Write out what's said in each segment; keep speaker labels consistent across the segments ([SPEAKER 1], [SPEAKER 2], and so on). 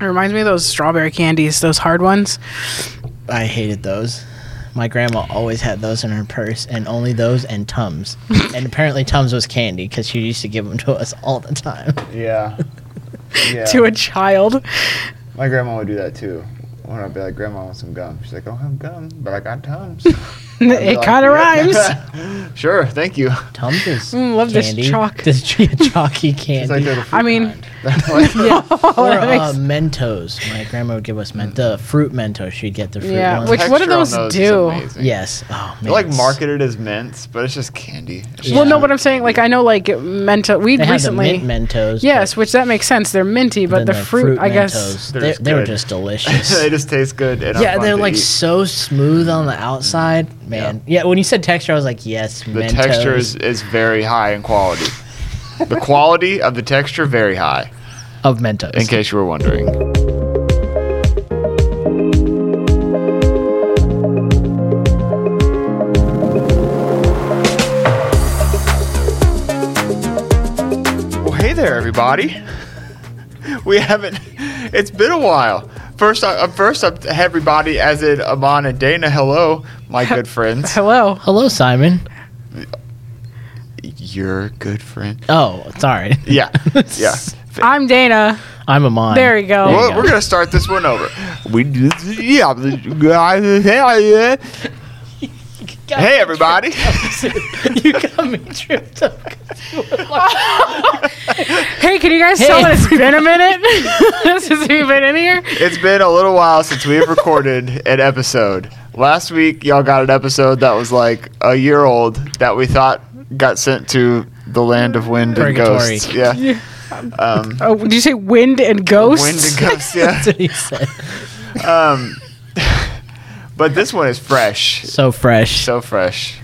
[SPEAKER 1] It reminds me of those strawberry candies, those hard ones.
[SPEAKER 2] I hated those. My grandma always had those in her purse, and only those and Tums. and apparently, Tums was candy because she used to give them to us all the time.
[SPEAKER 3] Yeah. Yeah.
[SPEAKER 1] To a child.
[SPEAKER 3] My grandma would do that too. When I'd be like, Grandma, I want some gum. She's like, "Oh, I don't have gum, but I got Tums.
[SPEAKER 1] It kind of rhymes.
[SPEAKER 3] rhymes. sure, thank you.
[SPEAKER 2] Tums is
[SPEAKER 1] Mm, love this
[SPEAKER 2] candy.
[SPEAKER 1] chalk.
[SPEAKER 2] This ch- chalky
[SPEAKER 3] It's like
[SPEAKER 2] candy.
[SPEAKER 3] they're the
[SPEAKER 1] I mean-
[SPEAKER 3] fruit kind.
[SPEAKER 1] Oh,
[SPEAKER 2] or
[SPEAKER 1] that makes-
[SPEAKER 2] uh, Mentos. My grandma would give us men- the fruit Mentos. She'd get the fruit
[SPEAKER 1] Yeah,
[SPEAKER 2] ones.
[SPEAKER 1] which- what do
[SPEAKER 3] Texture on
[SPEAKER 1] those
[SPEAKER 3] those is
[SPEAKER 1] do?
[SPEAKER 3] amazing.
[SPEAKER 2] yes. Oh man.
[SPEAKER 3] They're like
[SPEAKER 2] it's-
[SPEAKER 3] marketed as mints, but it's just candy. It's just
[SPEAKER 1] Well, no,
[SPEAKER 3] fruit
[SPEAKER 1] but I'm saying like I know like Mentos. We
[SPEAKER 2] They had
[SPEAKER 1] recently
[SPEAKER 2] the mint Mentos.
[SPEAKER 1] yes,
[SPEAKER 2] but
[SPEAKER 1] which that makes sense. They're minty, but
[SPEAKER 2] then
[SPEAKER 1] the fruit, I guess.
[SPEAKER 2] Mentos,
[SPEAKER 3] They're
[SPEAKER 2] They,
[SPEAKER 3] just
[SPEAKER 2] they were
[SPEAKER 3] good.
[SPEAKER 2] just
[SPEAKER 3] candy.
[SPEAKER 2] delicious.
[SPEAKER 3] they just taste good. And are
[SPEAKER 2] Yeah,
[SPEAKER 3] fun
[SPEAKER 2] they're
[SPEAKER 3] to
[SPEAKER 2] like
[SPEAKER 3] eat.
[SPEAKER 2] so smooth on the outside, man. Yeah. when you said texture, I was like, yes,
[SPEAKER 3] the texture is, is very high in quality. the quality of the texture very high.
[SPEAKER 2] of Mentos.
[SPEAKER 3] In case you were wondering. Well, hey there, everybody. We haven't. It's been a while. First, uh, first up, to everybody, as in Amon and Dana. Hello, my good friends.
[SPEAKER 1] Hello.
[SPEAKER 2] Hello, Simon.
[SPEAKER 3] Your good friend.
[SPEAKER 2] Oh, sorry.
[SPEAKER 3] Yeah, yeah.
[SPEAKER 1] I'm Dana.
[SPEAKER 2] I'm Amon.
[SPEAKER 1] There you go.
[SPEAKER 2] There you
[SPEAKER 3] Well,
[SPEAKER 2] go.
[SPEAKER 3] we're gonna start this one over. We do, yeah, yeah. Hey everybody!
[SPEAKER 2] you got me tripped up.
[SPEAKER 1] Hey, can you guys tell that it's been a minute since we've been in here?
[SPEAKER 3] It's been a little while since we have recorded an episode. Last week, y'all got an episode that was like a year old that we thought got sent to the land of wind
[SPEAKER 2] Purgatory.
[SPEAKER 3] and ghosts. Yeah, um,
[SPEAKER 1] Oh, did you say wind and ghosts?
[SPEAKER 3] wind and ghosts. Yeah,
[SPEAKER 2] That's what he said.
[SPEAKER 3] um, but this one is fresh,
[SPEAKER 2] So fresh.
[SPEAKER 3] so fresh,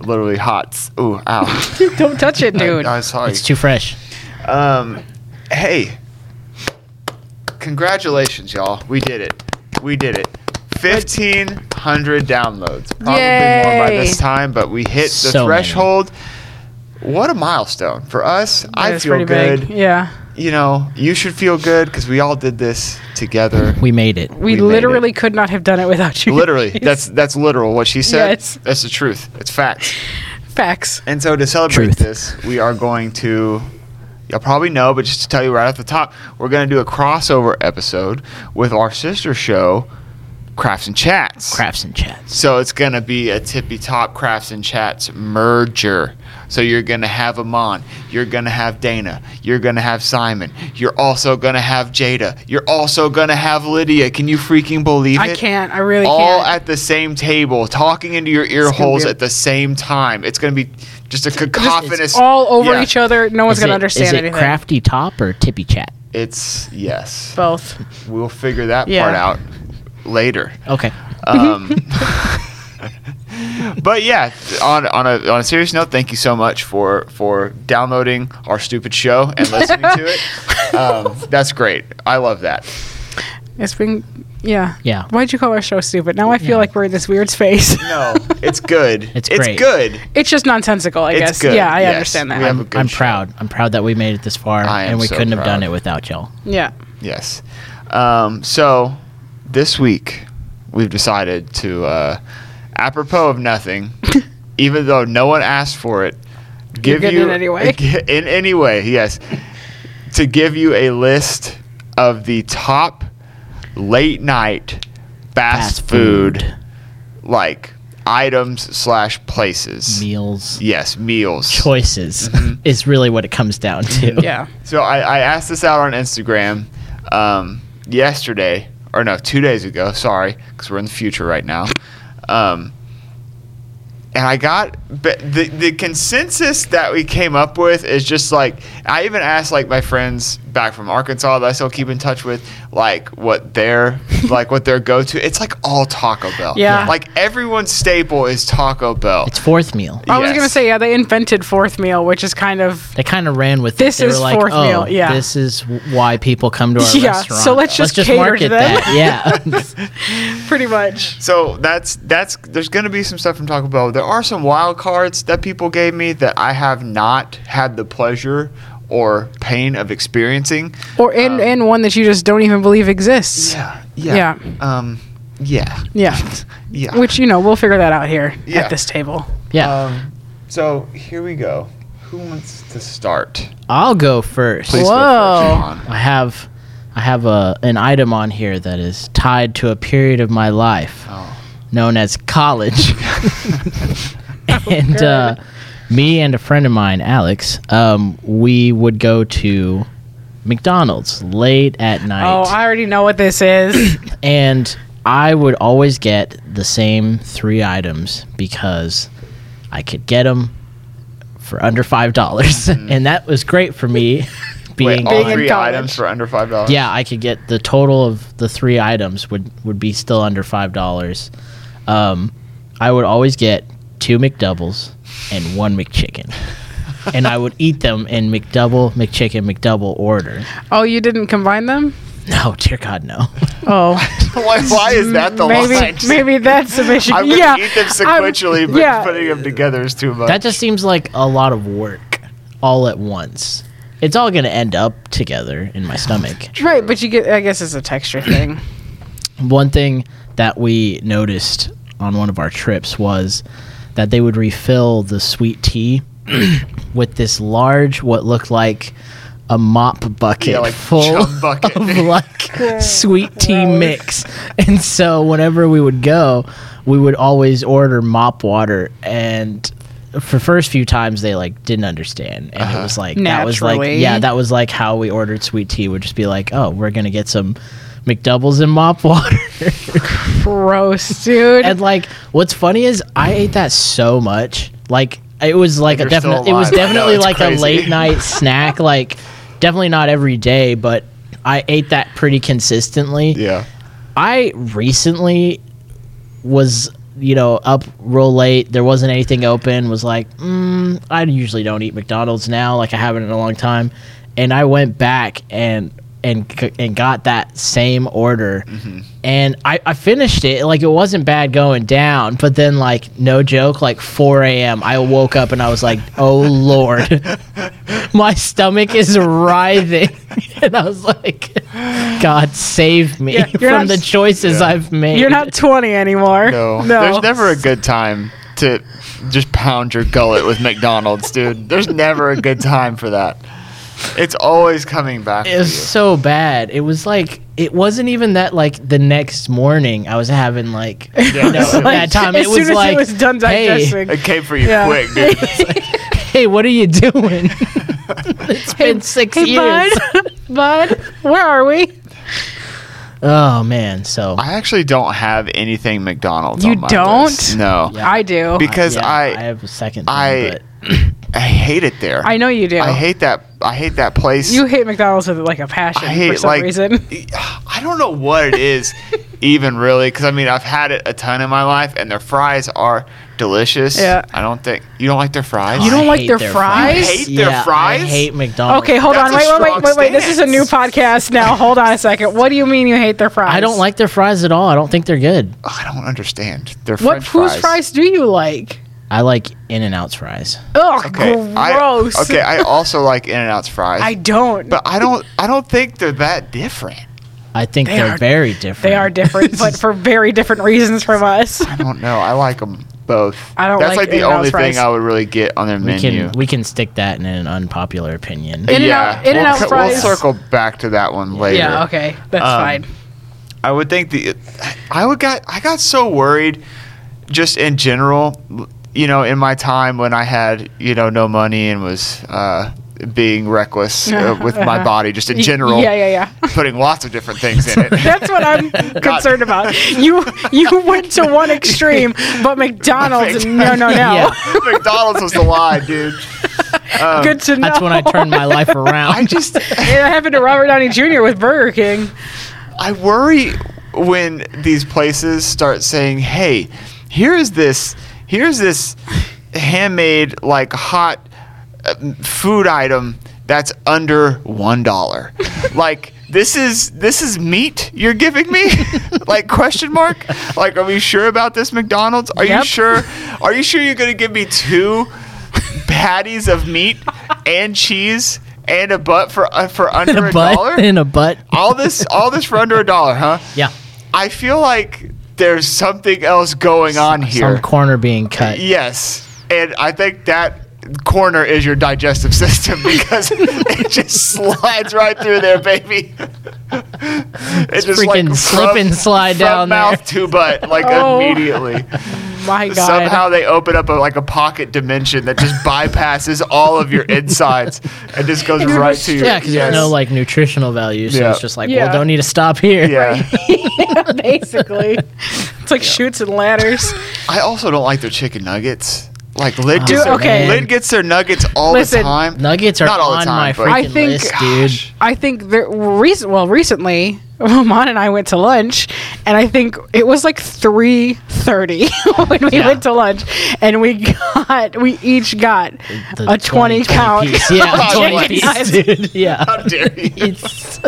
[SPEAKER 3] literally hot. Ooh, ow!
[SPEAKER 1] Don't touch it, dude.
[SPEAKER 3] I, am sorry.
[SPEAKER 2] it's too fresh.
[SPEAKER 3] Um, hey, congratulations, y'all. We did it. We did it. 1,500 downloads. Probably more by
[SPEAKER 1] Yay.
[SPEAKER 3] this time, but we hit the
[SPEAKER 2] So many.
[SPEAKER 3] threshold. What a milestone for us. I
[SPEAKER 1] It's
[SPEAKER 3] feel
[SPEAKER 1] pretty
[SPEAKER 3] good.
[SPEAKER 1] big. Yeah.
[SPEAKER 3] You know, you should feel good because we all did this together.
[SPEAKER 2] We made it.
[SPEAKER 1] We,
[SPEAKER 3] We made
[SPEAKER 1] literally could not have done it without you.
[SPEAKER 3] Literally, that's that's literal what she said.
[SPEAKER 1] it's-
[SPEAKER 3] that's the truth. It's fact.
[SPEAKER 1] Facts.
[SPEAKER 3] And so to celebrate
[SPEAKER 2] Truth.
[SPEAKER 3] this, we are going to you'll probably know, but just to tell you right off the top, we're going to do a crossover episode with our sister show, Crafts and Chats.
[SPEAKER 2] Crafts and chats.
[SPEAKER 3] So it's going to be a tippy top Crafts and Chats merger. So you're going to have Amon, you're going to have Dana, you're going to have Simon, you're also going to have Jada, you're also going to have Lydia. Can you freaking believe
[SPEAKER 1] I
[SPEAKER 3] it?
[SPEAKER 1] can't. I really
[SPEAKER 3] all
[SPEAKER 1] can't.
[SPEAKER 3] at the same table, talking into your ear
[SPEAKER 1] It's gonna
[SPEAKER 3] holes
[SPEAKER 1] be a-
[SPEAKER 3] at the same time. It's going to be just a cacophonous.
[SPEAKER 1] all over
[SPEAKER 3] yeah.
[SPEAKER 1] each other. No one's
[SPEAKER 2] Is
[SPEAKER 1] gonna
[SPEAKER 2] it-
[SPEAKER 1] understand
[SPEAKER 2] is it
[SPEAKER 1] anything.
[SPEAKER 2] crafty top or tippy chat?
[SPEAKER 3] It's yes.
[SPEAKER 1] Both.
[SPEAKER 3] We'll figure that
[SPEAKER 1] Yeah.
[SPEAKER 3] part out later.
[SPEAKER 2] Okay.
[SPEAKER 3] Um, but yeah, on on a on a serious note, thank you so much for for downloading our stupid show and listening to it. Um, that's great. I love that.
[SPEAKER 1] It's been. Yeah.
[SPEAKER 2] Yeah.
[SPEAKER 1] Why'd you call our show stupid? Now I feel
[SPEAKER 2] Yeah.
[SPEAKER 1] like we're in this weird space.
[SPEAKER 3] No, it's good.
[SPEAKER 2] It's great.
[SPEAKER 3] good.
[SPEAKER 1] It's just nonsensical, I
[SPEAKER 3] It's
[SPEAKER 1] guess.
[SPEAKER 3] good,
[SPEAKER 1] Yeah, I
[SPEAKER 3] yes.
[SPEAKER 1] understand that.
[SPEAKER 3] We have a
[SPEAKER 2] I'm,
[SPEAKER 3] good
[SPEAKER 2] I'm
[SPEAKER 3] show.
[SPEAKER 2] proud. I'm proud that we made it this far,
[SPEAKER 3] I am
[SPEAKER 2] and we
[SPEAKER 3] so
[SPEAKER 2] couldn't have done
[SPEAKER 3] proud.
[SPEAKER 2] it without y'all.
[SPEAKER 1] yeah.
[SPEAKER 3] Yes. Um, so this week we've decided to, uh, apropos of nothing, even though no one asked for it, give
[SPEAKER 1] getting
[SPEAKER 3] you
[SPEAKER 1] it anyway.
[SPEAKER 3] in any way, yes, to give you a list of the top late night fast, food, like items slash places.
[SPEAKER 2] meals,
[SPEAKER 3] Yes, Mm-hmm. meals.
[SPEAKER 2] choices is really what it comes down to.
[SPEAKER 1] Yeah.
[SPEAKER 3] So I, I asked this out on Instagram um, yesterday, or no, two days ago. Sorry, because we're in the future right now. Um, and I got but the the consensus that we came up with is just like I even asked like my friends back from Arkansas that I still keep in touch with, like what their like what their go to. It's like all Taco Bell.
[SPEAKER 1] Yeah.
[SPEAKER 3] Like everyone's staple is Taco Bell.
[SPEAKER 2] It's fourth meal.
[SPEAKER 1] I was
[SPEAKER 3] Yes.
[SPEAKER 1] gonna say yeah, they invented fourth meal, which is kind of
[SPEAKER 2] They kind of ran with
[SPEAKER 1] This
[SPEAKER 2] it. They
[SPEAKER 1] is
[SPEAKER 2] were like,
[SPEAKER 1] fourth
[SPEAKER 2] oh,
[SPEAKER 1] meal, yeah.
[SPEAKER 2] this is w- why people come to our
[SPEAKER 1] Yeah,
[SPEAKER 2] restaurant.
[SPEAKER 1] so let's just cater to
[SPEAKER 2] market
[SPEAKER 1] them.
[SPEAKER 2] that. Yeah.
[SPEAKER 1] pretty much.
[SPEAKER 3] So that's that's there's gonna be some stuff from Taco Bell. There are some wild cards that people gave me that I have not had the pleasure or pain of experiencing.
[SPEAKER 1] Or and and one that you just don't even believe exists.
[SPEAKER 3] Um, Yeah.
[SPEAKER 1] Yeah.
[SPEAKER 3] Yeah. Um, yeah.
[SPEAKER 1] Yeah.
[SPEAKER 3] Yeah.
[SPEAKER 1] Which you know we'll figure that out here
[SPEAKER 3] Yeah.
[SPEAKER 1] at this table.
[SPEAKER 2] Yeah,
[SPEAKER 3] Um, so here we go. Who wants to start?
[SPEAKER 2] I'll go first.
[SPEAKER 3] Please
[SPEAKER 1] Whoa.
[SPEAKER 3] go first, Sean.
[SPEAKER 2] I have, I have a an item on here that is tied to a period of my life
[SPEAKER 3] Oh.
[SPEAKER 2] known as college. and uh, me and a friend of mine, Alex, um, we would go to McDonald's late at night.
[SPEAKER 1] Oh, I already know what this is.
[SPEAKER 2] and I would always get the same three items because I could get them for under five dollars, and that was great for me. Being
[SPEAKER 3] Mm-hmm. Wait, all
[SPEAKER 1] Being in
[SPEAKER 3] three
[SPEAKER 1] college.
[SPEAKER 3] items for under five dollars.
[SPEAKER 2] yeah, I could get the total of the three items would would be still under five dollars. Um, I would always get two McDoubles and one McChicken, and I would eat them in McDouble, McChicken, McDouble order.
[SPEAKER 1] oh, you didn't combine them?
[SPEAKER 2] No, dear God, no.
[SPEAKER 1] Oh,
[SPEAKER 3] why, why is that the
[SPEAKER 1] maybe
[SPEAKER 3] line?
[SPEAKER 1] maybe that's the mission.
[SPEAKER 3] I would
[SPEAKER 1] yeah,
[SPEAKER 3] eat them
[SPEAKER 1] I'm-
[SPEAKER 3] sequentially, but
[SPEAKER 1] yeah.
[SPEAKER 3] putting them together is too much.
[SPEAKER 2] That just seems like a lot of work all at once. It's all going to end up together in my stomach.
[SPEAKER 1] Right, but you get. I guess it's a texture thing.
[SPEAKER 2] One thing that we noticed on one of our trips was that they would refill the sweet tea with this large, what looked like a mop bucket
[SPEAKER 3] Yeah, like
[SPEAKER 2] full
[SPEAKER 3] chum bucket.
[SPEAKER 2] of like sweet tea mix. And so whenever we would go, we would always order mop water and for first few times they like didn't understand and it was like that was like
[SPEAKER 1] Naturally.
[SPEAKER 2] yeah that was like how we ordered sweet tea would just be like oh we're gonna get some mcdoubles and mop water
[SPEAKER 1] Gross, dude.
[SPEAKER 2] and like what's funny is I ate that so much. Like it was like a
[SPEAKER 3] You're still
[SPEAKER 2] definite it was
[SPEAKER 3] alive. I know,
[SPEAKER 2] definitely
[SPEAKER 3] it's
[SPEAKER 2] like a
[SPEAKER 3] crazy.
[SPEAKER 2] late night snack. Like definitely not every day, but I ate that pretty consistently.
[SPEAKER 3] yeah.
[SPEAKER 2] I recently was you know up real late there wasn't anything open was like mm, i usually don't eat mcdonald's now like i haven't in a long time and i went back and and c- and got that same order and I, I finished it like it wasn't bad going down but then like no joke like 4 a.m i woke up and i was like oh lord my stomach is writhing and i was like god save me
[SPEAKER 1] Yeah, you're
[SPEAKER 2] from
[SPEAKER 1] not
[SPEAKER 2] the
[SPEAKER 1] s-
[SPEAKER 2] choices
[SPEAKER 3] Yeah.
[SPEAKER 2] i've made
[SPEAKER 1] You're not 20 anymore.
[SPEAKER 3] No, There's never a good time to just pound your gullet with McDonald's, dude. There's never a good time for that. It's always coming back.
[SPEAKER 2] It
[SPEAKER 3] to
[SPEAKER 2] was so bad. It was like it wasn't even that like the next morning I was having like
[SPEAKER 3] Yeah.
[SPEAKER 2] you know,
[SPEAKER 3] It's
[SPEAKER 2] a
[SPEAKER 3] like,
[SPEAKER 2] bad time.
[SPEAKER 1] As
[SPEAKER 2] it
[SPEAKER 1] soon
[SPEAKER 2] was
[SPEAKER 1] as
[SPEAKER 2] like
[SPEAKER 1] it was done digesting.
[SPEAKER 3] you. It came for you
[SPEAKER 1] Yeah.
[SPEAKER 3] quick, dude.
[SPEAKER 2] Hey, hey, what are you doing? it's been six
[SPEAKER 1] hey,
[SPEAKER 2] years.
[SPEAKER 1] bud, bud, where are we?
[SPEAKER 2] Oh man, so
[SPEAKER 3] I actually don't have anything McDonald's.
[SPEAKER 1] You
[SPEAKER 3] on my
[SPEAKER 1] don't?
[SPEAKER 3] list. No,
[SPEAKER 2] Yeah.
[SPEAKER 1] I do.
[SPEAKER 3] because
[SPEAKER 2] yeah,
[SPEAKER 3] I,
[SPEAKER 2] I have a second thing,
[SPEAKER 3] I-
[SPEAKER 2] but
[SPEAKER 3] I hate it there.
[SPEAKER 1] I know you do.
[SPEAKER 3] I hate that. I hate that place.
[SPEAKER 1] you hate McDonald's with like a passion
[SPEAKER 3] I hate
[SPEAKER 1] for some
[SPEAKER 3] like
[SPEAKER 1] reason.
[SPEAKER 3] I don't know what it is, even really, because I mean I've had it a ton in my life, and their fries are delicious.
[SPEAKER 1] Yeah.
[SPEAKER 3] I don't think you don't like their fries.
[SPEAKER 1] You don't
[SPEAKER 2] I
[SPEAKER 1] like
[SPEAKER 2] hate
[SPEAKER 1] their fries?
[SPEAKER 3] You hate their
[SPEAKER 2] Yeah, I
[SPEAKER 3] fries?
[SPEAKER 2] hate McDonald's.
[SPEAKER 1] Okay, hold on.
[SPEAKER 3] That's a
[SPEAKER 1] Wait, wait, wait,
[SPEAKER 3] strong
[SPEAKER 1] wait, wait. This is a new
[SPEAKER 3] stance.
[SPEAKER 1] podcast now. Hold on a second. What do you mean you hate their fries?
[SPEAKER 2] I don't like their fries at all. I don't think they're good.
[SPEAKER 3] I don't understand. They're
[SPEAKER 1] What
[SPEAKER 3] French
[SPEAKER 1] whose fries do you like?
[SPEAKER 2] I like In and Out's fries.
[SPEAKER 1] Ugh,
[SPEAKER 3] Okay, I-
[SPEAKER 1] gross.
[SPEAKER 3] okay, I also like In and Out's fries,
[SPEAKER 1] I don't.
[SPEAKER 3] but I don't. I don't think they're that different.
[SPEAKER 2] I think
[SPEAKER 1] They
[SPEAKER 2] they are
[SPEAKER 1] are-
[SPEAKER 2] very different.
[SPEAKER 1] They are different, but for very different reasons from us.
[SPEAKER 3] I don't know. I like them both.
[SPEAKER 1] I don't
[SPEAKER 3] That's
[SPEAKER 1] like
[SPEAKER 3] like, the
[SPEAKER 1] In-N-Out's
[SPEAKER 3] only
[SPEAKER 1] fries.
[SPEAKER 3] thing I would really get on their
[SPEAKER 2] We
[SPEAKER 3] menu.
[SPEAKER 2] can we can stick that in an unpopular opinion.
[SPEAKER 1] In-N-Out-
[SPEAKER 3] we'll
[SPEAKER 1] In-N-Out
[SPEAKER 3] cir-
[SPEAKER 1] fries.
[SPEAKER 3] We'll circle back to that one later.
[SPEAKER 1] Yeah, okay. That's
[SPEAKER 3] Um,
[SPEAKER 1] fine.
[SPEAKER 3] I would think the I would got I got so worried just in general, you know, in my time when I had you know no money and was uh, being reckless uh, with my body, just in
[SPEAKER 1] Y-
[SPEAKER 3] general,
[SPEAKER 1] Yeah, yeah, yeah.
[SPEAKER 3] putting lots of different things in it.
[SPEAKER 1] That's what I'm concerned about. You you went to one extreme, but McDonald's, no, no, no.
[SPEAKER 2] Yeah.
[SPEAKER 3] McDonald's was the lie, dude. Um,
[SPEAKER 1] Good to know.
[SPEAKER 2] That's when I turned my life around.
[SPEAKER 3] I just
[SPEAKER 1] It happened to Robert Downey Jr. with Burger King.
[SPEAKER 3] I worry when these places start saying, "Hey, here's this, here's this handmade like hot uh, food item that's under one dollar." like this is this is meat you're giving me? like question mark? Like are we sure about this McDonald's? Are you
[SPEAKER 1] Yep.
[SPEAKER 3] sure? Are you sure you're gonna give me two patties of meat and cheese and a butt for uh, for
[SPEAKER 2] in
[SPEAKER 3] under
[SPEAKER 2] a
[SPEAKER 3] a
[SPEAKER 2] butt
[SPEAKER 3] dollar.
[SPEAKER 2] in a butt.
[SPEAKER 3] All this, all this for under a dollar, huh?
[SPEAKER 2] Yeah,
[SPEAKER 3] I feel like there's something else going on here.
[SPEAKER 2] some corner being cut.
[SPEAKER 3] Yes. And I think that corner is your digestive system because it just slides right through there, baby. It's just
[SPEAKER 2] freaking slip and slide
[SPEAKER 3] from
[SPEAKER 2] down there.
[SPEAKER 3] mouth to butt like
[SPEAKER 1] Oh.
[SPEAKER 3] immediately.
[SPEAKER 1] My God.
[SPEAKER 3] Somehow they open up a, like a pocket dimension that just bypasses all of your insides and just goes
[SPEAKER 1] It's
[SPEAKER 3] right to your
[SPEAKER 2] Yeah, because
[SPEAKER 3] yes.
[SPEAKER 2] there's no like nutritional value, so
[SPEAKER 3] Yeah.
[SPEAKER 2] it's just like,
[SPEAKER 1] Yeah.
[SPEAKER 2] well, don't need to stop here.
[SPEAKER 3] yeah.
[SPEAKER 1] basically. It's like shoots and ladders.
[SPEAKER 3] I also don't like their chicken nuggets. Like Lid
[SPEAKER 1] Dude,
[SPEAKER 3] gets, their,
[SPEAKER 1] okay.
[SPEAKER 3] Lid gets their nuggets all
[SPEAKER 1] Listen,
[SPEAKER 3] the time.
[SPEAKER 2] Nuggets are
[SPEAKER 3] Not all the
[SPEAKER 2] on
[SPEAKER 3] time,
[SPEAKER 2] my
[SPEAKER 3] but-
[SPEAKER 2] freaking
[SPEAKER 1] I think-
[SPEAKER 2] list, dude.
[SPEAKER 3] Gosh.
[SPEAKER 1] I think there recent well recently Ramon and I went to lunch and I think it was like 3:30 when we
[SPEAKER 2] Yeah.
[SPEAKER 1] went to lunch and we got we each got
[SPEAKER 2] The
[SPEAKER 1] a 20, count.
[SPEAKER 2] piece. Yeah,
[SPEAKER 3] Oh,
[SPEAKER 2] 20
[SPEAKER 3] what?
[SPEAKER 2] piece, dude. Yeah.
[SPEAKER 3] How dare you?
[SPEAKER 2] It's,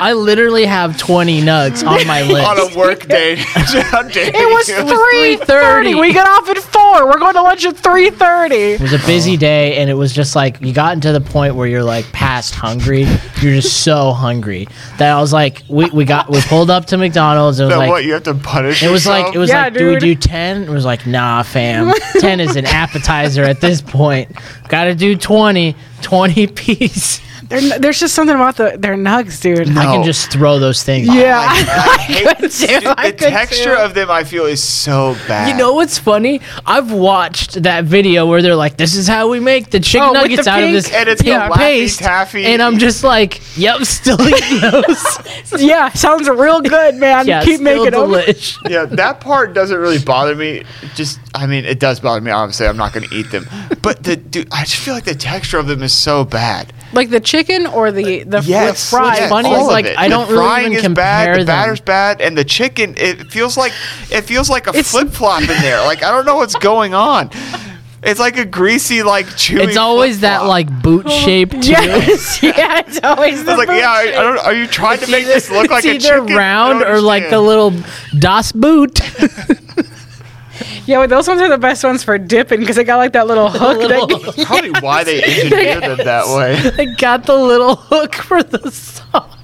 [SPEAKER 2] I literally have 20 nugs on my
[SPEAKER 3] on
[SPEAKER 2] list.
[SPEAKER 3] a work day. How dare
[SPEAKER 1] It was
[SPEAKER 3] you?
[SPEAKER 1] 3:30. We got off at 4. We're going to lunch at 3:30.
[SPEAKER 2] It was a busy
[SPEAKER 3] Oh.
[SPEAKER 2] day, and it was just like you got into the point where you're like past hungry. You're just so hungry that I was like, we, we got we pulled up to McDonald's. And it was
[SPEAKER 3] Then
[SPEAKER 2] like,
[SPEAKER 3] what? You have to punish
[SPEAKER 2] It was like
[SPEAKER 3] yourself?
[SPEAKER 2] it was
[SPEAKER 1] Yeah,
[SPEAKER 2] like, do we
[SPEAKER 1] dude.
[SPEAKER 2] do ten? It was like, nah, fam. ten is an appetizer at this point. Gotta do 20. 20 piece.
[SPEAKER 1] There- there's just something about the their nugs, dude.
[SPEAKER 2] I
[SPEAKER 3] No.
[SPEAKER 2] can just throw those things.
[SPEAKER 1] Yeah.
[SPEAKER 3] Oh I hate the, stu-
[SPEAKER 1] too. I
[SPEAKER 3] the
[SPEAKER 1] could
[SPEAKER 3] texture
[SPEAKER 1] too.
[SPEAKER 3] of them. I feel is so bad.
[SPEAKER 2] You know what's funny? I've watched that video where they're like, "This is how we make the chicken
[SPEAKER 1] Oh, with
[SPEAKER 2] nuggets
[SPEAKER 1] the
[SPEAKER 2] out of
[SPEAKER 1] pink-
[SPEAKER 2] this
[SPEAKER 3] and it's the
[SPEAKER 2] pink
[SPEAKER 3] Laffy
[SPEAKER 2] paste,"
[SPEAKER 3] Taffy.
[SPEAKER 2] and I'm just like, "Yep, still eating those."
[SPEAKER 1] yeah, sounds real good, man.
[SPEAKER 2] yeah,
[SPEAKER 1] Keep
[SPEAKER 2] still
[SPEAKER 1] making them.
[SPEAKER 2] delish.
[SPEAKER 3] yeah, that part doesn't really bother me. Just, I mean, it does bother me. Obviously, I'm not going to eat them. But the dude, I just feel like the texture of them is so bad.
[SPEAKER 1] Like the chicken or the the,
[SPEAKER 3] Yes,
[SPEAKER 1] the fries.
[SPEAKER 2] What's funny
[SPEAKER 3] all
[SPEAKER 2] is,
[SPEAKER 3] of
[SPEAKER 2] like,
[SPEAKER 3] it.
[SPEAKER 2] I
[SPEAKER 3] The
[SPEAKER 2] don't really
[SPEAKER 3] frying
[SPEAKER 2] even
[SPEAKER 3] is bad. The
[SPEAKER 2] compare them.
[SPEAKER 3] batter's bad, and the chicken. It feels like it feels like a
[SPEAKER 1] It's-
[SPEAKER 3] flip flop in there. Like I don't know what's going on. It's like a greasy, like chewy.
[SPEAKER 2] It's always that
[SPEAKER 3] flip-flop.
[SPEAKER 2] like boot shape too.
[SPEAKER 1] Yes, yeah, it's always the
[SPEAKER 3] I was like,
[SPEAKER 1] food
[SPEAKER 3] yeah, I,
[SPEAKER 1] shape.
[SPEAKER 3] I don't. Are you trying to make this look like
[SPEAKER 2] it's
[SPEAKER 3] a
[SPEAKER 2] either
[SPEAKER 3] chicken? I
[SPEAKER 2] round
[SPEAKER 3] don't
[SPEAKER 2] or like the
[SPEAKER 3] understand.
[SPEAKER 2] little das boot.
[SPEAKER 1] Yeah, but those ones are the best ones for dipping because they got like that little hook.
[SPEAKER 2] little-
[SPEAKER 1] that,
[SPEAKER 3] Probably why they engineered them that way.
[SPEAKER 2] I got the little hook for the sauce.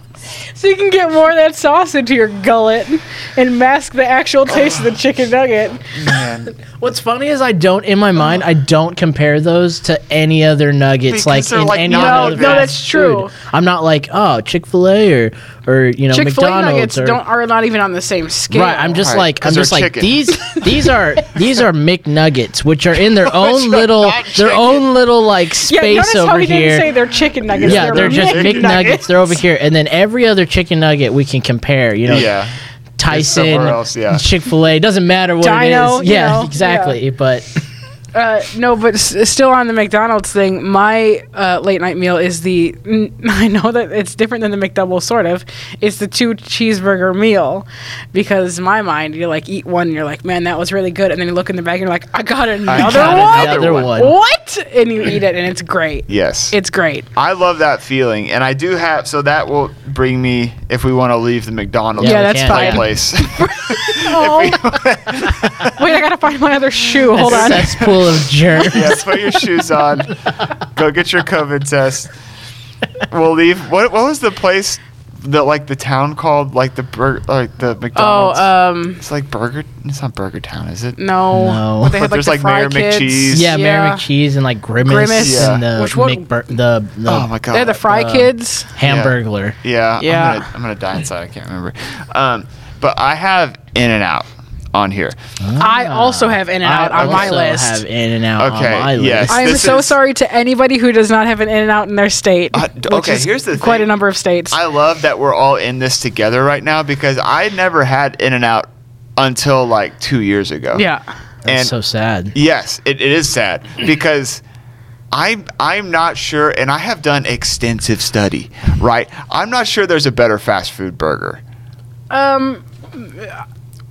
[SPEAKER 1] so you can get more of that sauce into your gullet and mask the actual taste of the chicken nugget.
[SPEAKER 3] Man,
[SPEAKER 2] What's funny is I don't in my mind I don't compare those to any other nuggets
[SPEAKER 3] Because
[SPEAKER 2] like
[SPEAKER 3] they're
[SPEAKER 2] in
[SPEAKER 3] like
[SPEAKER 2] any
[SPEAKER 3] not
[SPEAKER 2] other
[SPEAKER 3] No, no,
[SPEAKER 2] fast
[SPEAKER 1] that's true.
[SPEAKER 2] food. I'm not like oh Chick Fil A or or you know
[SPEAKER 1] Chick Fil A
[SPEAKER 2] McDonald's
[SPEAKER 1] nuggets
[SPEAKER 2] or.
[SPEAKER 1] don't are not even on the same scale.
[SPEAKER 2] Right, I'm just
[SPEAKER 3] Right,
[SPEAKER 2] like
[SPEAKER 3] 'cause
[SPEAKER 2] I'm
[SPEAKER 3] they're
[SPEAKER 2] just like
[SPEAKER 3] chicken.
[SPEAKER 2] these these are these are McNuggets, which are in their own
[SPEAKER 3] are
[SPEAKER 2] little
[SPEAKER 3] not
[SPEAKER 2] their
[SPEAKER 3] chicken.
[SPEAKER 2] own little like
[SPEAKER 1] yeah,
[SPEAKER 2] space
[SPEAKER 1] notice how
[SPEAKER 2] over
[SPEAKER 1] we
[SPEAKER 2] here.
[SPEAKER 1] didn't say they're chicken nuggets.
[SPEAKER 2] yeah, they're, just
[SPEAKER 3] McNuggets.
[SPEAKER 2] McNuggets. They're over here, and then every other chicken nugget we can compare. You know,
[SPEAKER 3] yeah.
[SPEAKER 2] Tyson,
[SPEAKER 3] somewhere else, yeah.
[SPEAKER 2] Chick Fil A. Doesn't matter what
[SPEAKER 1] Dino,
[SPEAKER 2] it is.
[SPEAKER 1] you
[SPEAKER 2] Yeah,
[SPEAKER 1] know,
[SPEAKER 2] exactly. But
[SPEAKER 1] Uh, no, but s- still on the McDonald's thing, my uh, late night meal is the. mm, I know that it's different than the McDouble, sort of. It's the two cheeseburger meal, because in my mind, you like eat one, and you're like, man, that was really good, and then you look in the bag, and you're like, I got another
[SPEAKER 3] got
[SPEAKER 1] one.
[SPEAKER 3] another one.
[SPEAKER 1] What? And you eat it, and it's great.
[SPEAKER 3] Yes.
[SPEAKER 1] It's great.
[SPEAKER 3] I love that feeling, and I do have. So that will bring me if we want to leave the McDonald's
[SPEAKER 1] Yeah,
[SPEAKER 2] we
[SPEAKER 1] that's
[SPEAKER 2] can't.
[SPEAKER 1] fine.
[SPEAKER 3] place.
[SPEAKER 1] Oh. Wait, I gotta find my other shoe. Hold on.
[SPEAKER 2] Cesspool of germs.
[SPEAKER 3] yeah, put your shoes on. Go get your COVID test. We'll leave. What What was the place that like the town called like the bur- like the
[SPEAKER 1] Oh,
[SPEAKER 3] McDonald's?
[SPEAKER 1] um,
[SPEAKER 3] it's like Burger. It's not Burger Town, is it?
[SPEAKER 1] no.
[SPEAKER 2] No.
[SPEAKER 1] But they had like
[SPEAKER 3] But there's,
[SPEAKER 1] the
[SPEAKER 3] like,
[SPEAKER 1] fry
[SPEAKER 3] Mayor
[SPEAKER 1] kids.
[SPEAKER 3] McCheese.
[SPEAKER 2] Yeah, Mary McCheese and like Grimace,
[SPEAKER 1] Grimace.
[SPEAKER 2] and
[SPEAKER 3] Yeah.
[SPEAKER 2] the
[SPEAKER 1] Which one-
[SPEAKER 2] McBur- the, the
[SPEAKER 3] Oh my god.
[SPEAKER 1] They had the fry
[SPEAKER 2] Uh,
[SPEAKER 1] kids.
[SPEAKER 2] Hamburglar.
[SPEAKER 3] Yeah.
[SPEAKER 1] Yeah.
[SPEAKER 3] I'm gonna, I'm gonna die inside. I can't remember. Um, but I have In and Out on here.
[SPEAKER 1] I
[SPEAKER 3] Ah,
[SPEAKER 1] also have In and Out
[SPEAKER 2] I
[SPEAKER 1] on my
[SPEAKER 2] also
[SPEAKER 1] list.
[SPEAKER 2] have In and Out
[SPEAKER 3] Okay,
[SPEAKER 2] on my
[SPEAKER 3] yes.
[SPEAKER 2] list.
[SPEAKER 1] I am
[SPEAKER 3] This
[SPEAKER 1] so
[SPEAKER 3] is-
[SPEAKER 1] sorry to anybody who does not have an in and out in their state.
[SPEAKER 3] Uh, d-
[SPEAKER 1] which
[SPEAKER 3] okay,
[SPEAKER 1] is
[SPEAKER 3] here's the
[SPEAKER 1] quite
[SPEAKER 3] thing.
[SPEAKER 1] a number of states.
[SPEAKER 3] I love that we're all in this together right now because I never had In and Out until like two years ago.
[SPEAKER 1] yeah,
[SPEAKER 2] That's
[SPEAKER 3] And
[SPEAKER 2] so sad.
[SPEAKER 3] Yes, it, it is sad because I'm I'm not sure, and I have done extensive study. Right, I'm not sure there's a better fast food burger. Um,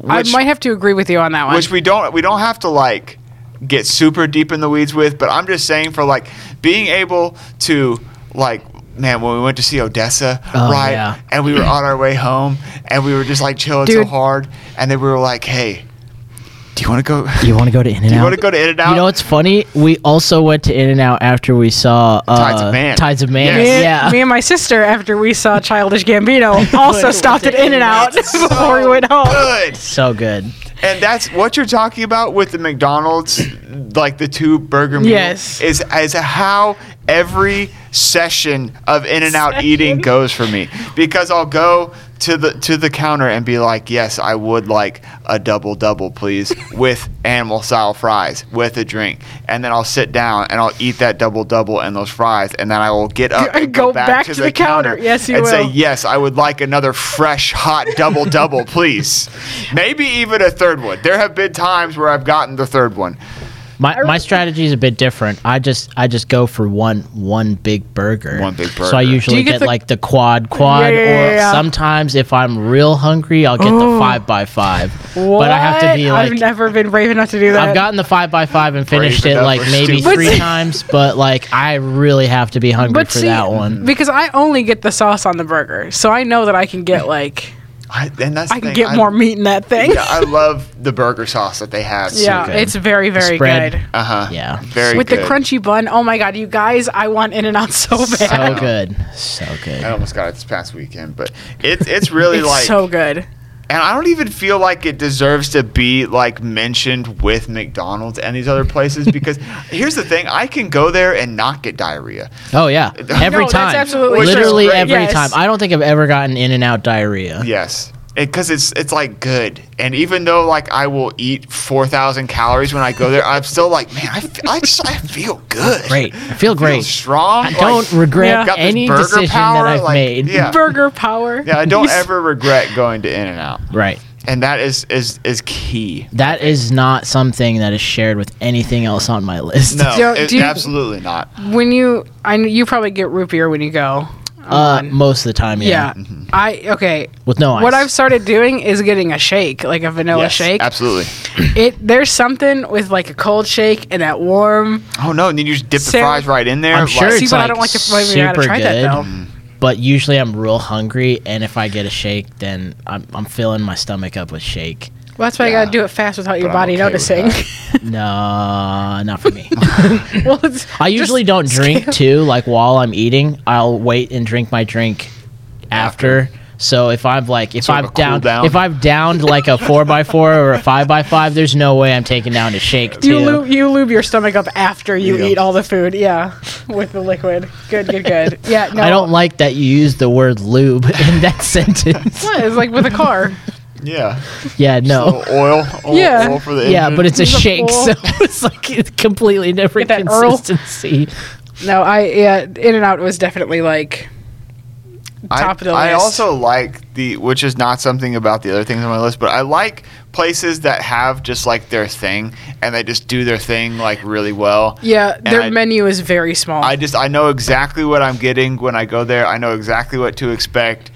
[SPEAKER 1] I might have to agree with you on that one.
[SPEAKER 3] which we don't we don't have to like get super deep in the weeds with but i'm just saying for like being able to like man when we went to see odessa
[SPEAKER 2] Oh,
[SPEAKER 3] right
[SPEAKER 2] yeah.
[SPEAKER 3] and we were on our way home and we were just like chilling so
[SPEAKER 1] Dude.
[SPEAKER 3] hard and then we were like hey Do you want to go?
[SPEAKER 2] You want to go to In and Out?
[SPEAKER 3] Do you want to go to In and Out?
[SPEAKER 2] You know what's funny? We also went to In and Out after we saw uh,
[SPEAKER 3] Tides of Man.
[SPEAKER 2] Tides of Man.
[SPEAKER 3] Yes.
[SPEAKER 1] Me,
[SPEAKER 2] Yeah.
[SPEAKER 1] me and my sister, after we saw Childish Gambino, also stopped at In and Out
[SPEAKER 3] So
[SPEAKER 1] before we went home.
[SPEAKER 3] Good.
[SPEAKER 2] so good.
[SPEAKER 3] And that's what you're talking about with the McDonald's, like the two burger meal.
[SPEAKER 1] Yes.
[SPEAKER 3] Is as how every session of in and out eating goes for me because I'll go to the to the counter and be like, yes, I would like a double double, please, with animal style fries with a drink, and then I'll sit down and I'll eat that double double and those fries, and then I will get up
[SPEAKER 1] And
[SPEAKER 3] and go, back, to, the counter.
[SPEAKER 1] Yes, you
[SPEAKER 3] and say,
[SPEAKER 1] will.
[SPEAKER 3] yes, I would like another fresh, hot double double, please. Maybe even a third one. There have been times where I've gotten the third one.
[SPEAKER 2] My, my strategy is a bit different. I just I just go for one one big burger.
[SPEAKER 3] One big
[SPEAKER 2] So I
[SPEAKER 3] burger.
[SPEAKER 2] usually
[SPEAKER 1] Do you
[SPEAKER 2] get,
[SPEAKER 1] get the-
[SPEAKER 2] like the quad quad,
[SPEAKER 1] Yeah, yeah,
[SPEAKER 2] or
[SPEAKER 1] yeah, yeah.
[SPEAKER 2] sometimes if I'm real hungry, I'll get the five by five. But I have to
[SPEAKER 1] What?
[SPEAKER 2] be like
[SPEAKER 1] I've never been brave enough to do that.
[SPEAKER 2] I've gotten the five by five and finished
[SPEAKER 3] Brave
[SPEAKER 2] it
[SPEAKER 3] enough
[SPEAKER 2] like
[SPEAKER 3] or
[SPEAKER 2] maybe
[SPEAKER 3] stupid.
[SPEAKER 2] three
[SPEAKER 1] But see-
[SPEAKER 2] times, but like I really have to be hungry
[SPEAKER 1] But
[SPEAKER 2] for
[SPEAKER 1] see-
[SPEAKER 2] that one.
[SPEAKER 1] because I only get the sauce on the burger, so I know that I can get like
[SPEAKER 3] I, and that's the
[SPEAKER 1] I can
[SPEAKER 3] thing,
[SPEAKER 1] get more meat in that thing.
[SPEAKER 3] Yeah, I love the burger sauce that they have.
[SPEAKER 1] Yeah,
[SPEAKER 2] good.
[SPEAKER 1] it's very very
[SPEAKER 2] spread.
[SPEAKER 1] good.
[SPEAKER 3] Uh huh.
[SPEAKER 2] Yeah.
[SPEAKER 3] Very
[SPEAKER 1] With the
[SPEAKER 3] good.
[SPEAKER 1] crunchy bun, oh my god, you guys! I want In and Out so bad.
[SPEAKER 2] So good. So
[SPEAKER 3] I
[SPEAKER 2] good.
[SPEAKER 3] almost got it this past weekend, but it's it's really
[SPEAKER 1] it's
[SPEAKER 3] like,
[SPEAKER 1] so good.
[SPEAKER 3] and I don't even feel like it deserves to be like mentioned with McDonald's and these other places because here's the thing: I can go there and not get diarrhea.
[SPEAKER 2] Oh yeah. Every
[SPEAKER 1] No, that's
[SPEAKER 2] time.
[SPEAKER 1] absolutely
[SPEAKER 3] Which is
[SPEAKER 2] Literally
[SPEAKER 3] great.
[SPEAKER 2] every
[SPEAKER 1] Yes.
[SPEAKER 2] time. I don't think I've ever gotten in and out diarrhea.
[SPEAKER 3] Yes, because it's it's like good, and even though like I will eat four thousand calories when I go there, I'm still like, man, I, f- I just I feel good.
[SPEAKER 2] Great. I feel
[SPEAKER 3] I feel
[SPEAKER 2] great.
[SPEAKER 3] strong.
[SPEAKER 2] I don't
[SPEAKER 3] like,
[SPEAKER 2] regret
[SPEAKER 3] got this
[SPEAKER 2] any
[SPEAKER 3] burger
[SPEAKER 2] decision
[SPEAKER 3] power,
[SPEAKER 2] that I've
[SPEAKER 3] like,
[SPEAKER 2] made.
[SPEAKER 3] Yeah.
[SPEAKER 1] Burger power.
[SPEAKER 3] yeah, I don't
[SPEAKER 1] Yes.
[SPEAKER 3] ever regret going to In and Out,
[SPEAKER 2] Right.
[SPEAKER 3] and that is is is key.
[SPEAKER 2] That is not something that is shared with anything else on my list.
[SPEAKER 3] No,
[SPEAKER 1] Don't-
[SPEAKER 3] it-
[SPEAKER 1] do you-
[SPEAKER 3] absolutely not.
[SPEAKER 1] When you, I know you probably get root beer when you go.
[SPEAKER 2] Uh, most of the time,
[SPEAKER 1] Yeah.
[SPEAKER 2] yeah.
[SPEAKER 3] Mm-hmm.
[SPEAKER 1] I okay.
[SPEAKER 2] With no ice.
[SPEAKER 1] What I've started doing is getting a shake, like a vanilla
[SPEAKER 3] Yes,
[SPEAKER 1] shake.
[SPEAKER 3] absolutely.
[SPEAKER 1] It there's something with like a cold shake and that warm.
[SPEAKER 3] Oh no, and then you just dip the
[SPEAKER 1] Sarah-
[SPEAKER 3] fries right in there.
[SPEAKER 2] I'm
[SPEAKER 3] like- Mm.
[SPEAKER 2] sure
[SPEAKER 1] See,
[SPEAKER 2] it's
[SPEAKER 1] but
[SPEAKER 2] like
[SPEAKER 1] I don't like the flavor. I gotta
[SPEAKER 2] super
[SPEAKER 1] try that
[SPEAKER 2] good,
[SPEAKER 1] though.
[SPEAKER 2] but usually I'm real hungry, and if I get a shake, then I'm, I'm filling my stomach up with shake.
[SPEAKER 1] Well, that's why
[SPEAKER 3] Yeah.
[SPEAKER 1] I gotta do it fast without your
[SPEAKER 3] But I'm
[SPEAKER 1] body
[SPEAKER 3] okay with
[SPEAKER 1] noticing.
[SPEAKER 2] no, not for me.
[SPEAKER 1] well, it's-
[SPEAKER 2] I usually
[SPEAKER 1] just
[SPEAKER 2] don't drink
[SPEAKER 1] skip.
[SPEAKER 2] too. Like while I'm eating, I'll wait and drink my drink after. So if I've like if
[SPEAKER 3] Sort of
[SPEAKER 2] I've
[SPEAKER 3] a cool
[SPEAKER 2] downed
[SPEAKER 3] down.
[SPEAKER 2] if I've downed like a four by four or a five by five, there's no way I'm taking down a shake too.
[SPEAKER 1] You lube, you lube your stomach up after you
[SPEAKER 3] Yeah.
[SPEAKER 1] eat all the food. Yeah, with the liquid. Good, good, good. Yeah. No,
[SPEAKER 2] I don't like that you use the word lube in that sentence.
[SPEAKER 1] What? It's like with a car.
[SPEAKER 3] Yeah.
[SPEAKER 2] Yeah, no.
[SPEAKER 3] Little oil, oil.
[SPEAKER 1] Yeah.
[SPEAKER 3] Oil for the
[SPEAKER 2] yeah,
[SPEAKER 3] engine.
[SPEAKER 2] but it's a
[SPEAKER 1] He's a
[SPEAKER 2] shake,
[SPEAKER 1] fool.
[SPEAKER 2] so it's like it's completely different
[SPEAKER 1] Get that Earl.
[SPEAKER 2] consistency.
[SPEAKER 1] No, I yeah. In and out was definitely like top of the
[SPEAKER 3] I
[SPEAKER 1] list.
[SPEAKER 3] also like the, which is not something about the other things on my list, but I like places that have just like their thing and they just do their thing like really well.
[SPEAKER 1] yeah. Their
[SPEAKER 3] I-
[SPEAKER 1] menu is very small.
[SPEAKER 3] I just I know exactly what I'm getting when I go there. I know exactly what to expect.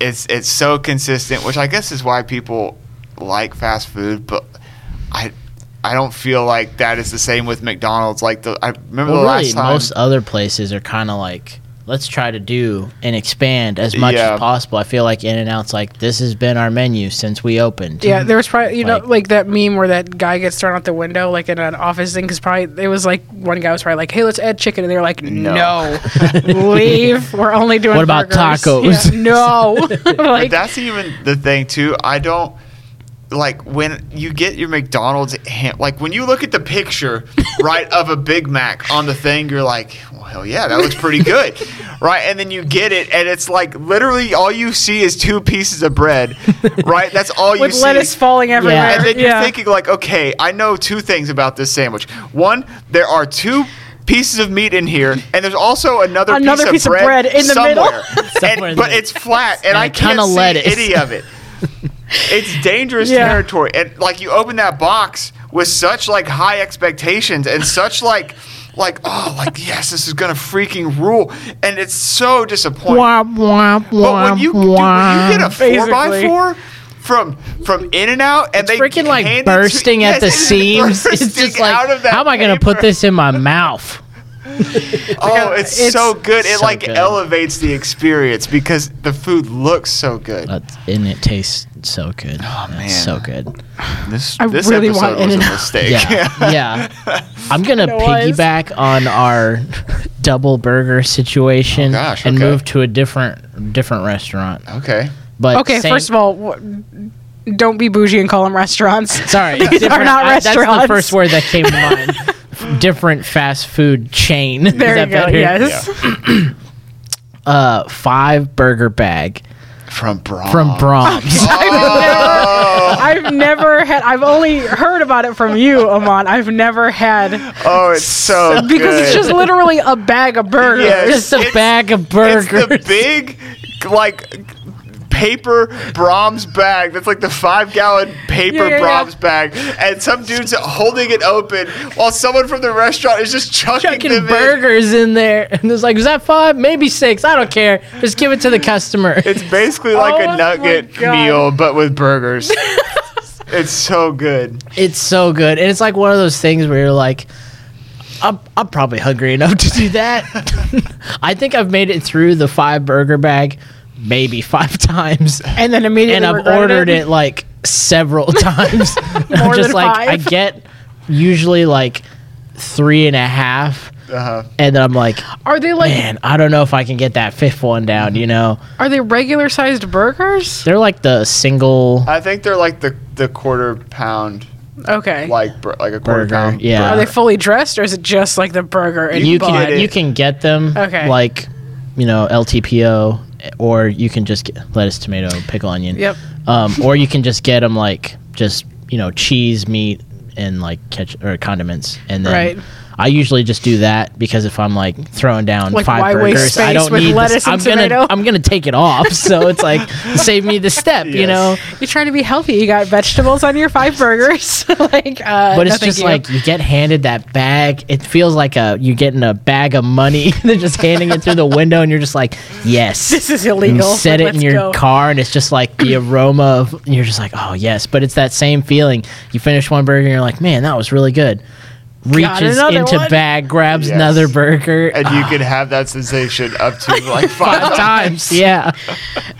[SPEAKER 3] It's it's so consistent, which I guess is why people like fast food, but I I don't feel like that is the same with McDonald's. Like the I remember
[SPEAKER 2] Well,
[SPEAKER 3] the
[SPEAKER 2] really,
[SPEAKER 3] last time
[SPEAKER 2] most other places are kind of like, let's try to do and expand as much
[SPEAKER 3] Yeah.
[SPEAKER 2] as possible. I feel like In and Out's like, this has been our menu since we opened.
[SPEAKER 1] Yeah, there was probably you know
[SPEAKER 2] Like-
[SPEAKER 1] like that meme where that guy gets thrown out the window like in an office thing because probably it was like one guy was probably like, "Hey, let's add chicken," and they were like, "No, leave. We're only doing
[SPEAKER 2] What about
[SPEAKER 1] burgers."
[SPEAKER 2] tacos?
[SPEAKER 1] Yeah, no,
[SPEAKER 3] But
[SPEAKER 1] like
[SPEAKER 3] that's even the thing too. I don't like when you get your McDonald's ham. Like when you look at the picture, right, of a Big Mac on the thing, you're like, well, hell yeah, that looks pretty good, right? And then you get it, and it's like literally all you see is two pieces of bread, right? That's all you
[SPEAKER 1] with
[SPEAKER 3] see.
[SPEAKER 1] lettuce falling everywhere. Yeah,
[SPEAKER 3] And then you're thinking like, okay, I know two things about this sandwich. One, there are two pieces of meat in here, and there's also another,
[SPEAKER 1] Another
[SPEAKER 3] piece,
[SPEAKER 1] piece of bread in the middle.
[SPEAKER 3] somewhere.
[SPEAKER 2] Somewhere
[SPEAKER 3] And-
[SPEAKER 2] in
[SPEAKER 3] but
[SPEAKER 2] the-
[SPEAKER 3] it's flat, and
[SPEAKER 2] and
[SPEAKER 3] I
[SPEAKER 2] a ton
[SPEAKER 3] can't
[SPEAKER 2] of
[SPEAKER 3] see
[SPEAKER 2] lettuce.
[SPEAKER 3] any of it. It's dangerous
[SPEAKER 1] Yeah.
[SPEAKER 3] territory, and like you open that box with such like high expectations and such like. Like oh like yes this is gonna freaking rule and it's so disappointing.
[SPEAKER 2] Womp, womp,
[SPEAKER 3] But when you, dude, when you get a four by
[SPEAKER 1] Basically.
[SPEAKER 3] four from from In and Out, and they
[SPEAKER 2] freaking
[SPEAKER 3] hand it
[SPEAKER 2] like
[SPEAKER 3] to-
[SPEAKER 2] bursting
[SPEAKER 3] yes,
[SPEAKER 2] at the
[SPEAKER 3] it's
[SPEAKER 2] seams. It's
[SPEAKER 3] bursting
[SPEAKER 2] just like,
[SPEAKER 3] out of that
[SPEAKER 2] how am I going to
[SPEAKER 3] paper.
[SPEAKER 2] put this in my mouth?
[SPEAKER 3] Oh, it's,
[SPEAKER 1] It's
[SPEAKER 3] so good. It
[SPEAKER 2] so
[SPEAKER 3] like
[SPEAKER 2] good.
[SPEAKER 3] elevates the experience because the food looks so good.
[SPEAKER 2] Uh, and it tastes so good. Oh
[SPEAKER 3] man.
[SPEAKER 2] so good.
[SPEAKER 3] this
[SPEAKER 1] I
[SPEAKER 3] this
[SPEAKER 1] really
[SPEAKER 3] episode
[SPEAKER 1] want
[SPEAKER 3] was a
[SPEAKER 1] In-N-Out.
[SPEAKER 3] mistake.
[SPEAKER 2] Yeah, yeah. I'm gonna
[SPEAKER 1] know why it's-
[SPEAKER 2] piggyback on our double burger situation
[SPEAKER 3] Oh, gosh,
[SPEAKER 2] and
[SPEAKER 3] okay.
[SPEAKER 2] move to a different different restaurant.
[SPEAKER 3] okay.
[SPEAKER 2] But
[SPEAKER 1] Okay,
[SPEAKER 2] same-
[SPEAKER 1] first of all, w- don't be bougie and call them restaurants.
[SPEAKER 2] sorry,
[SPEAKER 1] These are
[SPEAKER 2] different-
[SPEAKER 1] not
[SPEAKER 2] I- That's
[SPEAKER 1] restaurants.
[SPEAKER 2] the first word that came to mind. different fast food chain. Is
[SPEAKER 1] There you
[SPEAKER 2] that
[SPEAKER 1] go.
[SPEAKER 2] better?
[SPEAKER 1] Yes.
[SPEAKER 2] Uh, five burger bag
[SPEAKER 3] From Braun.
[SPEAKER 1] Oh.
[SPEAKER 2] from Brahms.
[SPEAKER 1] I've never had. I've only heard about it from you, Amon. I've never had
[SPEAKER 3] Oh, it's so
[SPEAKER 1] because it's
[SPEAKER 3] good.
[SPEAKER 1] just literally a bag of burgers.
[SPEAKER 3] Yes.
[SPEAKER 2] Just a
[SPEAKER 3] It's-
[SPEAKER 2] bag of
[SPEAKER 3] It's
[SPEAKER 2] burgers.
[SPEAKER 3] the big, like, paper Brahms bag. That's like the five gallon paper
[SPEAKER 1] Yeah, yeah, yeah.
[SPEAKER 3] Brahms bag. And some dude's holding it open while someone from the restaurant is just chucking,
[SPEAKER 2] fucking
[SPEAKER 3] them in.
[SPEAKER 2] burgers in there. And it's like, was that five? Maybe six. I don't care. Just give it to the customer.
[SPEAKER 3] It's basically like
[SPEAKER 1] Oh my
[SPEAKER 3] a nugget
[SPEAKER 1] God.
[SPEAKER 3] meal, but with burgers. it's so good.
[SPEAKER 2] It's so good. And it's like one of those things where you're like, I'm, I'm probably hungry enough to do that. I think I've made it through the five burger bag maybe five times.
[SPEAKER 1] and then immediately
[SPEAKER 2] And I've
[SPEAKER 1] regretted
[SPEAKER 2] ordered it like several times. I'm
[SPEAKER 1] More
[SPEAKER 2] just
[SPEAKER 1] than
[SPEAKER 2] like, I
[SPEAKER 1] five?
[SPEAKER 2] get usually like three and a half.
[SPEAKER 3] Uh-huh.
[SPEAKER 2] And then I'm like,
[SPEAKER 1] Are they like
[SPEAKER 2] man, I don't know if I can get that fifth one down, you know?
[SPEAKER 1] are they regular sized burgers?
[SPEAKER 2] They're like the single
[SPEAKER 3] I think they're like the, the quarter pound,
[SPEAKER 1] Okay.
[SPEAKER 3] like bur- like a quarter
[SPEAKER 2] Burger,
[SPEAKER 3] pound.
[SPEAKER 2] yeah.
[SPEAKER 1] are they fully dressed or is it just like the burger and
[SPEAKER 2] you
[SPEAKER 1] bun?
[SPEAKER 2] can you can get them
[SPEAKER 1] Okay.
[SPEAKER 2] like you know LTPO or you can just get lettuce, tomato, pickle, onion.
[SPEAKER 1] Yep.
[SPEAKER 2] Um, or you can just get them like just you know cheese, meat, and like ketchup or condiments, and then.
[SPEAKER 1] Right.
[SPEAKER 2] I usually just do that because if I'm like throwing down
[SPEAKER 1] Like, why
[SPEAKER 2] five
[SPEAKER 1] waste
[SPEAKER 2] burgers, I
[SPEAKER 1] space
[SPEAKER 2] don't
[SPEAKER 1] with
[SPEAKER 2] need
[SPEAKER 1] lettuce
[SPEAKER 2] this. I'm
[SPEAKER 1] and tomato?
[SPEAKER 2] gonna I'm gonna take it off. So it's like save me the step, you
[SPEAKER 3] Yes.
[SPEAKER 2] know.
[SPEAKER 1] You're trying to be healthy. You got vegetables on your five burgers. like, uh,
[SPEAKER 2] But
[SPEAKER 1] no,
[SPEAKER 2] it's
[SPEAKER 1] thank
[SPEAKER 2] just
[SPEAKER 1] you.
[SPEAKER 2] like you get handed that bag. It feels like a you getting a bag of money. They're just handing it through the window, and you're just like, yes.
[SPEAKER 1] this is
[SPEAKER 2] And
[SPEAKER 1] illegal.
[SPEAKER 2] You set
[SPEAKER 1] Like,
[SPEAKER 2] it in
[SPEAKER 1] let's
[SPEAKER 2] your
[SPEAKER 1] go.
[SPEAKER 2] car, and it's just like the aroma of. You're just like, oh yes, but it's that same feeling. You finish one burger, and you're like, man, that was really good. Reaches
[SPEAKER 1] another
[SPEAKER 2] into
[SPEAKER 1] one.
[SPEAKER 2] bag, grabs
[SPEAKER 3] Yes.
[SPEAKER 2] another burger.
[SPEAKER 3] And you could have that sensation up to like five,
[SPEAKER 2] five times, yeah.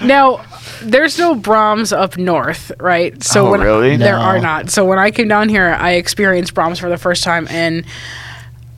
[SPEAKER 1] Now, there's no Brahms up north, right? So
[SPEAKER 3] Oh,
[SPEAKER 1] when
[SPEAKER 3] really?
[SPEAKER 1] there
[SPEAKER 2] No.
[SPEAKER 1] are not. So when I came down here, I experienced Brahms for the first time and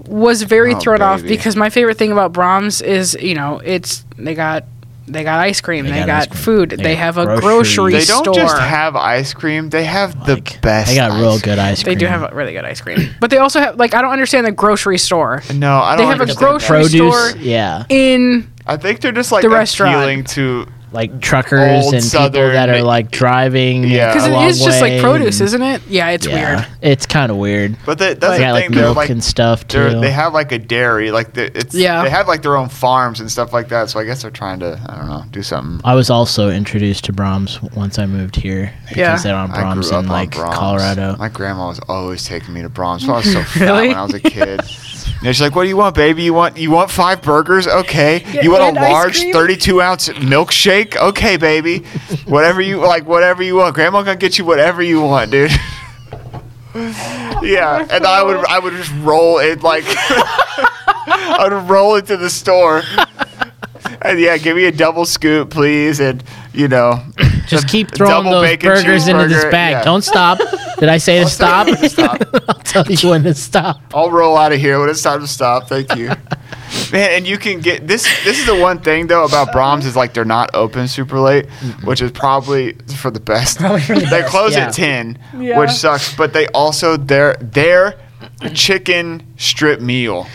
[SPEAKER 1] was very
[SPEAKER 3] Oh,
[SPEAKER 1] thrown off
[SPEAKER 3] baby.
[SPEAKER 1] because my favorite thing about Brahms is, you know, it's they got they got ice cream, they,
[SPEAKER 2] got
[SPEAKER 1] got,
[SPEAKER 2] ice cream.
[SPEAKER 1] food,
[SPEAKER 2] They
[SPEAKER 1] they,
[SPEAKER 2] got
[SPEAKER 1] have a
[SPEAKER 2] groceries.
[SPEAKER 1] grocery
[SPEAKER 3] They don't
[SPEAKER 1] store.
[SPEAKER 3] just have ice cream; they have the
[SPEAKER 2] Like,
[SPEAKER 3] best.
[SPEAKER 2] They got real
[SPEAKER 3] ice
[SPEAKER 2] good ice
[SPEAKER 1] they
[SPEAKER 2] cream.
[SPEAKER 1] do have a really good ice cream, but they also have like I don't understand the grocery store
[SPEAKER 3] cream. No, I
[SPEAKER 1] They
[SPEAKER 3] don't.
[SPEAKER 1] have a
[SPEAKER 3] understand
[SPEAKER 1] grocery
[SPEAKER 3] that.
[SPEAKER 2] produce.
[SPEAKER 1] store-
[SPEAKER 2] Yeah,
[SPEAKER 1] in
[SPEAKER 3] I think they're just like
[SPEAKER 1] the restaurant.
[SPEAKER 3] appealing to.
[SPEAKER 2] like truckers
[SPEAKER 3] Old
[SPEAKER 2] and people
[SPEAKER 3] Southern
[SPEAKER 2] that are
[SPEAKER 3] ma-
[SPEAKER 2] like driving.
[SPEAKER 3] Yeah.
[SPEAKER 1] because
[SPEAKER 2] a
[SPEAKER 1] it
[SPEAKER 2] long
[SPEAKER 1] is just
[SPEAKER 2] way
[SPEAKER 1] like produce,
[SPEAKER 2] and-
[SPEAKER 1] isn't it? Yeah, it's weird.
[SPEAKER 2] It's kind of weird.
[SPEAKER 3] But they, that's
[SPEAKER 2] They
[SPEAKER 3] the
[SPEAKER 2] got like
[SPEAKER 3] thing. They're
[SPEAKER 2] milk
[SPEAKER 3] like
[SPEAKER 2] and stuff
[SPEAKER 3] they're,
[SPEAKER 2] too.
[SPEAKER 3] they have like a dairy. Like the, it's
[SPEAKER 1] Yeah.
[SPEAKER 3] They have like their own farms and stuff like that. So I guess they're trying to I don't know do something.
[SPEAKER 2] I was also introduced to Brahms once I moved here because
[SPEAKER 1] Yeah.
[SPEAKER 2] they're on
[SPEAKER 3] I
[SPEAKER 2] Brahms
[SPEAKER 3] grew up
[SPEAKER 2] in like
[SPEAKER 3] on Brahms.
[SPEAKER 2] Colorado.
[SPEAKER 3] My grandma was always taking me to Brahms. I was so fat
[SPEAKER 1] Really?
[SPEAKER 3] when I was a kid. And she's like, "What do you want, baby? You want you want five burgers? Okay.
[SPEAKER 1] Yeah,
[SPEAKER 3] you want
[SPEAKER 1] and
[SPEAKER 3] a
[SPEAKER 1] ice
[SPEAKER 3] large
[SPEAKER 1] cream?"
[SPEAKER 3] thirty-two ounce milkshake? Okay, baby. whatever you like, whatever you want. Grandma gonna get you whatever you want, dude." yeah, and I would I would just roll it like I would roll it to the store. And yeah, give me a double scoop, please, and you know,
[SPEAKER 2] Just
[SPEAKER 3] the
[SPEAKER 2] keep throwing
[SPEAKER 3] double
[SPEAKER 2] those
[SPEAKER 3] bacon
[SPEAKER 2] burgers into this
[SPEAKER 3] cheeseburger,
[SPEAKER 2] bag.
[SPEAKER 3] yeah.
[SPEAKER 2] Don't stop. Did I say to stop?
[SPEAKER 3] stop.
[SPEAKER 2] I'll tell you when to stop.
[SPEAKER 3] I'll roll out of here when it's time to stop. Thank you. Man, and you can get this. This is the one thing though about Brahms is like they're not open super late, which is probably for the best.
[SPEAKER 2] for the
[SPEAKER 3] they
[SPEAKER 2] best,
[SPEAKER 3] close
[SPEAKER 2] yeah.
[SPEAKER 3] at ten,
[SPEAKER 1] Yeah.
[SPEAKER 3] which sucks. But they also their their chicken strip meal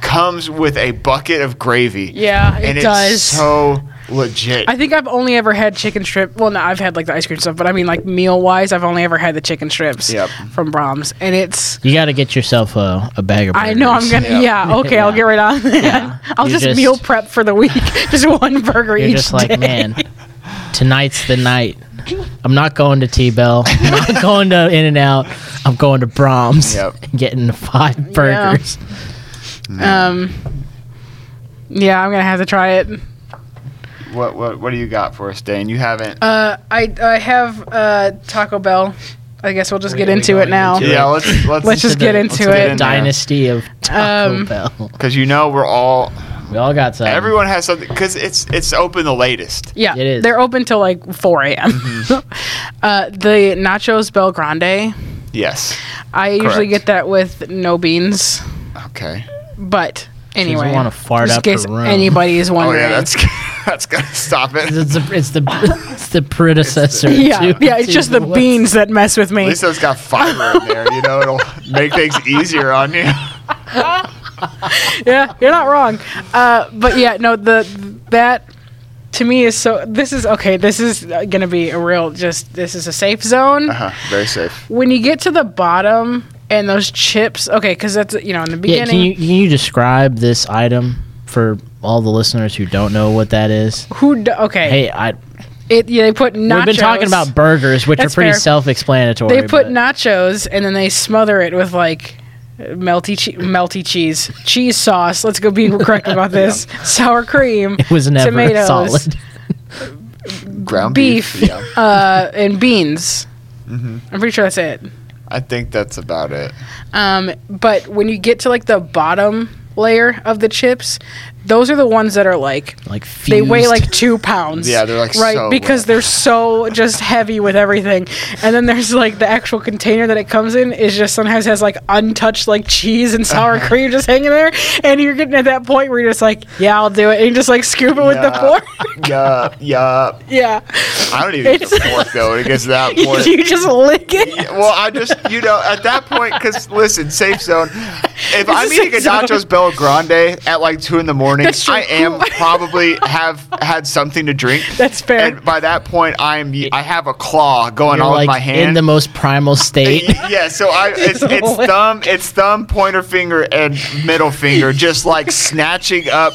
[SPEAKER 3] comes with a bucket of gravy.
[SPEAKER 1] Yeah, it
[SPEAKER 3] and it's
[SPEAKER 1] does.
[SPEAKER 3] so legit.
[SPEAKER 1] I think I've only ever had chicken strip. Well, no, I've had like the ice cream stuff, but I mean like meal wise, I've only ever had the chicken strips
[SPEAKER 3] Yep.
[SPEAKER 1] from Brahms, and it's.
[SPEAKER 2] You got to get yourself a, a bag of burgers.
[SPEAKER 1] I know I'm gonna.
[SPEAKER 3] Yep.
[SPEAKER 1] Yeah, okay, I'll
[SPEAKER 2] Yeah.
[SPEAKER 1] get right on that.
[SPEAKER 2] Yeah.
[SPEAKER 1] I'll
[SPEAKER 2] You're
[SPEAKER 1] just,
[SPEAKER 2] just-
[SPEAKER 1] meal prep for the week. just one burger
[SPEAKER 2] You're
[SPEAKER 1] each
[SPEAKER 2] just like,
[SPEAKER 1] day.
[SPEAKER 2] man, tonight's the night. I'm not going to T Bell. I'm not going to In and Out. I'm going to Brahms.
[SPEAKER 3] Yep.
[SPEAKER 2] and Getting five burgers. "Mm."
[SPEAKER 1] Um. Yeah, I'm gonna have to try it.
[SPEAKER 3] what what what do you got for us, Dane? You haven't.
[SPEAKER 1] Uh, I I have uh Taco Bell. I guess we'll just
[SPEAKER 2] We're
[SPEAKER 1] get
[SPEAKER 2] gonna
[SPEAKER 1] into
[SPEAKER 2] go
[SPEAKER 1] it now.
[SPEAKER 2] into
[SPEAKER 3] yeah, let's let's
[SPEAKER 1] Let's just
[SPEAKER 2] the-
[SPEAKER 1] get
[SPEAKER 2] let's
[SPEAKER 1] into
[SPEAKER 3] get
[SPEAKER 1] it.
[SPEAKER 3] in.
[SPEAKER 2] Dynasty of Taco
[SPEAKER 1] Um,
[SPEAKER 2] Bell.
[SPEAKER 3] because you know we're all
[SPEAKER 2] We all got some.
[SPEAKER 3] everyone has something because it's it's open the latest.
[SPEAKER 1] Yeah,
[SPEAKER 2] It is. Mm-hmm.
[SPEAKER 1] they're open till like 4 a.m. uh, the nachos Bel Grande.
[SPEAKER 3] Yes.
[SPEAKER 1] I usually
[SPEAKER 3] Correct.
[SPEAKER 1] get that with no beans,
[SPEAKER 3] Okay.
[SPEAKER 1] but
[SPEAKER 2] doesn't
[SPEAKER 1] anyway,
[SPEAKER 2] wanna fart
[SPEAKER 1] just
[SPEAKER 2] up
[SPEAKER 1] in
[SPEAKER 2] her
[SPEAKER 1] case
[SPEAKER 2] room.
[SPEAKER 1] anybody is
[SPEAKER 3] Oh
[SPEAKER 1] wondering.
[SPEAKER 3] yeah, that's that's gonna stop it. At
[SPEAKER 2] It's the it's the, it's the predecessor.
[SPEAKER 1] yeah,
[SPEAKER 2] to-
[SPEAKER 1] yeah, it's
[SPEAKER 2] to
[SPEAKER 1] just the
[SPEAKER 2] what's-
[SPEAKER 1] beans that mess with me.
[SPEAKER 3] least that's got fiber in there. You know, it'll make things easier on you.
[SPEAKER 1] yeah, you're not wrong. Uh, but yeah, no, the that to me is so. This is okay. This is uh, gonna be a real. Just this is a safe zone.
[SPEAKER 3] Uh-huh. Very safe.
[SPEAKER 1] When you get to the bottom and those chips, okay, because that's you know in the
[SPEAKER 2] Yeah,
[SPEAKER 1] beginning.
[SPEAKER 2] can you can you describe this item for all the listeners who don't know what that is?
[SPEAKER 1] who? Do, okay,
[SPEAKER 2] Hey, I
[SPEAKER 1] it yeah, they put nachos.
[SPEAKER 2] we've been talking about burgers, which
[SPEAKER 1] That's
[SPEAKER 2] are pretty
[SPEAKER 1] fair.
[SPEAKER 2] self-explanatory.
[SPEAKER 1] They put
[SPEAKER 2] but-
[SPEAKER 1] nachos and then they smother it with like melty che- melty cheese, cheese sauce. Let's go be correct about this. Sour cream.
[SPEAKER 2] it was never
[SPEAKER 1] tomatoes.
[SPEAKER 2] solid.
[SPEAKER 3] Ground
[SPEAKER 1] beef,
[SPEAKER 3] Yeah.
[SPEAKER 1] uh, and beans. I'm pretty sure that's it.
[SPEAKER 3] I think that's about it.
[SPEAKER 1] Um, but when you get to like the bottom layer of the chips, those are the ones that are like
[SPEAKER 2] Like
[SPEAKER 1] they weigh
[SPEAKER 2] fused.
[SPEAKER 1] like two pounds.
[SPEAKER 3] Yeah, they're, like,
[SPEAKER 1] right
[SPEAKER 3] so
[SPEAKER 1] because
[SPEAKER 3] wet.
[SPEAKER 1] they're so just heavy with everything. And then there's like the actual container that it comes in is just sometimes has like untouched like cheese and sour cream just hanging there, and you're getting at that point where you're just like, yeah, I'll do it, and you just like scoop it with the
[SPEAKER 3] Yeah.
[SPEAKER 1] fork.
[SPEAKER 3] Yup. Yup.
[SPEAKER 1] yeah,
[SPEAKER 3] I don't even get the
[SPEAKER 1] It's-
[SPEAKER 3] fork though. When it gets to that point.
[SPEAKER 1] you just lick it.
[SPEAKER 3] Yeah, well, I just, you know, at that point, because listen, safe zone. If I'm
[SPEAKER 1] a
[SPEAKER 3] eating a
[SPEAKER 1] safe zone.
[SPEAKER 3] nachos Bel Grande at like two in the morning,
[SPEAKER 1] That's true.
[SPEAKER 3] I am probably have had something to drink.
[SPEAKER 1] That's fair.
[SPEAKER 3] And by that point, I'm I have a claw going
[SPEAKER 2] You're,
[SPEAKER 3] on with
[SPEAKER 2] like
[SPEAKER 3] my hand.
[SPEAKER 2] in the most primal state.
[SPEAKER 3] yeah, so I it's, it's
[SPEAKER 1] Lick.
[SPEAKER 3] thumb, it's thumb, pointer finger, and middle finger, just like snatching up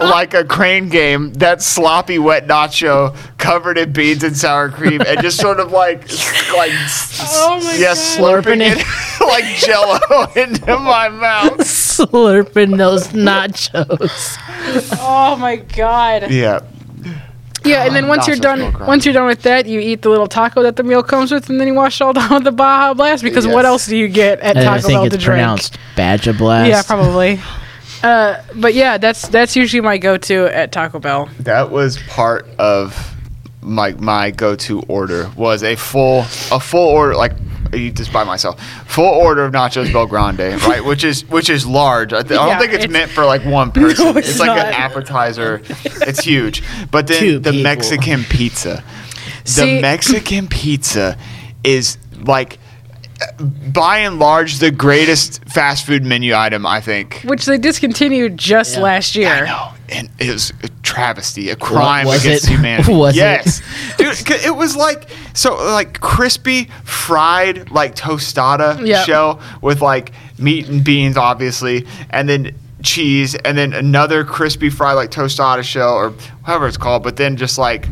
[SPEAKER 3] like a crane game that sloppy wet nacho covered in beans and sour cream, and just sort of like s- like s-
[SPEAKER 1] Oh my
[SPEAKER 3] yeah,
[SPEAKER 1] God.
[SPEAKER 3] slurping
[SPEAKER 2] Slurping
[SPEAKER 3] it like Jello into my mouth.
[SPEAKER 2] slurping those nachos.
[SPEAKER 1] Oh my god.
[SPEAKER 3] Yeah,
[SPEAKER 1] Yeah, and then once you're
[SPEAKER 3] nachos
[SPEAKER 1] done,
[SPEAKER 3] smoke rock.
[SPEAKER 1] once you're done with that, you eat the little taco that the meal comes with, and then you wash it all down with the Baja Blast because what
[SPEAKER 3] Yes.
[SPEAKER 1] else do you get at
[SPEAKER 2] And I
[SPEAKER 1] Taco
[SPEAKER 2] think
[SPEAKER 1] Bell
[SPEAKER 2] it's
[SPEAKER 1] to drink?
[SPEAKER 2] pronounced Badger Blast.
[SPEAKER 1] Yeah, probably. Uh, but yeah, that's that's usually my go-to at Taco Bell.
[SPEAKER 3] that was part of my my go-to order was a full a full order like I eat this by myself full order of nachos bel grande right which is which is large i, th- I
[SPEAKER 1] Yeah,
[SPEAKER 3] don't think it's,
[SPEAKER 1] it's-
[SPEAKER 3] meant for like one person
[SPEAKER 1] it's
[SPEAKER 3] it's, like
[SPEAKER 1] not.
[SPEAKER 3] an appetizer it's huge but then
[SPEAKER 2] Two
[SPEAKER 3] the
[SPEAKER 2] people.
[SPEAKER 3] mexican pizza
[SPEAKER 1] See-
[SPEAKER 3] the mexican pizza is like by and large the greatest fast food menu item i think
[SPEAKER 1] Which they discontinued just
[SPEAKER 2] Yeah.
[SPEAKER 1] last
[SPEAKER 3] I
[SPEAKER 1] year.
[SPEAKER 3] know. And it was a travesty, a crime
[SPEAKER 2] was
[SPEAKER 3] against
[SPEAKER 2] it?
[SPEAKER 3] humanity.
[SPEAKER 2] Was it?
[SPEAKER 3] yes. Dude, 'cause it was like so like crispy fried like tostada
[SPEAKER 1] Yep.
[SPEAKER 3] shell with like meat and beans obviously and then cheese and then another crispy fried like tostada shell or however it's called but then just like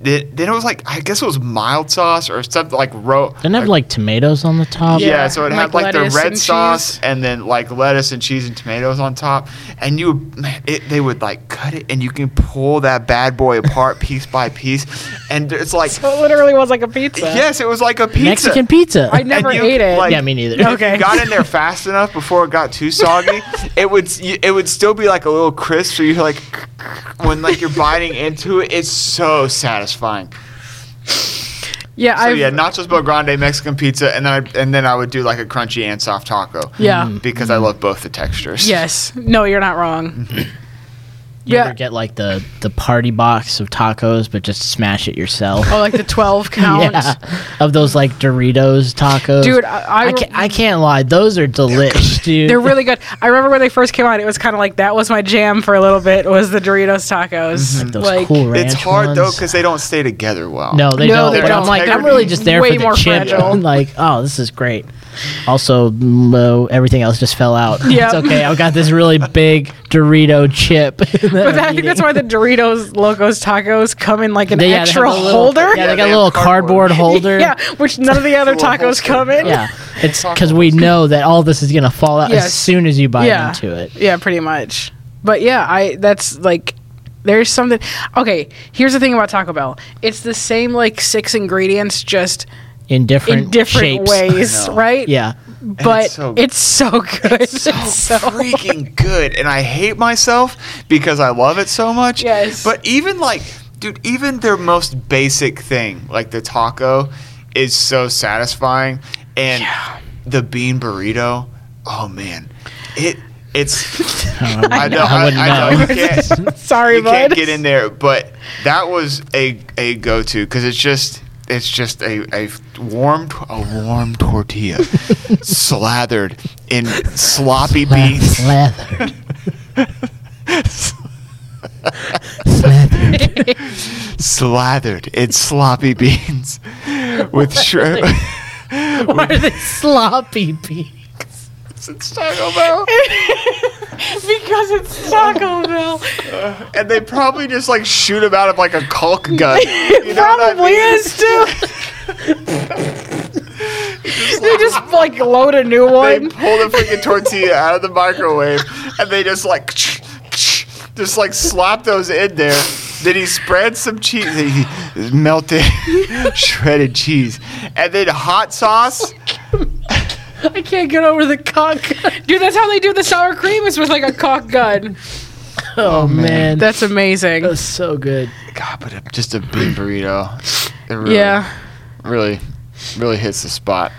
[SPEAKER 3] it, then it was like I guess it was mild sauce or something like ro
[SPEAKER 2] Didn't it have like tomatoes on the top.
[SPEAKER 3] yeah,
[SPEAKER 1] Yeah,
[SPEAKER 3] so it
[SPEAKER 1] and,
[SPEAKER 3] had
[SPEAKER 1] like,
[SPEAKER 3] like the
[SPEAKER 1] lettuce and
[SPEAKER 3] red sauce
[SPEAKER 1] cheese.
[SPEAKER 3] and then like lettuce and cheese and tomatoes on top. And you, man, it, they would like cut it and you can pull that bad boy apart piece by piece. And it's like,
[SPEAKER 1] So it literally was like a pizza.
[SPEAKER 3] yes, it was like a pizza.
[SPEAKER 2] Mexican pizza.
[SPEAKER 1] I never
[SPEAKER 3] you,
[SPEAKER 1] ate it.
[SPEAKER 3] like-
[SPEAKER 2] yeah, me neither.
[SPEAKER 1] No.
[SPEAKER 3] If
[SPEAKER 1] Okay.
[SPEAKER 3] you got in there fast enough before it got too soggy, it would s- it would still be like a little crisp. So you're like, when like you're biting into it, it's so satisfying.
[SPEAKER 1] yeah,
[SPEAKER 3] So
[SPEAKER 1] I've,
[SPEAKER 3] yeah, nachos bel grande Mexican pizza, and then I, and then I would do like a crunchy and soft taco.
[SPEAKER 1] Yeah.
[SPEAKER 3] because I love both the textures.
[SPEAKER 1] yes. No, you're not wrong.
[SPEAKER 2] You
[SPEAKER 1] yeah.
[SPEAKER 2] ever get like the the party box of tacos, but just smash it yourself.
[SPEAKER 1] Oh, like the 12 count.
[SPEAKER 2] Yeah, of those like Doritos tacos,
[SPEAKER 1] Dude, I- I-
[SPEAKER 2] I can't, I can't lie; those are delish, dude.
[SPEAKER 1] They're really good. I remember when they first came out, it was kind of like that was my jam for a little bit was the Doritos tacos.
[SPEAKER 2] Mm-hmm. those
[SPEAKER 1] Like,
[SPEAKER 2] cool ranch
[SPEAKER 3] It's hard though
[SPEAKER 2] ones.
[SPEAKER 3] because they don't stay together well.
[SPEAKER 2] no, they
[SPEAKER 1] No,
[SPEAKER 2] don't.
[SPEAKER 1] they
[SPEAKER 2] but
[SPEAKER 1] don't.
[SPEAKER 2] I'm like,
[SPEAKER 3] They're
[SPEAKER 2] I'm really just there
[SPEAKER 1] way
[SPEAKER 2] for the
[SPEAKER 1] more
[SPEAKER 2] chip.
[SPEAKER 1] fragile.
[SPEAKER 2] like, oh, this is great. Also, mm, oh, everything else just fell out.
[SPEAKER 1] Yeah.
[SPEAKER 2] it's okay. I've got this really big Dorito chip.
[SPEAKER 1] But that, I think that's why the Doritos Locos Tacos come in like an
[SPEAKER 2] They- yeah, they have
[SPEAKER 1] extra
[SPEAKER 2] a little-
[SPEAKER 1] holder.
[SPEAKER 2] Yeah,
[SPEAKER 1] Yeah,
[SPEAKER 2] they
[SPEAKER 3] Yeah,
[SPEAKER 2] got
[SPEAKER 3] they
[SPEAKER 2] a little
[SPEAKER 3] have
[SPEAKER 2] cardboard,
[SPEAKER 3] cardboard.
[SPEAKER 2] holder.
[SPEAKER 1] which none of the other
[SPEAKER 3] It's a little
[SPEAKER 1] tacos come in.
[SPEAKER 2] Yeah, it's because we know that all this is gonna fall out
[SPEAKER 1] Yes.
[SPEAKER 2] as soon as you bite
[SPEAKER 1] Yeah.
[SPEAKER 2] into it.
[SPEAKER 1] Yeah, pretty much. But yeah, I that's like there's something Okay, here's the thing about Taco Bell. It's the same like six ingredients just
[SPEAKER 2] in different
[SPEAKER 1] in different
[SPEAKER 2] shapes.
[SPEAKER 1] ways,
[SPEAKER 3] I know.
[SPEAKER 1] right?
[SPEAKER 2] Yeah,
[SPEAKER 1] but it's
[SPEAKER 3] it's so-
[SPEAKER 1] so, good. It's
[SPEAKER 3] so freaking good and i hate myself because i love it so much
[SPEAKER 1] Yes.
[SPEAKER 3] but even like dude even their most basic thing like the taco is so satisfying and the bean burrito oh man it it's
[SPEAKER 2] I,
[SPEAKER 3] I know.
[SPEAKER 2] I wouldn't
[SPEAKER 3] I- I
[SPEAKER 2] know.
[SPEAKER 3] know. can't-
[SPEAKER 1] Sorry,
[SPEAKER 3] you
[SPEAKER 1] bud.
[SPEAKER 3] can't get in there but that was a a go-to because it's just it's just a, a warm a warm tortilla slathered in sloppy beans
[SPEAKER 2] Slathered. Slathered.
[SPEAKER 3] slathered in sloppy beans with shrimp.
[SPEAKER 2] What are they sloppy beans?
[SPEAKER 3] it's Taco Bell.
[SPEAKER 1] because it's Taco Bell.
[SPEAKER 3] And they probably just like shoot them out of like a caulk gun. You know what I
[SPEAKER 1] Probably
[SPEAKER 3] mean?
[SPEAKER 1] is too. they just like load a new
[SPEAKER 3] They
[SPEAKER 1] one.
[SPEAKER 3] pull the freaking tortilla out of the microwave and they just like just like slap those in there. Then he spreads some cheese, he melted shredded cheese, and then hot sauce.
[SPEAKER 1] I can't get over the cock. Dude, that's how they do the sour cream is with like a cock gun.
[SPEAKER 2] Oh, man.
[SPEAKER 1] That's amazing.
[SPEAKER 2] That's so good.
[SPEAKER 3] God, but a, just a bean burrito. It really,
[SPEAKER 1] Yeah.
[SPEAKER 3] really, really hits the spot.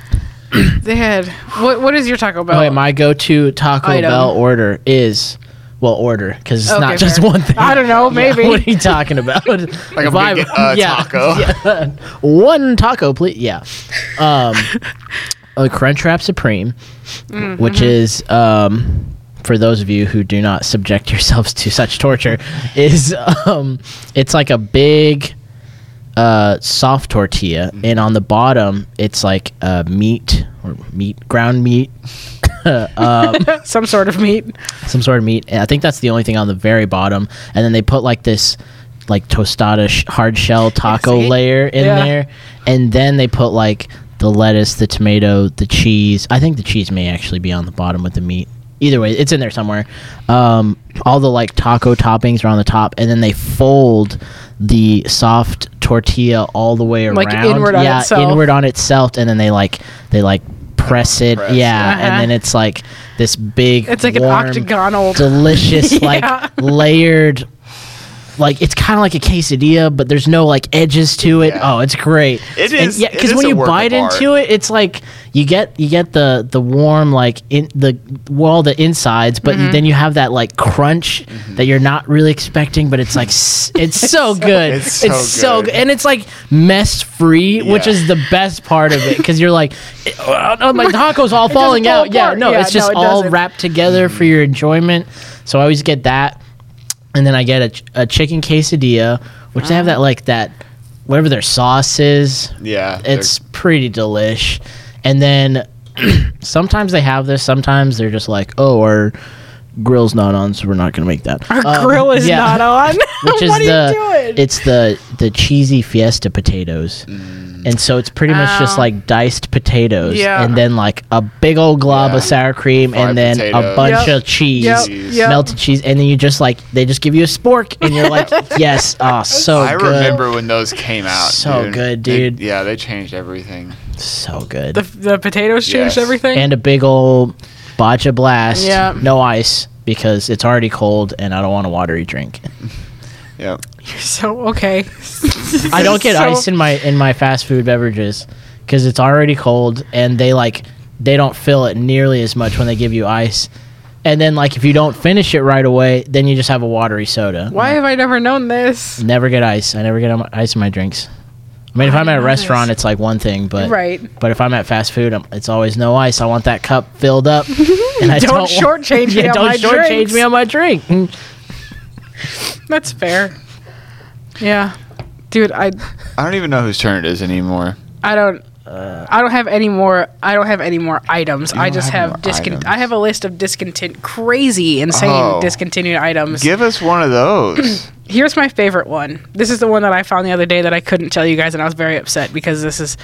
[SPEAKER 1] They had what what is your Taco Bell?
[SPEAKER 2] Okay, my go-to Taco
[SPEAKER 1] Oh. Item.
[SPEAKER 2] Bell order is well, order because it's
[SPEAKER 1] Okay,
[SPEAKER 2] not just
[SPEAKER 1] fair.
[SPEAKER 2] one thing.
[SPEAKER 1] I don't know,
[SPEAKER 2] Yeah,
[SPEAKER 1] maybe.
[SPEAKER 2] what are you talking about? like
[SPEAKER 3] Like I'm gonna get a uh, taco.
[SPEAKER 2] Yeah. One taco, please. Yeah. Um, a Crunchwrap Supreme, which is um, for those of you who do not subject yourselves to such torture, is um, it's like a big uh, soft tortilla, and on the bottom it's like uh, meat or meat, ground meat,
[SPEAKER 1] Some sort of meat.
[SPEAKER 2] some sort of meat. And I think that's the only thing on the very bottom. And then they put like this like tostada sh- hard shell taco
[SPEAKER 1] see?
[SPEAKER 2] layer in
[SPEAKER 1] Yeah.
[SPEAKER 2] there. And then they put like the lettuce, the tomato, the cheese. I think the cheese may actually be on the bottom with the meat. Either way, it's in there somewhere. Um, all the like taco toppings are on the top, and then they fold the soft tortilla all the way around,
[SPEAKER 1] Like inward on
[SPEAKER 2] yeah,
[SPEAKER 1] itself.
[SPEAKER 2] inward on itself, and then they like they like press it,
[SPEAKER 3] Press.
[SPEAKER 2] yeah,
[SPEAKER 1] Uh-huh.
[SPEAKER 2] and then it's like this big
[SPEAKER 1] It's like
[SPEAKER 2] warm,
[SPEAKER 1] an octagonal
[SPEAKER 2] delicious
[SPEAKER 1] Yeah.
[SPEAKER 2] like layered like it's kind of like a quesadilla but there's no like edges to it
[SPEAKER 3] Yeah.
[SPEAKER 2] oh it's great
[SPEAKER 3] It
[SPEAKER 2] And
[SPEAKER 3] is-
[SPEAKER 2] yeah
[SPEAKER 3] it
[SPEAKER 2] because
[SPEAKER 3] is
[SPEAKER 2] when
[SPEAKER 3] a
[SPEAKER 2] you
[SPEAKER 3] work of
[SPEAKER 2] bite
[SPEAKER 3] art.
[SPEAKER 2] into it it's like you get you get the the warm like in the well the insides but you, then you have that like crunch that you're not really expecting but it's like s- it's so good
[SPEAKER 3] it's so good.
[SPEAKER 2] good and it's like mess free which
[SPEAKER 3] Yeah.
[SPEAKER 2] is the best part of it because you're like oh, no, my tacos all falling
[SPEAKER 1] fall
[SPEAKER 2] out yeah
[SPEAKER 1] apart.
[SPEAKER 2] no
[SPEAKER 1] Yeah,
[SPEAKER 2] it's just
[SPEAKER 1] no, it
[SPEAKER 2] all
[SPEAKER 1] doesn't.
[SPEAKER 2] wrapped together for your enjoyment so i always get that and then I get a, ch- a chicken quesadilla, which they have that like that whatever their sauce is.
[SPEAKER 3] Yeah, they're-
[SPEAKER 2] It's pretty delish. And then sometimes they have this. Sometimes they're just like, oh, our grill's not on, so we're not gonna make that.
[SPEAKER 1] Our
[SPEAKER 2] Um,
[SPEAKER 1] grill is
[SPEAKER 2] yeah.
[SPEAKER 1] not on.
[SPEAKER 2] Which is
[SPEAKER 1] what
[SPEAKER 2] the
[SPEAKER 1] are you doing?
[SPEAKER 2] it's the the cheesy fiesta potatoes,
[SPEAKER 3] Mm.
[SPEAKER 2] and so it's pretty much just
[SPEAKER 1] Oh.
[SPEAKER 2] like diced potatoes,
[SPEAKER 1] Yeah.
[SPEAKER 2] and then like a big old glob
[SPEAKER 3] Yeah.
[SPEAKER 2] of sour cream,
[SPEAKER 3] Fried
[SPEAKER 2] and then a
[SPEAKER 3] potatoes.
[SPEAKER 2] bunch
[SPEAKER 1] Yep.
[SPEAKER 2] of cheese,
[SPEAKER 1] yep,
[SPEAKER 3] cheese.
[SPEAKER 1] yep.
[SPEAKER 2] melted cheese, and then you just like they just give you a spork, and you're like, yes, oh, so
[SPEAKER 3] I
[SPEAKER 2] good,
[SPEAKER 3] remember when those came out.
[SPEAKER 2] So good,
[SPEAKER 3] They-
[SPEAKER 2] dude.
[SPEAKER 3] yeah, they changed everything.
[SPEAKER 2] so good,
[SPEAKER 1] The, the potatoes changed
[SPEAKER 3] Yes.
[SPEAKER 1] everything.
[SPEAKER 2] and a big old botcha blast,
[SPEAKER 1] Yeah.
[SPEAKER 2] no ice because it's already cold, and I don't want a watery drink.
[SPEAKER 3] Yeah.
[SPEAKER 1] so okay.
[SPEAKER 2] I don't get
[SPEAKER 1] So-
[SPEAKER 2] ice in my in my fast food beverages because it's already cold and they like they don't fill it nearly as much when they give you ice. And then like if you don't finish it right away, then you just have a watery soda.
[SPEAKER 1] Why have I never known this?
[SPEAKER 2] Never get ice. I never get um, ice in my drinks. I mean, if
[SPEAKER 1] I
[SPEAKER 2] I'm at a
[SPEAKER 1] know
[SPEAKER 2] restaurant, it's like one thing, but
[SPEAKER 1] Right.
[SPEAKER 2] But if I'm at fast food, i it's always no ice. I want that cup filled up, and I
[SPEAKER 1] Don't
[SPEAKER 2] don't, want-
[SPEAKER 1] shortchange me
[SPEAKER 2] Yeah,
[SPEAKER 1] on
[SPEAKER 2] don't
[SPEAKER 1] my
[SPEAKER 2] shortchange
[SPEAKER 1] drinks.
[SPEAKER 2] me on my drink. Mm.
[SPEAKER 1] That's fair. Yeah. Dude, I
[SPEAKER 3] I don't even know whose turn it is anymore.
[SPEAKER 1] I don't
[SPEAKER 2] Uh.
[SPEAKER 1] I don't have any more I don't have any more items. I
[SPEAKER 3] don't
[SPEAKER 1] just
[SPEAKER 3] have
[SPEAKER 1] have,
[SPEAKER 3] more
[SPEAKER 1] discon
[SPEAKER 3] items.
[SPEAKER 1] I have a list of discontent crazy insane
[SPEAKER 3] Oh.
[SPEAKER 1] discontinued items.
[SPEAKER 3] Give us one of those.
[SPEAKER 1] Here's my favorite one. This is the one that I found the other day that I couldn't tell you guys and I was very upset because this is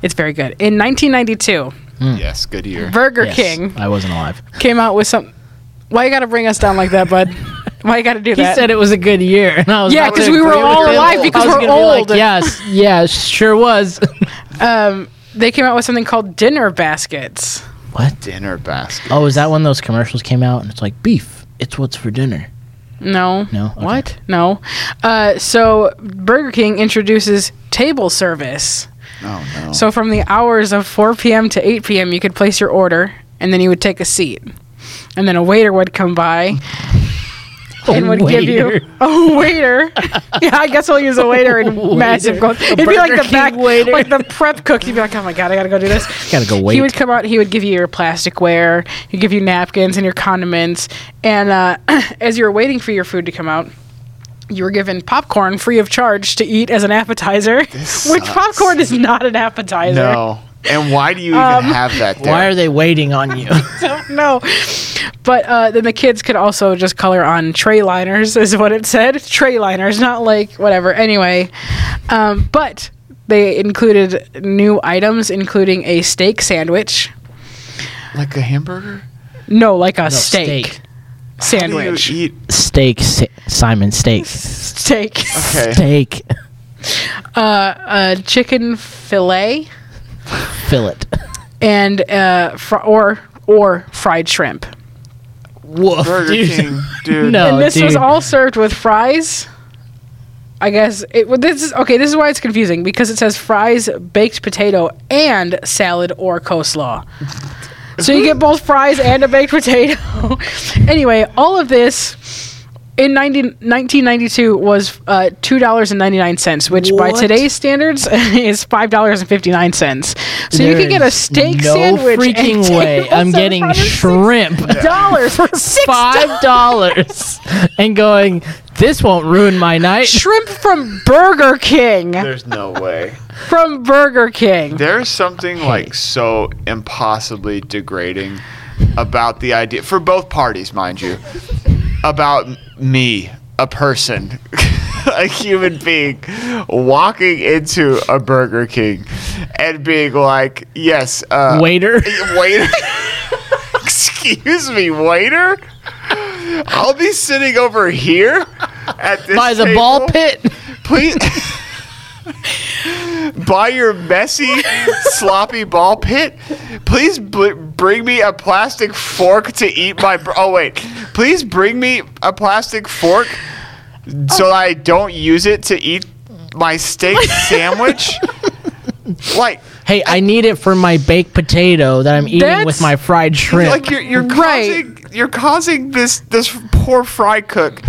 [SPEAKER 1] it's very good. In 1992,
[SPEAKER 3] yes, good year.
[SPEAKER 1] Burger
[SPEAKER 2] Yes,
[SPEAKER 1] King
[SPEAKER 2] I wasn't alive.
[SPEAKER 1] came out with some Why you got to bring us down like that, bud? Why you got to do
[SPEAKER 2] He
[SPEAKER 1] that?
[SPEAKER 2] said it was a good year, and I was
[SPEAKER 1] Yeah,
[SPEAKER 2] about
[SPEAKER 1] 'cause
[SPEAKER 2] to
[SPEAKER 1] we were
[SPEAKER 2] agree with
[SPEAKER 1] all
[SPEAKER 2] him.
[SPEAKER 1] alive
[SPEAKER 2] I
[SPEAKER 1] because
[SPEAKER 2] was
[SPEAKER 1] we're
[SPEAKER 2] gonna be like,
[SPEAKER 1] old.
[SPEAKER 2] yes, yeah, sure was.
[SPEAKER 1] um, they came out with something called dinner baskets.
[SPEAKER 2] What?
[SPEAKER 3] dinner basket.
[SPEAKER 2] Oh, is that when those commercials came out and it's like beef? It's what's for dinner.
[SPEAKER 1] No.
[SPEAKER 2] No? Okay.
[SPEAKER 1] What? No. Uh, so Burger King introduces table service.
[SPEAKER 3] Oh no.
[SPEAKER 1] So from the hours of 4 p.m. to 8 p.m., you could place your order, and then you would take a seat, and then a waiter would come by and would give you a waiter. yeah, I guess I'll use a waiter in
[SPEAKER 2] Waiter.
[SPEAKER 1] massive gold.
[SPEAKER 2] A
[SPEAKER 1] It'd be like
[SPEAKER 2] Burger
[SPEAKER 1] the
[SPEAKER 2] King
[SPEAKER 1] back,
[SPEAKER 2] waiter.
[SPEAKER 1] like the prep cook. You'd be like, oh my god, I gotta go do this.
[SPEAKER 2] Gotta go
[SPEAKER 1] He
[SPEAKER 2] wait.
[SPEAKER 1] would come out. He would give you your plasticware. He'd give you napkins and your condiments. And uh, as you were waiting for your food to come out. You were given popcorn free of charge to eat as an appetizer,
[SPEAKER 3] This
[SPEAKER 1] which
[SPEAKER 3] sucks.
[SPEAKER 1] popcorn is not an appetizer.
[SPEAKER 3] no. And why do you even
[SPEAKER 1] Um,
[SPEAKER 3] have that there?
[SPEAKER 2] Why are they waiting on you?
[SPEAKER 1] don't know. But uh, then the kids could also just color on tray liners, is what it said. Tray liners, not like whatever. Anyway, um, but they included new items, including a steak sandwich.
[SPEAKER 3] like a hamburger?
[SPEAKER 1] No, like a steak,
[SPEAKER 3] How
[SPEAKER 1] sandwich.
[SPEAKER 3] do you eat?
[SPEAKER 2] Steak. Sa- Simon. Steak.
[SPEAKER 1] Steak.
[SPEAKER 3] Okay.
[SPEAKER 2] Steak.
[SPEAKER 1] Uh, uh, chicken fillet
[SPEAKER 2] Fillet.
[SPEAKER 1] and uh, fr- or or fried shrimp.
[SPEAKER 2] Woof.
[SPEAKER 3] Burger
[SPEAKER 2] dude.
[SPEAKER 3] King, dude.
[SPEAKER 2] No.
[SPEAKER 1] and this was
[SPEAKER 2] Oh, dude.
[SPEAKER 1] all served with fries. I guess it. Well, this is okay. This is why it's confusing because it says fries, baked potato, and salad or coleslaw. So you get both fries and a baked potato. anyway, all of this in 90, 1992 was uh, two dollars and ninety nine cents, which
[SPEAKER 2] What?
[SPEAKER 1] by today's standards is five dollars and fifty nine cents. So you could get a
[SPEAKER 2] There's
[SPEAKER 1] steak
[SPEAKER 2] no
[SPEAKER 1] sandwich. and
[SPEAKER 2] freaking way.
[SPEAKER 1] table
[SPEAKER 2] I'm
[SPEAKER 1] service
[SPEAKER 2] getting
[SPEAKER 1] fries.
[SPEAKER 2] shrimp.
[SPEAKER 1] Dollars for six
[SPEAKER 2] Five dollars and going. This won't ruin my night.
[SPEAKER 1] shrimp from Burger King.
[SPEAKER 3] There's no way.
[SPEAKER 1] From Burger King.
[SPEAKER 3] There's something like so impossibly degrading about the idea for both parties, mind you, about m- me, a person, a human being, walking into a Burger King and being like, "Yes, uh,
[SPEAKER 2] Waiter.
[SPEAKER 3] waiter." Excuse me, waiter. I'll be sitting over here at this
[SPEAKER 2] By the ball
[SPEAKER 3] table."
[SPEAKER 2] pit.
[SPEAKER 3] please buy your messy sloppy ball pit please bl- bring me a plastic fork to eat my br- oh wait please bring me a plastic fork so i don't use it to eat my steak sandwich like
[SPEAKER 2] Hey, I need it for my baked potato that I'm eating
[SPEAKER 1] That's-
[SPEAKER 2] with my fried shrimp.
[SPEAKER 3] like you're, you're
[SPEAKER 1] Right.
[SPEAKER 3] causing you're causing this this poor fry cook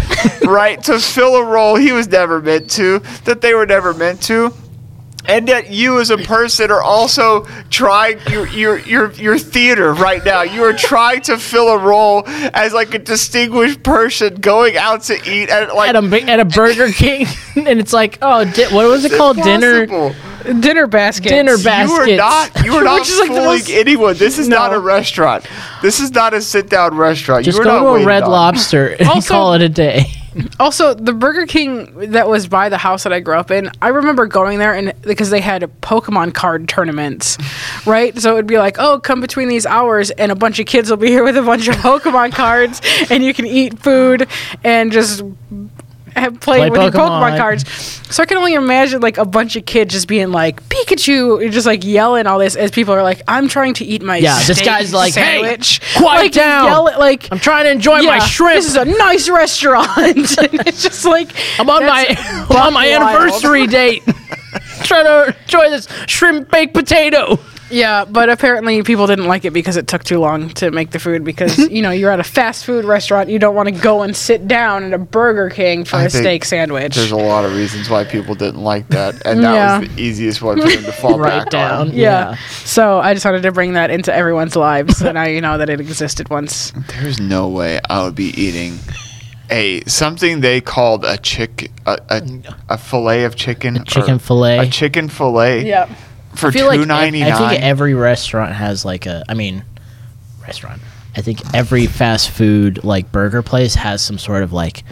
[SPEAKER 3] right to fill a role he was never meant to that they were never meant to and that you as a person are also trying your your your your theater right now you are trying to fill a role as like a distinguished person going out to eat at like
[SPEAKER 2] at a ba- at a Burger King, and it's like, oh, di- what was it called? Dinner,
[SPEAKER 3] impossible.
[SPEAKER 1] Dinner basket.
[SPEAKER 2] dinner
[SPEAKER 3] You are
[SPEAKER 2] basket.
[SPEAKER 3] not. You are not
[SPEAKER 1] Which is, like, the
[SPEAKER 3] fooling
[SPEAKER 1] most-
[SPEAKER 3] anyone. This is not
[SPEAKER 1] No.
[SPEAKER 3] a restaurant. This is not a sit-down restaurant.
[SPEAKER 2] Just
[SPEAKER 3] you are
[SPEAKER 2] go
[SPEAKER 3] not
[SPEAKER 2] to a
[SPEAKER 3] waited
[SPEAKER 2] Red
[SPEAKER 3] on.
[SPEAKER 2] Lobster and
[SPEAKER 1] Also-
[SPEAKER 2] call it a day.
[SPEAKER 1] Also, the Burger King that was by the house that I grew up in, I remember going there and because they had Pokemon card tournaments, right? So it'd be like, oh, come between these hours, and a bunch of kids will be here with a bunch of Pokemon cards, and you can eat food and just have play,
[SPEAKER 2] Play
[SPEAKER 1] with your Pokemon
[SPEAKER 2] Pokemon.
[SPEAKER 1] cards. So I can only imagine like a bunch of kids just being like Pikachu, and just like yelling all this as people are like, I'm trying to eat my
[SPEAKER 2] Yeah, this
[SPEAKER 1] steak
[SPEAKER 2] guy's like, "Hey,
[SPEAKER 1] sandwich.
[SPEAKER 2] quiet
[SPEAKER 1] like,
[SPEAKER 2] down.
[SPEAKER 1] Yell at, like
[SPEAKER 2] I'm trying to enjoy my shrimp.
[SPEAKER 1] this is a nice restaurant. and it's just like
[SPEAKER 2] I'm on my
[SPEAKER 1] that's-
[SPEAKER 2] I'm on my
[SPEAKER 1] wild.
[SPEAKER 2] anniversary date. trying to enjoy this shrimp baked potato.
[SPEAKER 1] yeah, but apparently people didn't like it because it took too long to make the food because
[SPEAKER 2] Mm-hmm.
[SPEAKER 1] you know you're at a fast food restaurant, you don't want to go and sit down at a Burger King for a
[SPEAKER 3] I think
[SPEAKER 1] steak sandwich.
[SPEAKER 3] There's a lot of reasons why people didn't like that, and that
[SPEAKER 1] Yeah.
[SPEAKER 3] was the easiest one for them to fall
[SPEAKER 2] Right
[SPEAKER 3] back
[SPEAKER 2] down.
[SPEAKER 3] on.
[SPEAKER 1] yeah. So I just wanted to bring that into everyone's lives, so now you know that it existed once.
[SPEAKER 3] There's no way I would be eating a something they called a chick a, a, a fillet of chicken, or
[SPEAKER 2] Chicken fillet.
[SPEAKER 3] a chicken fillet
[SPEAKER 1] Yeah.
[SPEAKER 3] for
[SPEAKER 2] I feel like
[SPEAKER 3] two
[SPEAKER 2] ev-
[SPEAKER 3] ninety
[SPEAKER 2] I think
[SPEAKER 3] nine.
[SPEAKER 2] every restaurant has like a. I mean, restaurant. I think every fast food like burger place has some sort of like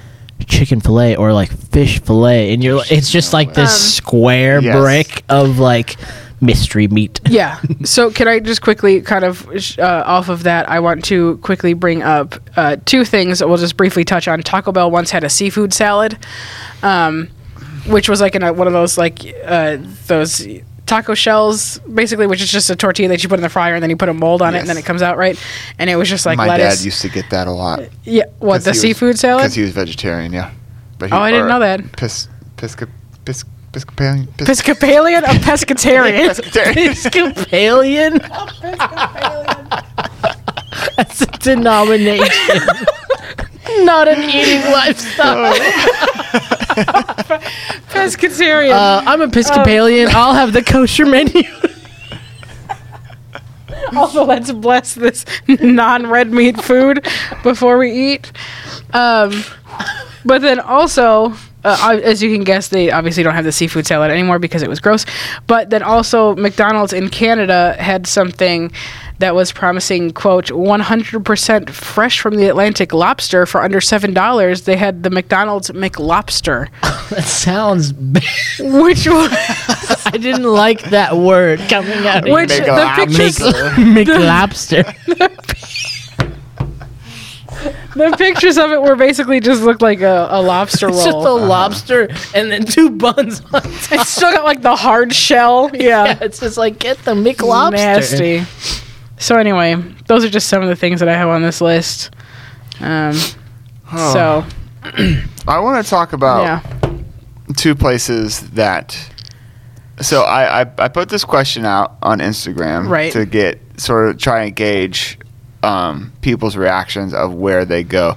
[SPEAKER 2] chicken fillet or like fish fillet, and you're like, it's just like this
[SPEAKER 1] Um,
[SPEAKER 2] square
[SPEAKER 3] Yes.
[SPEAKER 2] brick of like mystery meat.
[SPEAKER 1] yeah. So, can I just quickly kind of sh- uh, off of that? I want to quickly bring up uh, two things. that We'll just briefly touch on. Taco Bell once had a seafood salad, um, which was like in a, one of those like uh, those taco shells, basically, which is just a tortilla that you put in the fryer and then you put a mold on it and then
[SPEAKER 3] Yes.
[SPEAKER 1] it comes out right. And it was just like
[SPEAKER 3] My
[SPEAKER 1] lettuce.
[SPEAKER 3] dad used to get that a lot.
[SPEAKER 1] yeah, what the seafood salad?
[SPEAKER 3] Because he was vegetarian, yeah. But he,
[SPEAKER 1] Oh, I didn't
[SPEAKER 3] or
[SPEAKER 1] know that.
[SPEAKER 3] Pis, pisca, pis, Piscopalian. Pis,
[SPEAKER 1] Episcopalian, a pescatarian.
[SPEAKER 3] Pescatarian.
[SPEAKER 2] Episcopalian? That's a denomination. Not an eating
[SPEAKER 3] Oh.
[SPEAKER 2] lifestyle.
[SPEAKER 1] pescatarian.
[SPEAKER 2] Uh, I'm Episcopalian. I'll have the kosher menu.
[SPEAKER 1] also let's bless this non-red meat food before we eat um, but then also uh, ob- as you can guess they obviously don't have the seafood salad anymore because it was gross but then also mcdonald's in canada had something that was promising quote 100% fresh from the atlantic lobster for under $7 they had the mcdonald's mclobster
[SPEAKER 2] that sounds. Bad.
[SPEAKER 1] which was
[SPEAKER 2] I didn't like that word coming out. of
[SPEAKER 1] Which-
[SPEAKER 2] your-
[SPEAKER 3] Make
[SPEAKER 1] the
[SPEAKER 3] a lobster.
[SPEAKER 1] pictures-
[SPEAKER 2] McLobster.
[SPEAKER 1] the pictures of it were basically just looked like a, a lobster
[SPEAKER 2] It's
[SPEAKER 1] roll
[SPEAKER 2] just a lobster and then two buns on top.
[SPEAKER 1] It's still got like the hard shell.
[SPEAKER 2] Yeah,
[SPEAKER 1] Yeah.
[SPEAKER 2] it's just like get the McLobster.
[SPEAKER 1] Nasty. So anyway, those are just some of the things that I have on this list. Um,
[SPEAKER 3] Oh.
[SPEAKER 1] so
[SPEAKER 3] I want to talk about
[SPEAKER 1] yeah,
[SPEAKER 3] two places that. So I, I I put this question out on Instagram
[SPEAKER 1] Right.
[SPEAKER 3] to get sort of try and gauge um, people's reactions of where they go,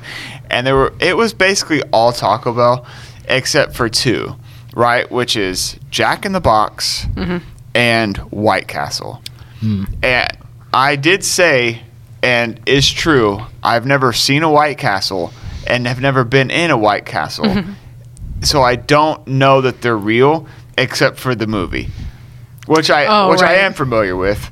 [SPEAKER 3] and there were it was basically all Taco Bell except for two, right? Which is Jack in the Box and White Castle, and I did say and is true. I've never seen a White Castle and have never been in a White Castle
[SPEAKER 1] Mm-hmm.
[SPEAKER 3] so I don't know that they're real except for the movie, which I
[SPEAKER 1] Oh,
[SPEAKER 3] which I
[SPEAKER 1] right.
[SPEAKER 3] am familiar with.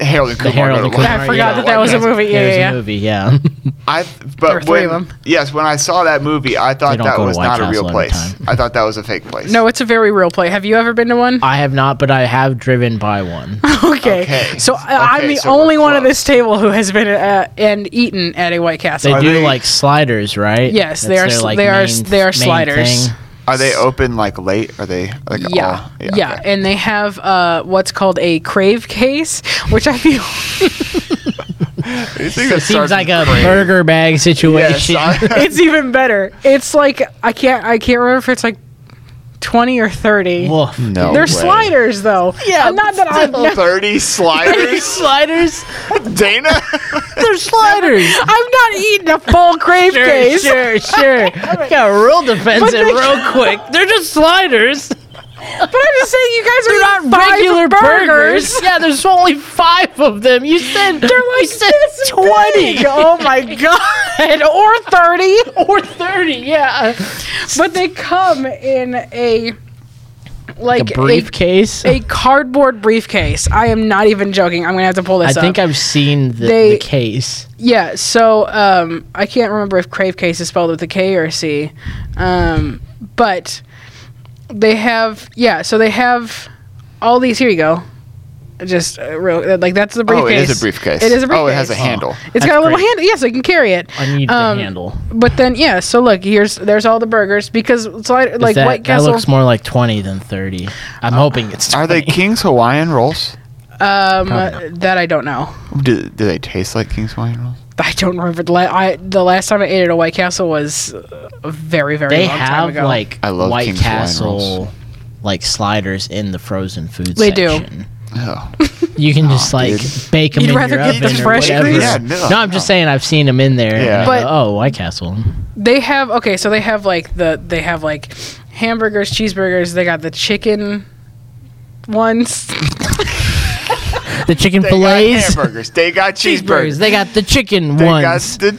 [SPEAKER 3] Harold and
[SPEAKER 2] The
[SPEAKER 3] Kumar.
[SPEAKER 2] Harold
[SPEAKER 3] go
[SPEAKER 2] and
[SPEAKER 3] to
[SPEAKER 2] Kumar,
[SPEAKER 3] White-
[SPEAKER 1] I forgot
[SPEAKER 3] go
[SPEAKER 1] that
[SPEAKER 3] to
[SPEAKER 1] that
[SPEAKER 3] White
[SPEAKER 1] was a
[SPEAKER 3] Castle.
[SPEAKER 1] movie. Yeah,
[SPEAKER 2] There's
[SPEAKER 1] yeah,
[SPEAKER 2] a
[SPEAKER 1] yeah.
[SPEAKER 2] movie, yeah.
[SPEAKER 3] I
[SPEAKER 1] There were
[SPEAKER 3] but
[SPEAKER 1] three
[SPEAKER 3] when
[SPEAKER 1] of them.
[SPEAKER 3] yes, when I saw that movie, I thought
[SPEAKER 2] don't
[SPEAKER 3] that
[SPEAKER 2] go to
[SPEAKER 3] was
[SPEAKER 2] White
[SPEAKER 3] not a
[SPEAKER 2] Castle
[SPEAKER 3] real
[SPEAKER 2] every
[SPEAKER 3] place.
[SPEAKER 2] time.
[SPEAKER 3] I thought that was a fake place.
[SPEAKER 1] No, it's a very real play. Have you ever been to one?
[SPEAKER 2] I have not, but I have driven by one.
[SPEAKER 1] okay.
[SPEAKER 3] Okay.
[SPEAKER 1] So I I'm
[SPEAKER 3] Okay,
[SPEAKER 1] the
[SPEAKER 3] so we're
[SPEAKER 1] only one at
[SPEAKER 3] close.
[SPEAKER 1] this table who has been uh, and eaten at a White Castle.
[SPEAKER 2] They
[SPEAKER 3] Are
[SPEAKER 2] do
[SPEAKER 3] they-
[SPEAKER 2] like sliders, right?
[SPEAKER 1] Yes, they
[SPEAKER 2] That's
[SPEAKER 1] are
[SPEAKER 2] their,
[SPEAKER 1] sl- they are- they are
[SPEAKER 2] main
[SPEAKER 1] sliders.
[SPEAKER 2] thing.
[SPEAKER 3] are they open like late? Are they like
[SPEAKER 1] yeah,
[SPEAKER 3] all-
[SPEAKER 1] yeah,
[SPEAKER 3] Oh, okay.
[SPEAKER 1] and they have uh, what's called a crave case, which I feel
[SPEAKER 3] You think
[SPEAKER 2] So
[SPEAKER 3] that
[SPEAKER 2] it seems
[SPEAKER 3] starts
[SPEAKER 2] like
[SPEAKER 3] with
[SPEAKER 2] a
[SPEAKER 3] crave.
[SPEAKER 2] burger bag
[SPEAKER 3] Yes,
[SPEAKER 2] situation.
[SPEAKER 3] I-
[SPEAKER 1] it's even better. It's like I can't I can't remember if it's like twenty or thirty.
[SPEAKER 2] Woof.
[SPEAKER 3] no,
[SPEAKER 1] They're
[SPEAKER 3] way.
[SPEAKER 1] sliders, though.
[SPEAKER 2] Yeah,
[SPEAKER 1] And not that
[SPEAKER 2] but
[SPEAKER 1] I've
[SPEAKER 2] still.
[SPEAKER 1] never,
[SPEAKER 3] Thirty sliders,
[SPEAKER 2] sliders?
[SPEAKER 3] Dana.
[SPEAKER 2] They're sliders.
[SPEAKER 1] I've not eaten a full crave
[SPEAKER 2] sure,
[SPEAKER 1] case.
[SPEAKER 2] sure, sure. Got real defensive
[SPEAKER 1] they-
[SPEAKER 2] real quick. They're just sliders.
[SPEAKER 1] But I'm just saying, you guys are not five
[SPEAKER 2] Regular burgers.
[SPEAKER 1] burgers.
[SPEAKER 2] Yeah, there's only five of them. You said they're like said twenty
[SPEAKER 1] Big. Oh my god, or thirty.
[SPEAKER 2] or thirty. Yeah,
[SPEAKER 1] But they come in a like
[SPEAKER 2] a briefcase.
[SPEAKER 1] a cardboard briefcase. I am not even joking. I'm gonna have to pull
[SPEAKER 2] I
[SPEAKER 1] this up.
[SPEAKER 2] think I've seen the,
[SPEAKER 1] They-
[SPEAKER 2] the case.
[SPEAKER 1] Yeah, so um, I can't remember if Crave Case is spelled with a K or a C, um, but they have yeah, so they have all these. Here you go, just uh, real like that's the briefcase.
[SPEAKER 3] Oh, it is a briefcase.
[SPEAKER 1] It is a
[SPEAKER 3] Oh, it has a
[SPEAKER 1] briefcase.
[SPEAKER 3] handle.
[SPEAKER 1] It's
[SPEAKER 2] That's
[SPEAKER 1] got a little
[SPEAKER 2] great.
[SPEAKER 1] handle, yeah, so you can carry it.
[SPEAKER 2] I need
[SPEAKER 1] Um,
[SPEAKER 2] the handle.
[SPEAKER 1] But then yeah, so look here's there's all the burgers because it's like, like
[SPEAKER 2] that,
[SPEAKER 1] White
[SPEAKER 2] that
[SPEAKER 1] Castle. Uh,
[SPEAKER 2] looks more like 20 than 30. I'm hoping it's 20.
[SPEAKER 3] Are they King's Hawaiian rolls?
[SPEAKER 1] um,
[SPEAKER 2] Probably
[SPEAKER 1] that I don't know.
[SPEAKER 3] Do, do they taste like King's Hawaiian rolls?
[SPEAKER 1] I don't remember the, la- I, the last time I ate at a White Castle was uh, a very very
[SPEAKER 2] They
[SPEAKER 1] long time
[SPEAKER 2] have
[SPEAKER 1] ago.
[SPEAKER 2] like
[SPEAKER 3] I love
[SPEAKER 2] White
[SPEAKER 3] King's Hawaiian
[SPEAKER 2] Castle
[SPEAKER 3] rolls.
[SPEAKER 2] like sliders in the frozen food
[SPEAKER 1] They do.
[SPEAKER 2] section.
[SPEAKER 3] Oh.
[SPEAKER 2] You can just like
[SPEAKER 3] dude.
[SPEAKER 2] bake them
[SPEAKER 1] You'd
[SPEAKER 2] in
[SPEAKER 1] rather
[SPEAKER 2] your
[SPEAKER 1] get
[SPEAKER 2] oven
[SPEAKER 1] the
[SPEAKER 2] or
[SPEAKER 1] fresh
[SPEAKER 2] whatever.
[SPEAKER 1] grease?
[SPEAKER 3] Yeah,
[SPEAKER 2] no,
[SPEAKER 3] no,
[SPEAKER 2] I'm just
[SPEAKER 3] no.
[SPEAKER 2] saying I've seen them in there.
[SPEAKER 3] Yeah.
[SPEAKER 2] Yeah.
[SPEAKER 1] But-
[SPEAKER 2] oh, White Castle.
[SPEAKER 1] they have okay so they have like the they have like hamburgers cheeseburgers they got the chicken ones
[SPEAKER 2] The chicken
[SPEAKER 3] They got
[SPEAKER 2] fillets.
[SPEAKER 3] hamburgers. They got
[SPEAKER 2] Cheeseburgers.
[SPEAKER 3] cheeseburgers.
[SPEAKER 2] They got the chicken
[SPEAKER 3] They got
[SPEAKER 2] ones.
[SPEAKER 3] the.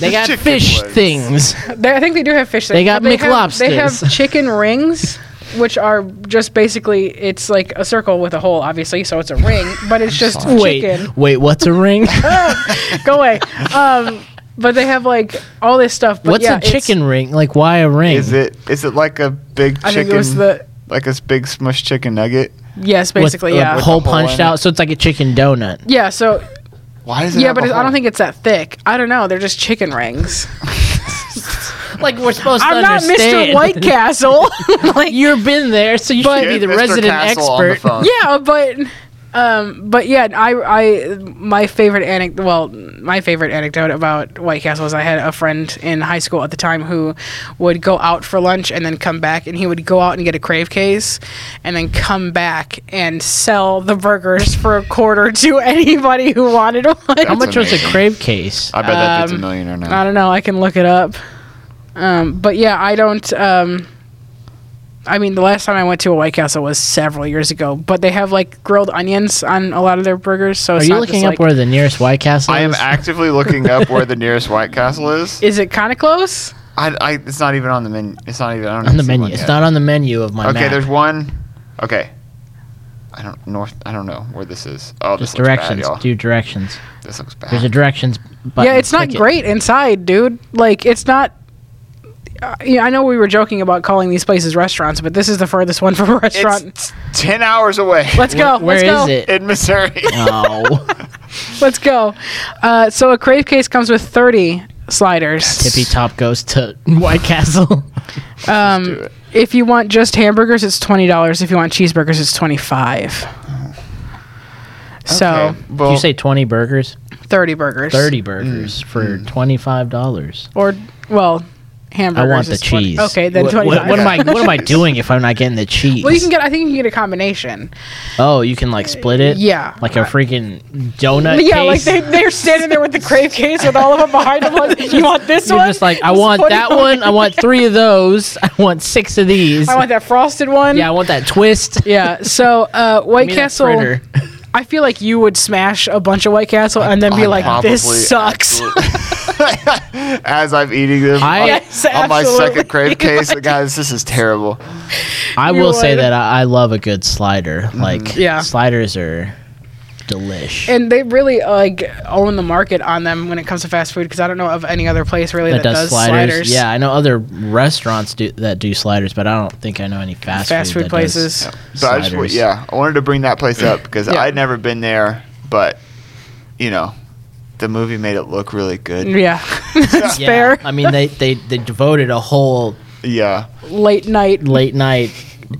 [SPEAKER 2] they
[SPEAKER 3] the
[SPEAKER 2] got
[SPEAKER 3] chicken
[SPEAKER 2] fish
[SPEAKER 3] ones.
[SPEAKER 2] things.
[SPEAKER 1] they, i think they do have fish
[SPEAKER 2] They got
[SPEAKER 1] but have, they
[SPEAKER 2] McLobsters.
[SPEAKER 1] have chicken rings which are just basically it's like a circle with a hole obviously so it's a ring but it's just
[SPEAKER 2] Wait,
[SPEAKER 1] chicken
[SPEAKER 2] wait, what's a ring?
[SPEAKER 1] go away um but they have like all this stuff but
[SPEAKER 2] what's
[SPEAKER 1] yeah,
[SPEAKER 2] a
[SPEAKER 1] it's-
[SPEAKER 2] chicken ring? Like, why a ring?
[SPEAKER 3] Is it is it like a big chicken?
[SPEAKER 1] i think it was the
[SPEAKER 3] like a s- big smushed chicken nugget.
[SPEAKER 1] yes
[SPEAKER 2] With-
[SPEAKER 1] basically
[SPEAKER 2] with
[SPEAKER 1] yeah
[SPEAKER 2] hole
[SPEAKER 3] with a hole
[SPEAKER 2] punched
[SPEAKER 3] in it.
[SPEAKER 2] out, so it's like a chicken donut.
[SPEAKER 1] yeah so
[SPEAKER 3] Why is it?
[SPEAKER 1] yeah
[SPEAKER 3] have
[SPEAKER 1] but
[SPEAKER 3] a
[SPEAKER 1] it's, i
[SPEAKER 3] hole?
[SPEAKER 1] don't think it's that thick i don't know they're just chicken rings
[SPEAKER 2] Like we're supposed to
[SPEAKER 1] I'm not
[SPEAKER 2] understand.
[SPEAKER 1] Mr. White Castle. like
[SPEAKER 2] You've been there, so you
[SPEAKER 1] But-
[SPEAKER 2] should be the
[SPEAKER 3] Get Mr.
[SPEAKER 2] resident
[SPEAKER 3] Castle on the
[SPEAKER 2] expert.
[SPEAKER 3] phone.
[SPEAKER 1] yeah, but um, but yeah, I I my favorite anecdote. Well, my favorite anecdote about White Castle is I had a friend in high school at the time who would go out for lunch and then come back, and he would go out and get a crave case, and then come back and sell the burgers for a quarter to anybody who wanted one.
[SPEAKER 2] How much was a
[SPEAKER 3] amazing.
[SPEAKER 2] crave case?
[SPEAKER 3] I bet that dude's a
[SPEAKER 1] Um,
[SPEAKER 3] millionaire now.
[SPEAKER 1] I don't know. I can look it up. Um, but yeah, I don't. Um, I mean, the last time I went to a White Castle was several years ago. But they have like grilled onions on a lot of their burgers. So
[SPEAKER 2] Are
[SPEAKER 1] it's
[SPEAKER 2] you
[SPEAKER 1] not
[SPEAKER 2] looking
[SPEAKER 1] just,
[SPEAKER 2] up
[SPEAKER 1] like-
[SPEAKER 2] where the nearest White Castle
[SPEAKER 3] I am
[SPEAKER 2] is?
[SPEAKER 3] actively looking up where the nearest White Castle is.
[SPEAKER 1] Is it kind of close?
[SPEAKER 3] I, I, it's not even on the menu. It's not even I don't
[SPEAKER 2] on the
[SPEAKER 3] even see
[SPEAKER 2] menu.
[SPEAKER 3] one
[SPEAKER 2] It's
[SPEAKER 3] yet.
[SPEAKER 2] not on the menu of my
[SPEAKER 3] okay,
[SPEAKER 2] map.
[SPEAKER 3] there's one. Okay. I don't north. I don't know where this is. Oh,
[SPEAKER 2] Just
[SPEAKER 3] this looks
[SPEAKER 2] directions.
[SPEAKER 3] bad, y'all.
[SPEAKER 2] Do directions.
[SPEAKER 3] This looks bad.
[SPEAKER 2] There's a directions button.
[SPEAKER 1] yeah, it's not
[SPEAKER 2] Click it.
[SPEAKER 1] great inside, dude. Like it's not. Uh, yeah, I know we were joking about calling these places restaurants, but this is the furthest one from a restaurant.
[SPEAKER 3] it's ten hours away
[SPEAKER 1] Let's go.
[SPEAKER 2] Where
[SPEAKER 1] Let's
[SPEAKER 2] is
[SPEAKER 1] go.
[SPEAKER 2] it?
[SPEAKER 3] in Missouri.
[SPEAKER 2] Oh,
[SPEAKER 1] Let's go. Uh, so a crave case comes with thirty sliders.
[SPEAKER 2] tippy top goes to White Castle.
[SPEAKER 1] Um,
[SPEAKER 3] do it.
[SPEAKER 1] If you want just hamburgers, it's twenty dollars. If you want cheeseburgers, it's twenty five. So
[SPEAKER 3] Okay,
[SPEAKER 2] Did
[SPEAKER 3] well,
[SPEAKER 2] you say twenty burgers?
[SPEAKER 1] thirty burgers.
[SPEAKER 2] Thirty burgers for twenty five dollars.
[SPEAKER 1] Or well,
[SPEAKER 2] I
[SPEAKER 1] hamburgers.
[SPEAKER 2] want the
[SPEAKER 1] is 20
[SPEAKER 2] cheese.
[SPEAKER 1] Okay, then
[SPEAKER 2] What-
[SPEAKER 1] twenty
[SPEAKER 2] What,
[SPEAKER 1] five.
[SPEAKER 2] what am I? What am I doing if I'm not getting the cheese?
[SPEAKER 1] Well, you can get. I think you can get a combination.
[SPEAKER 2] Oh, you can like split it.
[SPEAKER 1] Yeah.
[SPEAKER 2] Like a freaking donut.
[SPEAKER 1] yeah, like
[SPEAKER 2] case?
[SPEAKER 1] they, they're standing there with the crave case with all of them behind them. Like, you want this
[SPEAKER 2] You're
[SPEAKER 1] one?
[SPEAKER 2] just like I
[SPEAKER 1] Just
[SPEAKER 2] want
[SPEAKER 1] put it
[SPEAKER 2] that
[SPEAKER 1] on
[SPEAKER 2] one.
[SPEAKER 1] it.
[SPEAKER 2] I want three of those. I want six of these.
[SPEAKER 1] I want that frosted one.
[SPEAKER 2] yeah, I want that twist.
[SPEAKER 1] Yeah. So uh, White
[SPEAKER 2] Give me that
[SPEAKER 1] Castle.
[SPEAKER 2] fritter.
[SPEAKER 1] I feel like you would smash a bunch of White Castle and then be
[SPEAKER 3] I'm
[SPEAKER 1] like,
[SPEAKER 3] probably
[SPEAKER 1] "This sucks."
[SPEAKER 3] absolutely- As I'm eating them
[SPEAKER 2] I-
[SPEAKER 3] on,
[SPEAKER 1] Yes,
[SPEAKER 3] on my
[SPEAKER 1] absolutely.
[SPEAKER 3] second crave case, guys, this is terrible.
[SPEAKER 2] I
[SPEAKER 1] You
[SPEAKER 2] will say
[SPEAKER 1] would.
[SPEAKER 2] that I, I love a good slider. Like
[SPEAKER 1] Mm-hmm. Yeah.
[SPEAKER 2] sliders are delish.
[SPEAKER 1] and they really uh, like own the market on them when it comes to fast food because I don't know of any other place really that, does, sliders.
[SPEAKER 2] Yeah, I know other restaurants do that do sliders, but I don't think I know any fast,
[SPEAKER 1] fast
[SPEAKER 2] food,
[SPEAKER 1] food
[SPEAKER 2] that does
[SPEAKER 1] places.
[SPEAKER 3] So I just, wa-
[SPEAKER 2] sliders.
[SPEAKER 3] yeah, I wanted to bring that place up because
[SPEAKER 1] Yeah.
[SPEAKER 3] I'd never been there, but you know, the movie made it look really good.
[SPEAKER 1] Yeah, that's
[SPEAKER 2] Yeah,
[SPEAKER 1] fair.
[SPEAKER 2] I mean, they, they they devoted a whole
[SPEAKER 3] Yeah,
[SPEAKER 1] Late night
[SPEAKER 2] late night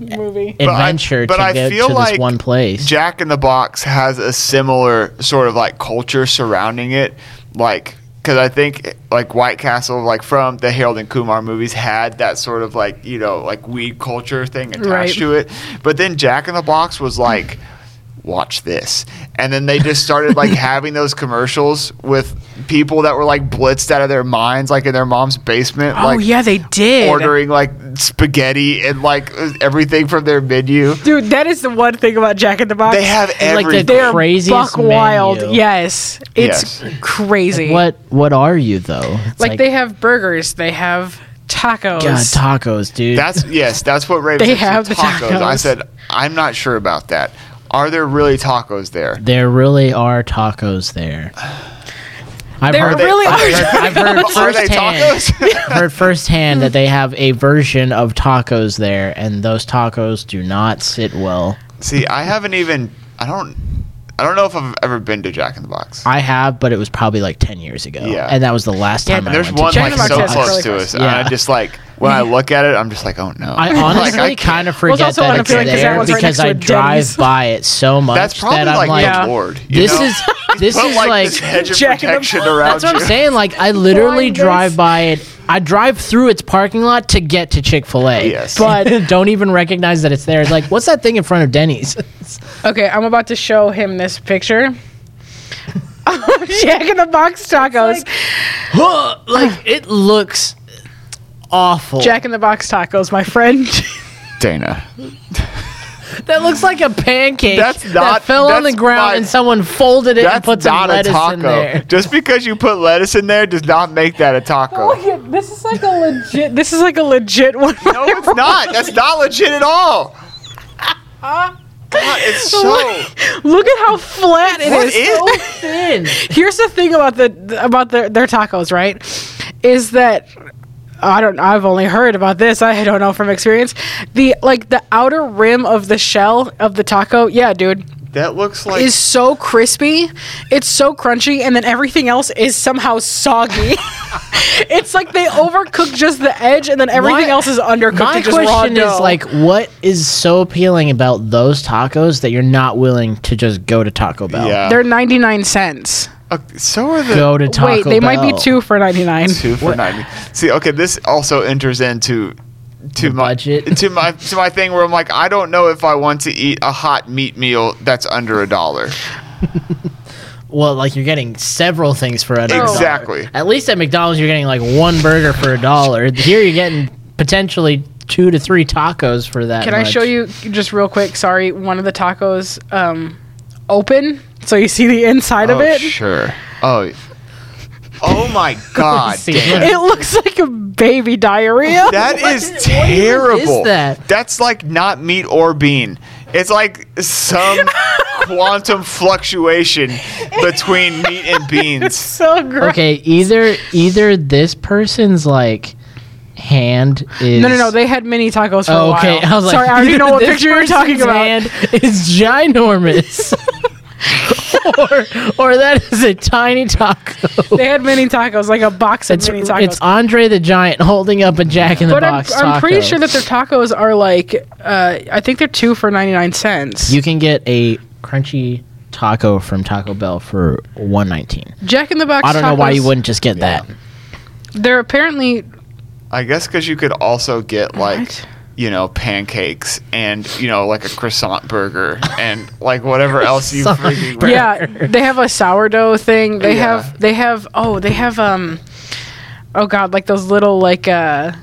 [SPEAKER 1] movie.
[SPEAKER 3] I-
[SPEAKER 2] adventure
[SPEAKER 3] but
[SPEAKER 2] to
[SPEAKER 3] I
[SPEAKER 2] get
[SPEAKER 3] feel
[SPEAKER 2] to this
[SPEAKER 3] like
[SPEAKER 2] one place.
[SPEAKER 3] Jack in the Box has a similar sort of like culture surrounding it, like because I think like White Castle, like from the Harold and Kumar movies, had that sort of like you know like weed culture thing attached
[SPEAKER 1] Right.
[SPEAKER 3] to it. But then Jack in the Box was like. Watch this, and then they just started like having those commercials with people that were like blitzed out of their minds, like in their mom's basement,
[SPEAKER 1] oh
[SPEAKER 3] like
[SPEAKER 1] yeah, they did.
[SPEAKER 3] ordering like spaghetti and like everything from their menu.
[SPEAKER 1] Dude, that is the one thing about Jack in the Box.
[SPEAKER 3] They have
[SPEAKER 2] like,
[SPEAKER 3] everything.
[SPEAKER 2] the
[SPEAKER 1] they're
[SPEAKER 2] Craziest
[SPEAKER 1] buck wild.
[SPEAKER 2] menu.
[SPEAKER 1] Yes, it's
[SPEAKER 3] Yes.
[SPEAKER 1] crazy.
[SPEAKER 2] What what are you though? It's
[SPEAKER 1] Like, they have burgers. They have tacos.
[SPEAKER 2] God, tacos, dude.
[SPEAKER 3] That's yes, that's what Raven
[SPEAKER 1] They
[SPEAKER 3] said,
[SPEAKER 1] have the
[SPEAKER 3] tacos. I
[SPEAKER 1] tacos.
[SPEAKER 3] said I'm not sure about that. Are there really tacos there?
[SPEAKER 2] there really are tacos there. I've
[SPEAKER 1] There
[SPEAKER 2] heard
[SPEAKER 1] really
[SPEAKER 3] Are
[SPEAKER 1] are.
[SPEAKER 3] they-
[SPEAKER 2] I've heard
[SPEAKER 3] Are they
[SPEAKER 2] firsthand.
[SPEAKER 3] tacos?
[SPEAKER 2] heard firsthand that they have a version of tacos there, and those tacos do not sit well.
[SPEAKER 3] See, I haven't even. I don't. I don't know if I've ever been to Jack in the Box.
[SPEAKER 2] I have, but it was probably like ten years ago,
[SPEAKER 3] Yeah.
[SPEAKER 2] and that was the last time.
[SPEAKER 3] And
[SPEAKER 2] I
[SPEAKER 3] there's
[SPEAKER 2] went to
[SPEAKER 3] one
[SPEAKER 1] Jack
[SPEAKER 2] Jack
[SPEAKER 3] like
[SPEAKER 1] in the Box
[SPEAKER 3] so
[SPEAKER 1] has curly
[SPEAKER 3] close to
[SPEAKER 1] fries.
[SPEAKER 3] us, and I
[SPEAKER 2] Yeah.
[SPEAKER 3] just like when I look at it, I'm just like, oh no.
[SPEAKER 2] I honestly kind of
[SPEAKER 1] it's
[SPEAKER 2] forget
[SPEAKER 1] also
[SPEAKER 2] that it's
[SPEAKER 1] unappealing 'cause that
[SPEAKER 2] there
[SPEAKER 1] one's right next
[SPEAKER 2] because
[SPEAKER 1] to
[SPEAKER 2] I
[SPEAKER 1] a
[SPEAKER 2] drive
[SPEAKER 1] Denny's.
[SPEAKER 2] by it so much
[SPEAKER 3] That's probably
[SPEAKER 2] that I'm
[SPEAKER 3] like,
[SPEAKER 2] like,
[SPEAKER 1] Yeah.
[SPEAKER 3] the Lord. you
[SPEAKER 2] this
[SPEAKER 3] know?
[SPEAKER 2] is this
[SPEAKER 3] Put,
[SPEAKER 2] is
[SPEAKER 3] like,
[SPEAKER 2] like
[SPEAKER 3] this hedge of
[SPEAKER 1] Jack in the
[SPEAKER 3] protection
[SPEAKER 1] Box.
[SPEAKER 3] around
[SPEAKER 2] That's what I'm
[SPEAKER 3] you.
[SPEAKER 2] saying. Like I literally
[SPEAKER 1] Blinders.
[SPEAKER 2] drive by it. I drive through its parking lot to get to Chick Fil A.
[SPEAKER 3] Yes.
[SPEAKER 2] but don't even recognize that it's there. It's like, what's that thing in front of Denny's?
[SPEAKER 1] Okay, I'm about to show him this picture. of Jack in the Box tacos.
[SPEAKER 2] like it looks awful.
[SPEAKER 1] Jack in the Box tacos, my friend.
[SPEAKER 3] Dana.
[SPEAKER 2] that looks like a pancake
[SPEAKER 3] That's
[SPEAKER 2] that
[SPEAKER 3] not-
[SPEAKER 2] fell on the
[SPEAKER 3] that's
[SPEAKER 2] ground
[SPEAKER 3] my-
[SPEAKER 2] and someone folded it and
[SPEAKER 3] That's
[SPEAKER 2] put some
[SPEAKER 3] not a
[SPEAKER 2] lettuce in
[SPEAKER 3] taco.
[SPEAKER 2] there.
[SPEAKER 3] Just because you put lettuce in there does not make that a taco.
[SPEAKER 1] at this is like a legit. This is like a legit one.
[SPEAKER 3] No, it's not. That's not legit at all. God, it's so.
[SPEAKER 1] Look at how flat it
[SPEAKER 3] What
[SPEAKER 1] is.
[SPEAKER 3] is?
[SPEAKER 2] Thin.
[SPEAKER 1] Here's the thing about the about their their tacos, right? Is that I don't. I've only heard about this. I don't know from experience. The like the outer rim of the shell of the taco. Yeah, dude.
[SPEAKER 3] That looks like
[SPEAKER 1] is so crispy. It's so crunchy, and then everything else is somehow soggy. it's like they overcook just the edge, and then everything
[SPEAKER 2] My-
[SPEAKER 1] else is undercooked. to
[SPEAKER 2] My
[SPEAKER 1] just raw
[SPEAKER 2] question is
[SPEAKER 1] dough.
[SPEAKER 2] like, what is so appealing about those tacos that you're not willing to just go to Taco Bell?
[SPEAKER 3] yeah.
[SPEAKER 1] they're ninety nine cents.
[SPEAKER 3] Uh, so are the
[SPEAKER 2] Go to Taco
[SPEAKER 1] Wait, they might be
[SPEAKER 2] Bell.
[SPEAKER 1] two for ninety nine.
[SPEAKER 3] two for
[SPEAKER 2] What-
[SPEAKER 3] ninety. See, okay, this also enters into to
[SPEAKER 2] The
[SPEAKER 3] my
[SPEAKER 2] budget.
[SPEAKER 3] to my to my thing where I'm like, I don't know if I want to eat a hot meat meal that's under a dollar.
[SPEAKER 2] Well, like you're getting several things for a dollar.
[SPEAKER 3] Exactly.
[SPEAKER 2] At least at McDonald's, you're getting like one burger for a dollar. Here, you're getting potentially two to three tacos for that.
[SPEAKER 1] Can I
[SPEAKER 2] much.
[SPEAKER 1] show you just real quick? Sorry, one of the tacos um, open, so you see the inside
[SPEAKER 2] Oh,
[SPEAKER 1] of it.
[SPEAKER 3] sure. Oh. Oh my god.
[SPEAKER 2] See,
[SPEAKER 3] Dan.
[SPEAKER 2] look.
[SPEAKER 1] it looks like a baby diarrhea.
[SPEAKER 3] That is
[SPEAKER 2] what
[SPEAKER 3] terrible.
[SPEAKER 2] is that?
[SPEAKER 3] That's like not meat or bean. It's like some quantum fluctuation between meat and beans.
[SPEAKER 1] so gross.
[SPEAKER 2] Okay, either either this person's like hand is
[SPEAKER 1] No, no, no. They had mini tacos for
[SPEAKER 2] Oh,
[SPEAKER 1] a
[SPEAKER 2] okay,
[SPEAKER 1] while.
[SPEAKER 2] I was like,
[SPEAKER 1] Sorry, I already know what
[SPEAKER 2] this
[SPEAKER 1] picture you're talking
[SPEAKER 2] person's
[SPEAKER 1] about.
[SPEAKER 2] Hand is ginormous. or, or that is a tiny taco.
[SPEAKER 1] They had mini tacos, like a box of
[SPEAKER 2] It's,
[SPEAKER 1] mini tacos.
[SPEAKER 2] it's Andre the Giant holding up a Jack in the
[SPEAKER 1] but I'm,
[SPEAKER 2] Box
[SPEAKER 1] I'm pretty
[SPEAKER 2] taco.
[SPEAKER 1] sure that their tacos are like, uh, I think they're two for 99 cents.
[SPEAKER 2] you can get a crunchy taco from Taco Bell for one nineteen.
[SPEAKER 1] Jack in the Box
[SPEAKER 2] I don't know why
[SPEAKER 1] tacos,
[SPEAKER 2] you wouldn't just get that.
[SPEAKER 1] They're apparently.
[SPEAKER 3] I guess because you could also get like,
[SPEAKER 1] What?
[SPEAKER 3] you know, pancakes and you know, like a croissant burger and like whatever else you
[SPEAKER 2] Croissant
[SPEAKER 3] freaking
[SPEAKER 2] burger.
[SPEAKER 1] Yeah, they have a sourdough thing. They
[SPEAKER 3] Yeah.
[SPEAKER 1] have. They have. Oh, they have. um Oh, God. Like those little, like. uh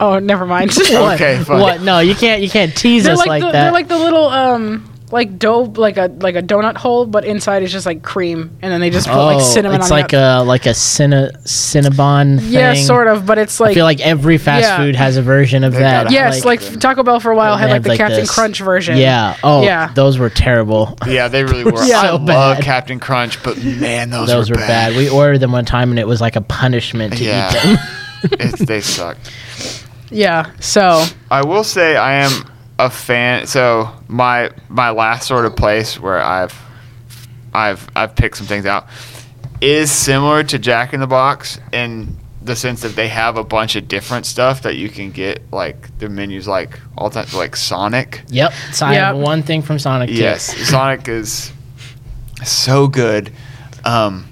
[SPEAKER 1] Oh, never mind.
[SPEAKER 2] What?
[SPEAKER 3] Okay, fine.
[SPEAKER 2] What? No, you can't. You can't tease
[SPEAKER 1] they're
[SPEAKER 2] us
[SPEAKER 1] like,
[SPEAKER 2] like
[SPEAKER 1] the,
[SPEAKER 2] that.
[SPEAKER 1] they're like the little um like dough like a like a donut hole but inside is just like cream and then they just put like cinnamon
[SPEAKER 2] Oh, it's
[SPEAKER 1] on
[SPEAKER 2] like
[SPEAKER 1] it.
[SPEAKER 2] a like a cinna cinnabon thing.
[SPEAKER 1] yeah sort of but it's
[SPEAKER 2] I
[SPEAKER 1] like,
[SPEAKER 2] feel like every fast
[SPEAKER 1] yeah.
[SPEAKER 2] food has a version of
[SPEAKER 3] They
[SPEAKER 2] that.
[SPEAKER 3] gotta
[SPEAKER 1] yes like, taco bell for a while had
[SPEAKER 2] they
[SPEAKER 1] like
[SPEAKER 2] have
[SPEAKER 1] the
[SPEAKER 2] like
[SPEAKER 1] captain
[SPEAKER 2] this.
[SPEAKER 1] crunch version
[SPEAKER 2] yeah. Oh,
[SPEAKER 1] Yeah.
[SPEAKER 2] those were terrible.
[SPEAKER 3] Yeah, they really were.
[SPEAKER 2] Yeah.
[SPEAKER 3] I
[SPEAKER 2] So
[SPEAKER 3] love
[SPEAKER 2] bad.
[SPEAKER 3] Captain Crunch, but man, those,
[SPEAKER 2] Those
[SPEAKER 3] were,
[SPEAKER 2] were bad. We ordered them one time and it was like a punishment to
[SPEAKER 3] Yeah.
[SPEAKER 2] eat them.
[SPEAKER 3] It's, they suck.
[SPEAKER 1] yeah so
[SPEAKER 3] I will say I am a fan. So my my last sort of place where I've I've I've picked some things out is similar to Jack in the Box in the sense that they have a bunch of different stuff that you can get like their menus like all the time like Sonic.
[SPEAKER 2] yep. So I have
[SPEAKER 1] Yep.
[SPEAKER 2] one thing from Sonic. too.
[SPEAKER 3] Yes, Sonic is so good. Um,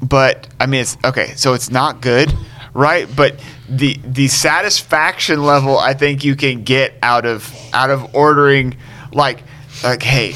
[SPEAKER 3] But I mean, it's okay. So it's not good, right? But the the satisfaction level I think you can get out of out of ordering, like like hey,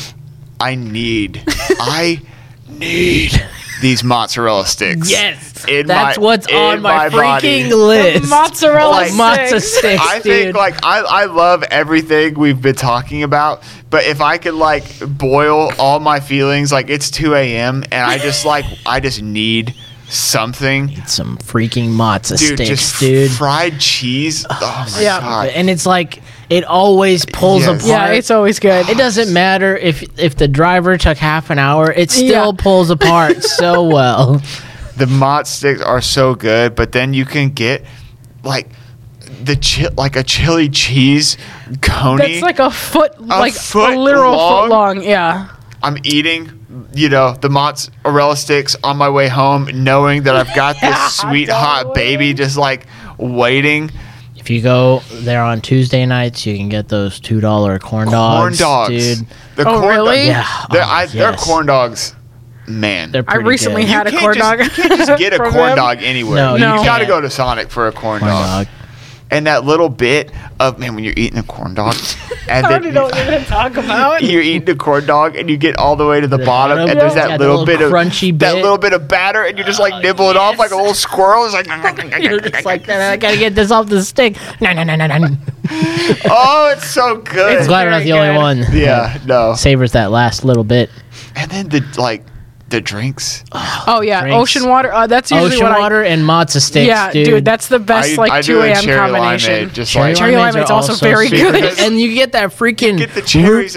[SPEAKER 3] I need I need these mozzarella sticks.
[SPEAKER 2] Yes.
[SPEAKER 3] In
[SPEAKER 2] That's
[SPEAKER 3] my-
[SPEAKER 2] what's
[SPEAKER 3] in
[SPEAKER 2] on my,
[SPEAKER 3] my body.
[SPEAKER 2] freaking list.
[SPEAKER 1] mozzarella
[SPEAKER 2] Like,
[SPEAKER 1] sticks.
[SPEAKER 2] mozzarella sticks,
[SPEAKER 3] I
[SPEAKER 2] dude.
[SPEAKER 3] think like I, I love everything we've been talking about, but if I could like boil all my feelings, like it's two AM and I just like I just need something.
[SPEAKER 2] some freaking matzo
[SPEAKER 3] Dude,
[SPEAKER 2] sticks,
[SPEAKER 3] just
[SPEAKER 2] dude.
[SPEAKER 3] fried cheese. Oh my
[SPEAKER 1] Yeah.
[SPEAKER 3] god.
[SPEAKER 2] and it's like it always pulls
[SPEAKER 3] Yes.
[SPEAKER 2] apart.
[SPEAKER 1] yeah it's always good
[SPEAKER 2] It doesn't matter if if the driver took half an hour, it still
[SPEAKER 1] Yeah.
[SPEAKER 2] pulls apart so well.
[SPEAKER 3] The mott sticks are so good, but then you can get like the chi- like a chili cheese coney.
[SPEAKER 1] that's like a foot like
[SPEAKER 3] foot
[SPEAKER 1] a literal
[SPEAKER 3] long?
[SPEAKER 1] foot long yeah
[SPEAKER 3] I'm eating, you know, the mozzarella sticks on my way home, knowing that I've got
[SPEAKER 1] Yeah,
[SPEAKER 3] this sweet hot
[SPEAKER 1] totally.
[SPEAKER 3] baby just like waiting.
[SPEAKER 2] If you go there on Tuesday nights, you can get those two dollar corn
[SPEAKER 3] Corn
[SPEAKER 2] dogs,
[SPEAKER 3] dogs,
[SPEAKER 2] dude.
[SPEAKER 3] The
[SPEAKER 1] Oh,
[SPEAKER 3] corn
[SPEAKER 1] really?
[SPEAKER 2] Yeah,
[SPEAKER 3] Dog, they're,
[SPEAKER 2] oh,
[SPEAKER 3] I, they're
[SPEAKER 2] yes.
[SPEAKER 3] corn dogs, man.
[SPEAKER 2] They're
[SPEAKER 1] I
[SPEAKER 2] pretty
[SPEAKER 1] recently
[SPEAKER 2] good.
[SPEAKER 1] had a
[SPEAKER 3] can't
[SPEAKER 1] corn
[SPEAKER 3] just,
[SPEAKER 1] dog
[SPEAKER 3] You can't just get a
[SPEAKER 1] from
[SPEAKER 3] corn
[SPEAKER 1] them.
[SPEAKER 3] dog anywhere.
[SPEAKER 2] No,
[SPEAKER 1] No. you
[SPEAKER 3] you got to
[SPEAKER 2] can't.
[SPEAKER 3] go to Sonic for a corn,
[SPEAKER 2] corn
[SPEAKER 3] dog.
[SPEAKER 2] dog.
[SPEAKER 3] And that little bit of man, when you're eating a corn dog, and
[SPEAKER 1] I
[SPEAKER 3] then
[SPEAKER 1] already know what
[SPEAKER 3] you,
[SPEAKER 1] you're gonna talk about
[SPEAKER 3] you're eating the corn dog, and you get all the way to the,
[SPEAKER 2] The
[SPEAKER 3] bottom,
[SPEAKER 2] bottom,
[SPEAKER 3] and there's
[SPEAKER 2] yeah.
[SPEAKER 3] that
[SPEAKER 2] Yeah, the
[SPEAKER 3] little,
[SPEAKER 2] little
[SPEAKER 3] bit of
[SPEAKER 2] crunchy
[SPEAKER 3] that
[SPEAKER 2] bit. Ah,
[SPEAKER 3] little bit of batter, and you're just like nibbling off like a little squirrel. It's like
[SPEAKER 2] You're just like, I gotta get this off the stick. No, no, no, no, no.
[SPEAKER 3] oh, it's so good.
[SPEAKER 2] I'm glad I'm not
[SPEAKER 1] very
[SPEAKER 2] the only
[SPEAKER 1] good.
[SPEAKER 2] one.
[SPEAKER 3] yeah, no.
[SPEAKER 2] that savors that last little bit.
[SPEAKER 3] And then the like the drinks.
[SPEAKER 1] oh yeah
[SPEAKER 2] Drinks.
[SPEAKER 1] ocean water uh, that's usually
[SPEAKER 2] Ocean
[SPEAKER 1] what I
[SPEAKER 2] water and matzo sticks,
[SPEAKER 1] yeah
[SPEAKER 2] dude.
[SPEAKER 1] dude. that's the best
[SPEAKER 3] I,
[SPEAKER 1] like
[SPEAKER 3] I
[SPEAKER 1] 2
[SPEAKER 3] do a
[SPEAKER 1] a.m
[SPEAKER 3] cherry
[SPEAKER 1] combination
[SPEAKER 3] limeade, just
[SPEAKER 2] Cherry
[SPEAKER 3] like
[SPEAKER 1] Cherry
[SPEAKER 2] limeades
[SPEAKER 1] limeade's
[SPEAKER 2] are
[SPEAKER 1] also very
[SPEAKER 2] super
[SPEAKER 1] good.
[SPEAKER 2] and you get that freaking
[SPEAKER 3] get the cherries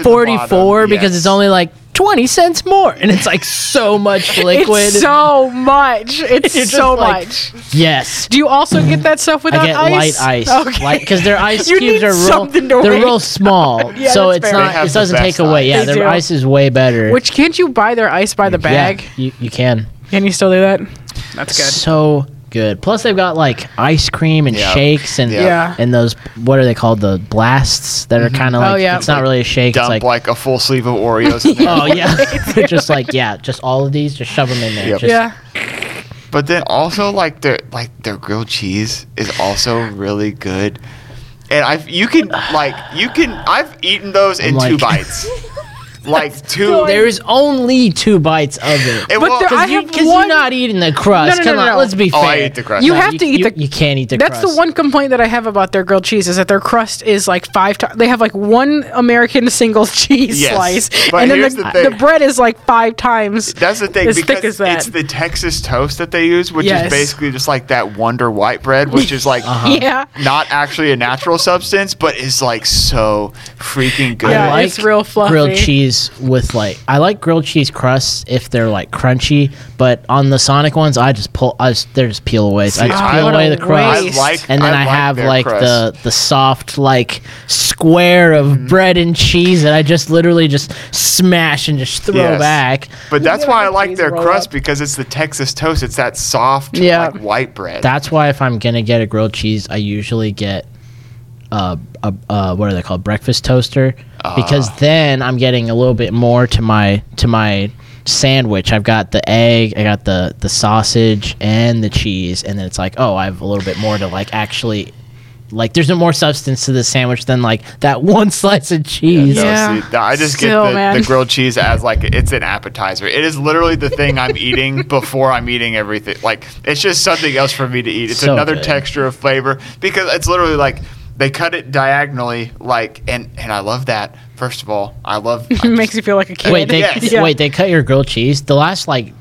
[SPEAKER 2] Route
[SPEAKER 3] at the bottom,
[SPEAKER 2] 44 because
[SPEAKER 3] yes.
[SPEAKER 2] it's only like twenty cents more, and it's like so much liquid.
[SPEAKER 1] It's so much. It's
[SPEAKER 2] You're just
[SPEAKER 1] so
[SPEAKER 2] like-
[SPEAKER 1] much.
[SPEAKER 2] yes.
[SPEAKER 1] Do you also get that stuff without
[SPEAKER 2] I get
[SPEAKER 1] ice?
[SPEAKER 2] light ice,
[SPEAKER 1] Okay.
[SPEAKER 2] because their ice
[SPEAKER 1] You
[SPEAKER 2] cubes
[SPEAKER 1] need
[SPEAKER 2] are real.
[SPEAKER 1] something to
[SPEAKER 2] They're
[SPEAKER 1] weigh.
[SPEAKER 2] real small,
[SPEAKER 1] Yeah,
[SPEAKER 2] so
[SPEAKER 1] that's
[SPEAKER 2] it's
[SPEAKER 1] fair. They
[SPEAKER 2] not.
[SPEAKER 3] have
[SPEAKER 2] It
[SPEAKER 3] the
[SPEAKER 2] doesn't
[SPEAKER 3] best
[SPEAKER 2] take away. Yeah,
[SPEAKER 1] They
[SPEAKER 2] their
[SPEAKER 1] do.
[SPEAKER 2] ice is way better.
[SPEAKER 1] Which can't you buy their ice by the bag?
[SPEAKER 2] Yeah, you, you can.
[SPEAKER 1] Can you still do that? That's
[SPEAKER 2] So good. Plus they've got like ice cream and
[SPEAKER 3] Yeah.
[SPEAKER 2] shakes and
[SPEAKER 3] Yeah. Mm-hmm.
[SPEAKER 1] Yeah.
[SPEAKER 2] and those what are they called the blasts that are kind of
[SPEAKER 1] Oh,
[SPEAKER 2] like
[SPEAKER 1] yeah.
[SPEAKER 2] it's not really a shake.
[SPEAKER 3] Dump
[SPEAKER 2] it's
[SPEAKER 3] like,
[SPEAKER 2] like
[SPEAKER 3] a full sleeve of Oreos. in there.
[SPEAKER 2] oh yeah, just like yeah, just all of these, just shove them in there.
[SPEAKER 3] Yep.
[SPEAKER 2] Just-
[SPEAKER 1] yeah.
[SPEAKER 3] But then also like their like their grilled cheese is also really good. And I've you can like you can I've eaten those in two
[SPEAKER 2] like-
[SPEAKER 3] bites. like two
[SPEAKER 2] There is only two bites of it.
[SPEAKER 3] it
[SPEAKER 1] But
[SPEAKER 3] will-
[SPEAKER 1] there- I
[SPEAKER 2] Because you,
[SPEAKER 1] have
[SPEAKER 2] are
[SPEAKER 1] one-
[SPEAKER 2] not eating the crust.
[SPEAKER 1] No, no,
[SPEAKER 2] Come
[SPEAKER 1] no,
[SPEAKER 2] on,
[SPEAKER 1] no.
[SPEAKER 2] let's be fair.
[SPEAKER 3] Oh, I eat the crust.
[SPEAKER 1] You have to eat
[SPEAKER 2] you,
[SPEAKER 1] the-
[SPEAKER 2] You can't eat the
[SPEAKER 1] That's
[SPEAKER 2] crust.
[SPEAKER 1] the one complaint that I have about their grilled cheese is that their crust is like five times. They have like one American single cheese
[SPEAKER 3] Yes,
[SPEAKER 1] slice,
[SPEAKER 3] but
[SPEAKER 1] and then
[SPEAKER 3] here's
[SPEAKER 1] the,
[SPEAKER 3] the thing.
[SPEAKER 1] the bread is like five times.
[SPEAKER 3] That's the thing
[SPEAKER 1] As
[SPEAKER 3] because
[SPEAKER 1] thick as that.
[SPEAKER 3] it's the Texas toast that they use, which
[SPEAKER 1] Yes. Uh-huh.
[SPEAKER 3] is basically just like that Wonder White bread, which is like
[SPEAKER 1] Yeah,
[SPEAKER 3] not actually a natural substance, but is like so freaking good.
[SPEAKER 1] Yeah, it's real fluffy.
[SPEAKER 2] grilled cheese with like I like grilled cheese crusts if they're like crunchy, but on the Sonic ones I just pull I just they're just peel away. I just
[SPEAKER 3] I-
[SPEAKER 2] peel
[SPEAKER 3] What
[SPEAKER 2] away
[SPEAKER 1] a
[SPEAKER 2] the crust.
[SPEAKER 1] waste.
[SPEAKER 2] and then I,
[SPEAKER 3] like
[SPEAKER 2] have
[SPEAKER 3] their
[SPEAKER 2] like
[SPEAKER 3] crust. Mm-hmm.
[SPEAKER 2] the the soft like square of bread and cheese that I just literally just smash and just throw
[SPEAKER 3] Yes.
[SPEAKER 2] back.
[SPEAKER 3] But that's
[SPEAKER 1] gotta
[SPEAKER 3] why I
[SPEAKER 1] have
[SPEAKER 3] like
[SPEAKER 1] these
[SPEAKER 3] their
[SPEAKER 1] roll
[SPEAKER 3] crust
[SPEAKER 1] up.
[SPEAKER 3] because it's the Texas toast. It's that soft
[SPEAKER 1] Yeah.
[SPEAKER 3] like white bread.
[SPEAKER 2] That's why if I'm gonna get a grilled cheese, I usually get uh, a uh, what are they called breakfast toaster
[SPEAKER 3] Ah.
[SPEAKER 2] because then I'm getting a little bit more to my to my sandwich. I've got the egg, I got the the sausage and the cheese, and then it's like oh, I have a little bit more to like actually. Like there's no more substance to the sandwich than like that one slice of cheese.
[SPEAKER 3] No,
[SPEAKER 1] Yeah.
[SPEAKER 3] see, th- I just
[SPEAKER 1] Still,
[SPEAKER 3] get the,
[SPEAKER 1] man.
[SPEAKER 3] the grilled cheese as like it's an appetizer. It is literally the thing I'm eating before I'm eating everything. Like it's just something else for me to eat. It's
[SPEAKER 2] So
[SPEAKER 3] another
[SPEAKER 2] good.
[SPEAKER 3] texture of flavor because it's literally like they cut it diagonally. Like and and I love that. First of all, I love.
[SPEAKER 1] it makes you feel like a kid.
[SPEAKER 2] Wait, they
[SPEAKER 3] Yes.
[SPEAKER 1] Yeah.
[SPEAKER 2] wait, they cut your grilled cheese. The last like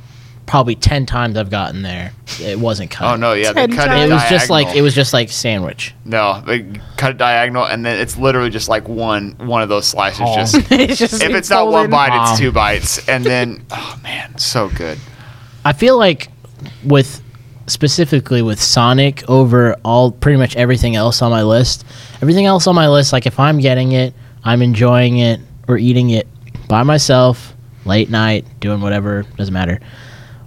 [SPEAKER 2] probably ten times I've gotten there, it wasn't cut.
[SPEAKER 3] Oh no! Yeah, they
[SPEAKER 1] Ten
[SPEAKER 3] cut it.
[SPEAKER 1] times.
[SPEAKER 2] It was just like
[SPEAKER 3] diagonal.
[SPEAKER 2] it was just like sandwich.
[SPEAKER 3] No, they cut it diagonal, and then it's literally just like one one of those slices.
[SPEAKER 2] Oh.
[SPEAKER 3] Just
[SPEAKER 1] it's just
[SPEAKER 3] if it's not one
[SPEAKER 1] folded.
[SPEAKER 3] bite,
[SPEAKER 2] Wow.
[SPEAKER 3] it's two bites, and then oh man, so good.
[SPEAKER 2] I feel like with specifically with Sonic over all pretty much everything else on my list. Everything else on my list, like if I'm getting it, I'm enjoying it or eating it by myself, late night, doing whatever, doesn't matter.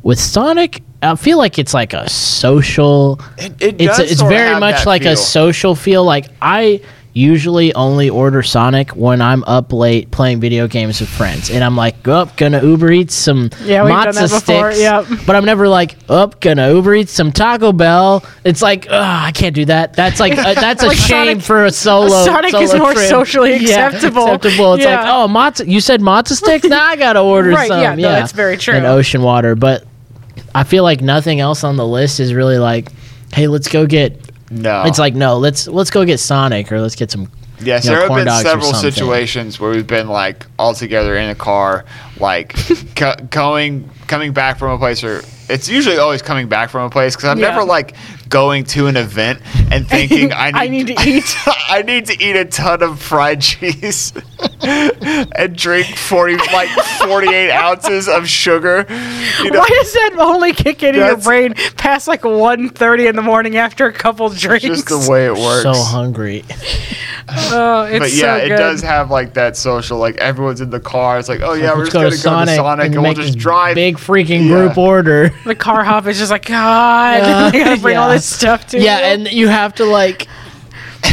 [SPEAKER 2] With Sonic, I feel like it's like a social
[SPEAKER 3] It, it
[SPEAKER 2] it's
[SPEAKER 3] does
[SPEAKER 2] it's
[SPEAKER 3] sorta
[SPEAKER 2] very
[SPEAKER 3] have
[SPEAKER 2] much
[SPEAKER 3] that
[SPEAKER 2] like a
[SPEAKER 3] feel.
[SPEAKER 2] social feel. Like I usually only order Sonic when I'm up late playing video games with friends, and I'm like, oh, gonna Uber Eats some
[SPEAKER 1] Yeah, we've done
[SPEAKER 2] matzo
[SPEAKER 1] that before,
[SPEAKER 2] sticks.
[SPEAKER 1] yep.
[SPEAKER 2] But I'm never like, oh, gonna Uber Eats some Taco Bell. It's like, oh, I can't do that. That's like uh, that's a
[SPEAKER 1] Like
[SPEAKER 2] shame
[SPEAKER 1] Sonic-
[SPEAKER 2] for a solo.
[SPEAKER 1] Sonic is
[SPEAKER 2] solo
[SPEAKER 1] more
[SPEAKER 2] trip.
[SPEAKER 1] socially
[SPEAKER 2] Yeah,
[SPEAKER 1] acceptable.
[SPEAKER 2] acceptable. It's like,
[SPEAKER 1] Yeah.
[SPEAKER 2] oh, matzo. You said matzo sticks. now I gotta order
[SPEAKER 1] Right,
[SPEAKER 2] some.
[SPEAKER 1] yeah, no, that's very true.
[SPEAKER 2] And ocean water, but I feel like nothing else on the list is really like, hey, let's go get
[SPEAKER 3] No,
[SPEAKER 2] it's like no, let's let's go get Sonic or let's get some.
[SPEAKER 3] Yes,
[SPEAKER 2] you know,
[SPEAKER 3] there have
[SPEAKER 2] corn
[SPEAKER 3] been
[SPEAKER 2] dogs or
[SPEAKER 3] several
[SPEAKER 2] something.
[SPEAKER 3] situations where we've been like all together in a car, like co- going coming back from a place, or it's usually always coming back from a place because I'm
[SPEAKER 1] Yeah.
[SPEAKER 3] never like going to an event and thinking I need,
[SPEAKER 1] I need to eat.
[SPEAKER 3] I need to eat a ton of fried cheese and drink forty like forty eight ounces of sugar. You know,
[SPEAKER 1] Why does that only kick into your
[SPEAKER 3] That's-
[SPEAKER 1] brain past like 1.30 in the morning after a couple drinks?
[SPEAKER 3] just the way it works.
[SPEAKER 2] So hungry.
[SPEAKER 1] Oh, it's
[SPEAKER 3] but yeah,
[SPEAKER 1] so
[SPEAKER 3] it
[SPEAKER 1] good.
[SPEAKER 3] does have like that social, like everyone's in the car. It's like, oh yeah, we're
[SPEAKER 2] let's
[SPEAKER 3] just gonna go to Sonic and, we'll
[SPEAKER 2] make
[SPEAKER 3] just
[SPEAKER 2] this
[SPEAKER 3] drive.
[SPEAKER 2] big freaking
[SPEAKER 3] Yeah.
[SPEAKER 2] group order.
[SPEAKER 1] The car hop is just like God.
[SPEAKER 2] Yeah.
[SPEAKER 1] I gotta bring all
[SPEAKER 2] Yeah.
[SPEAKER 1] this stuff to
[SPEAKER 2] Yeah,
[SPEAKER 1] you.
[SPEAKER 2] and you have to like.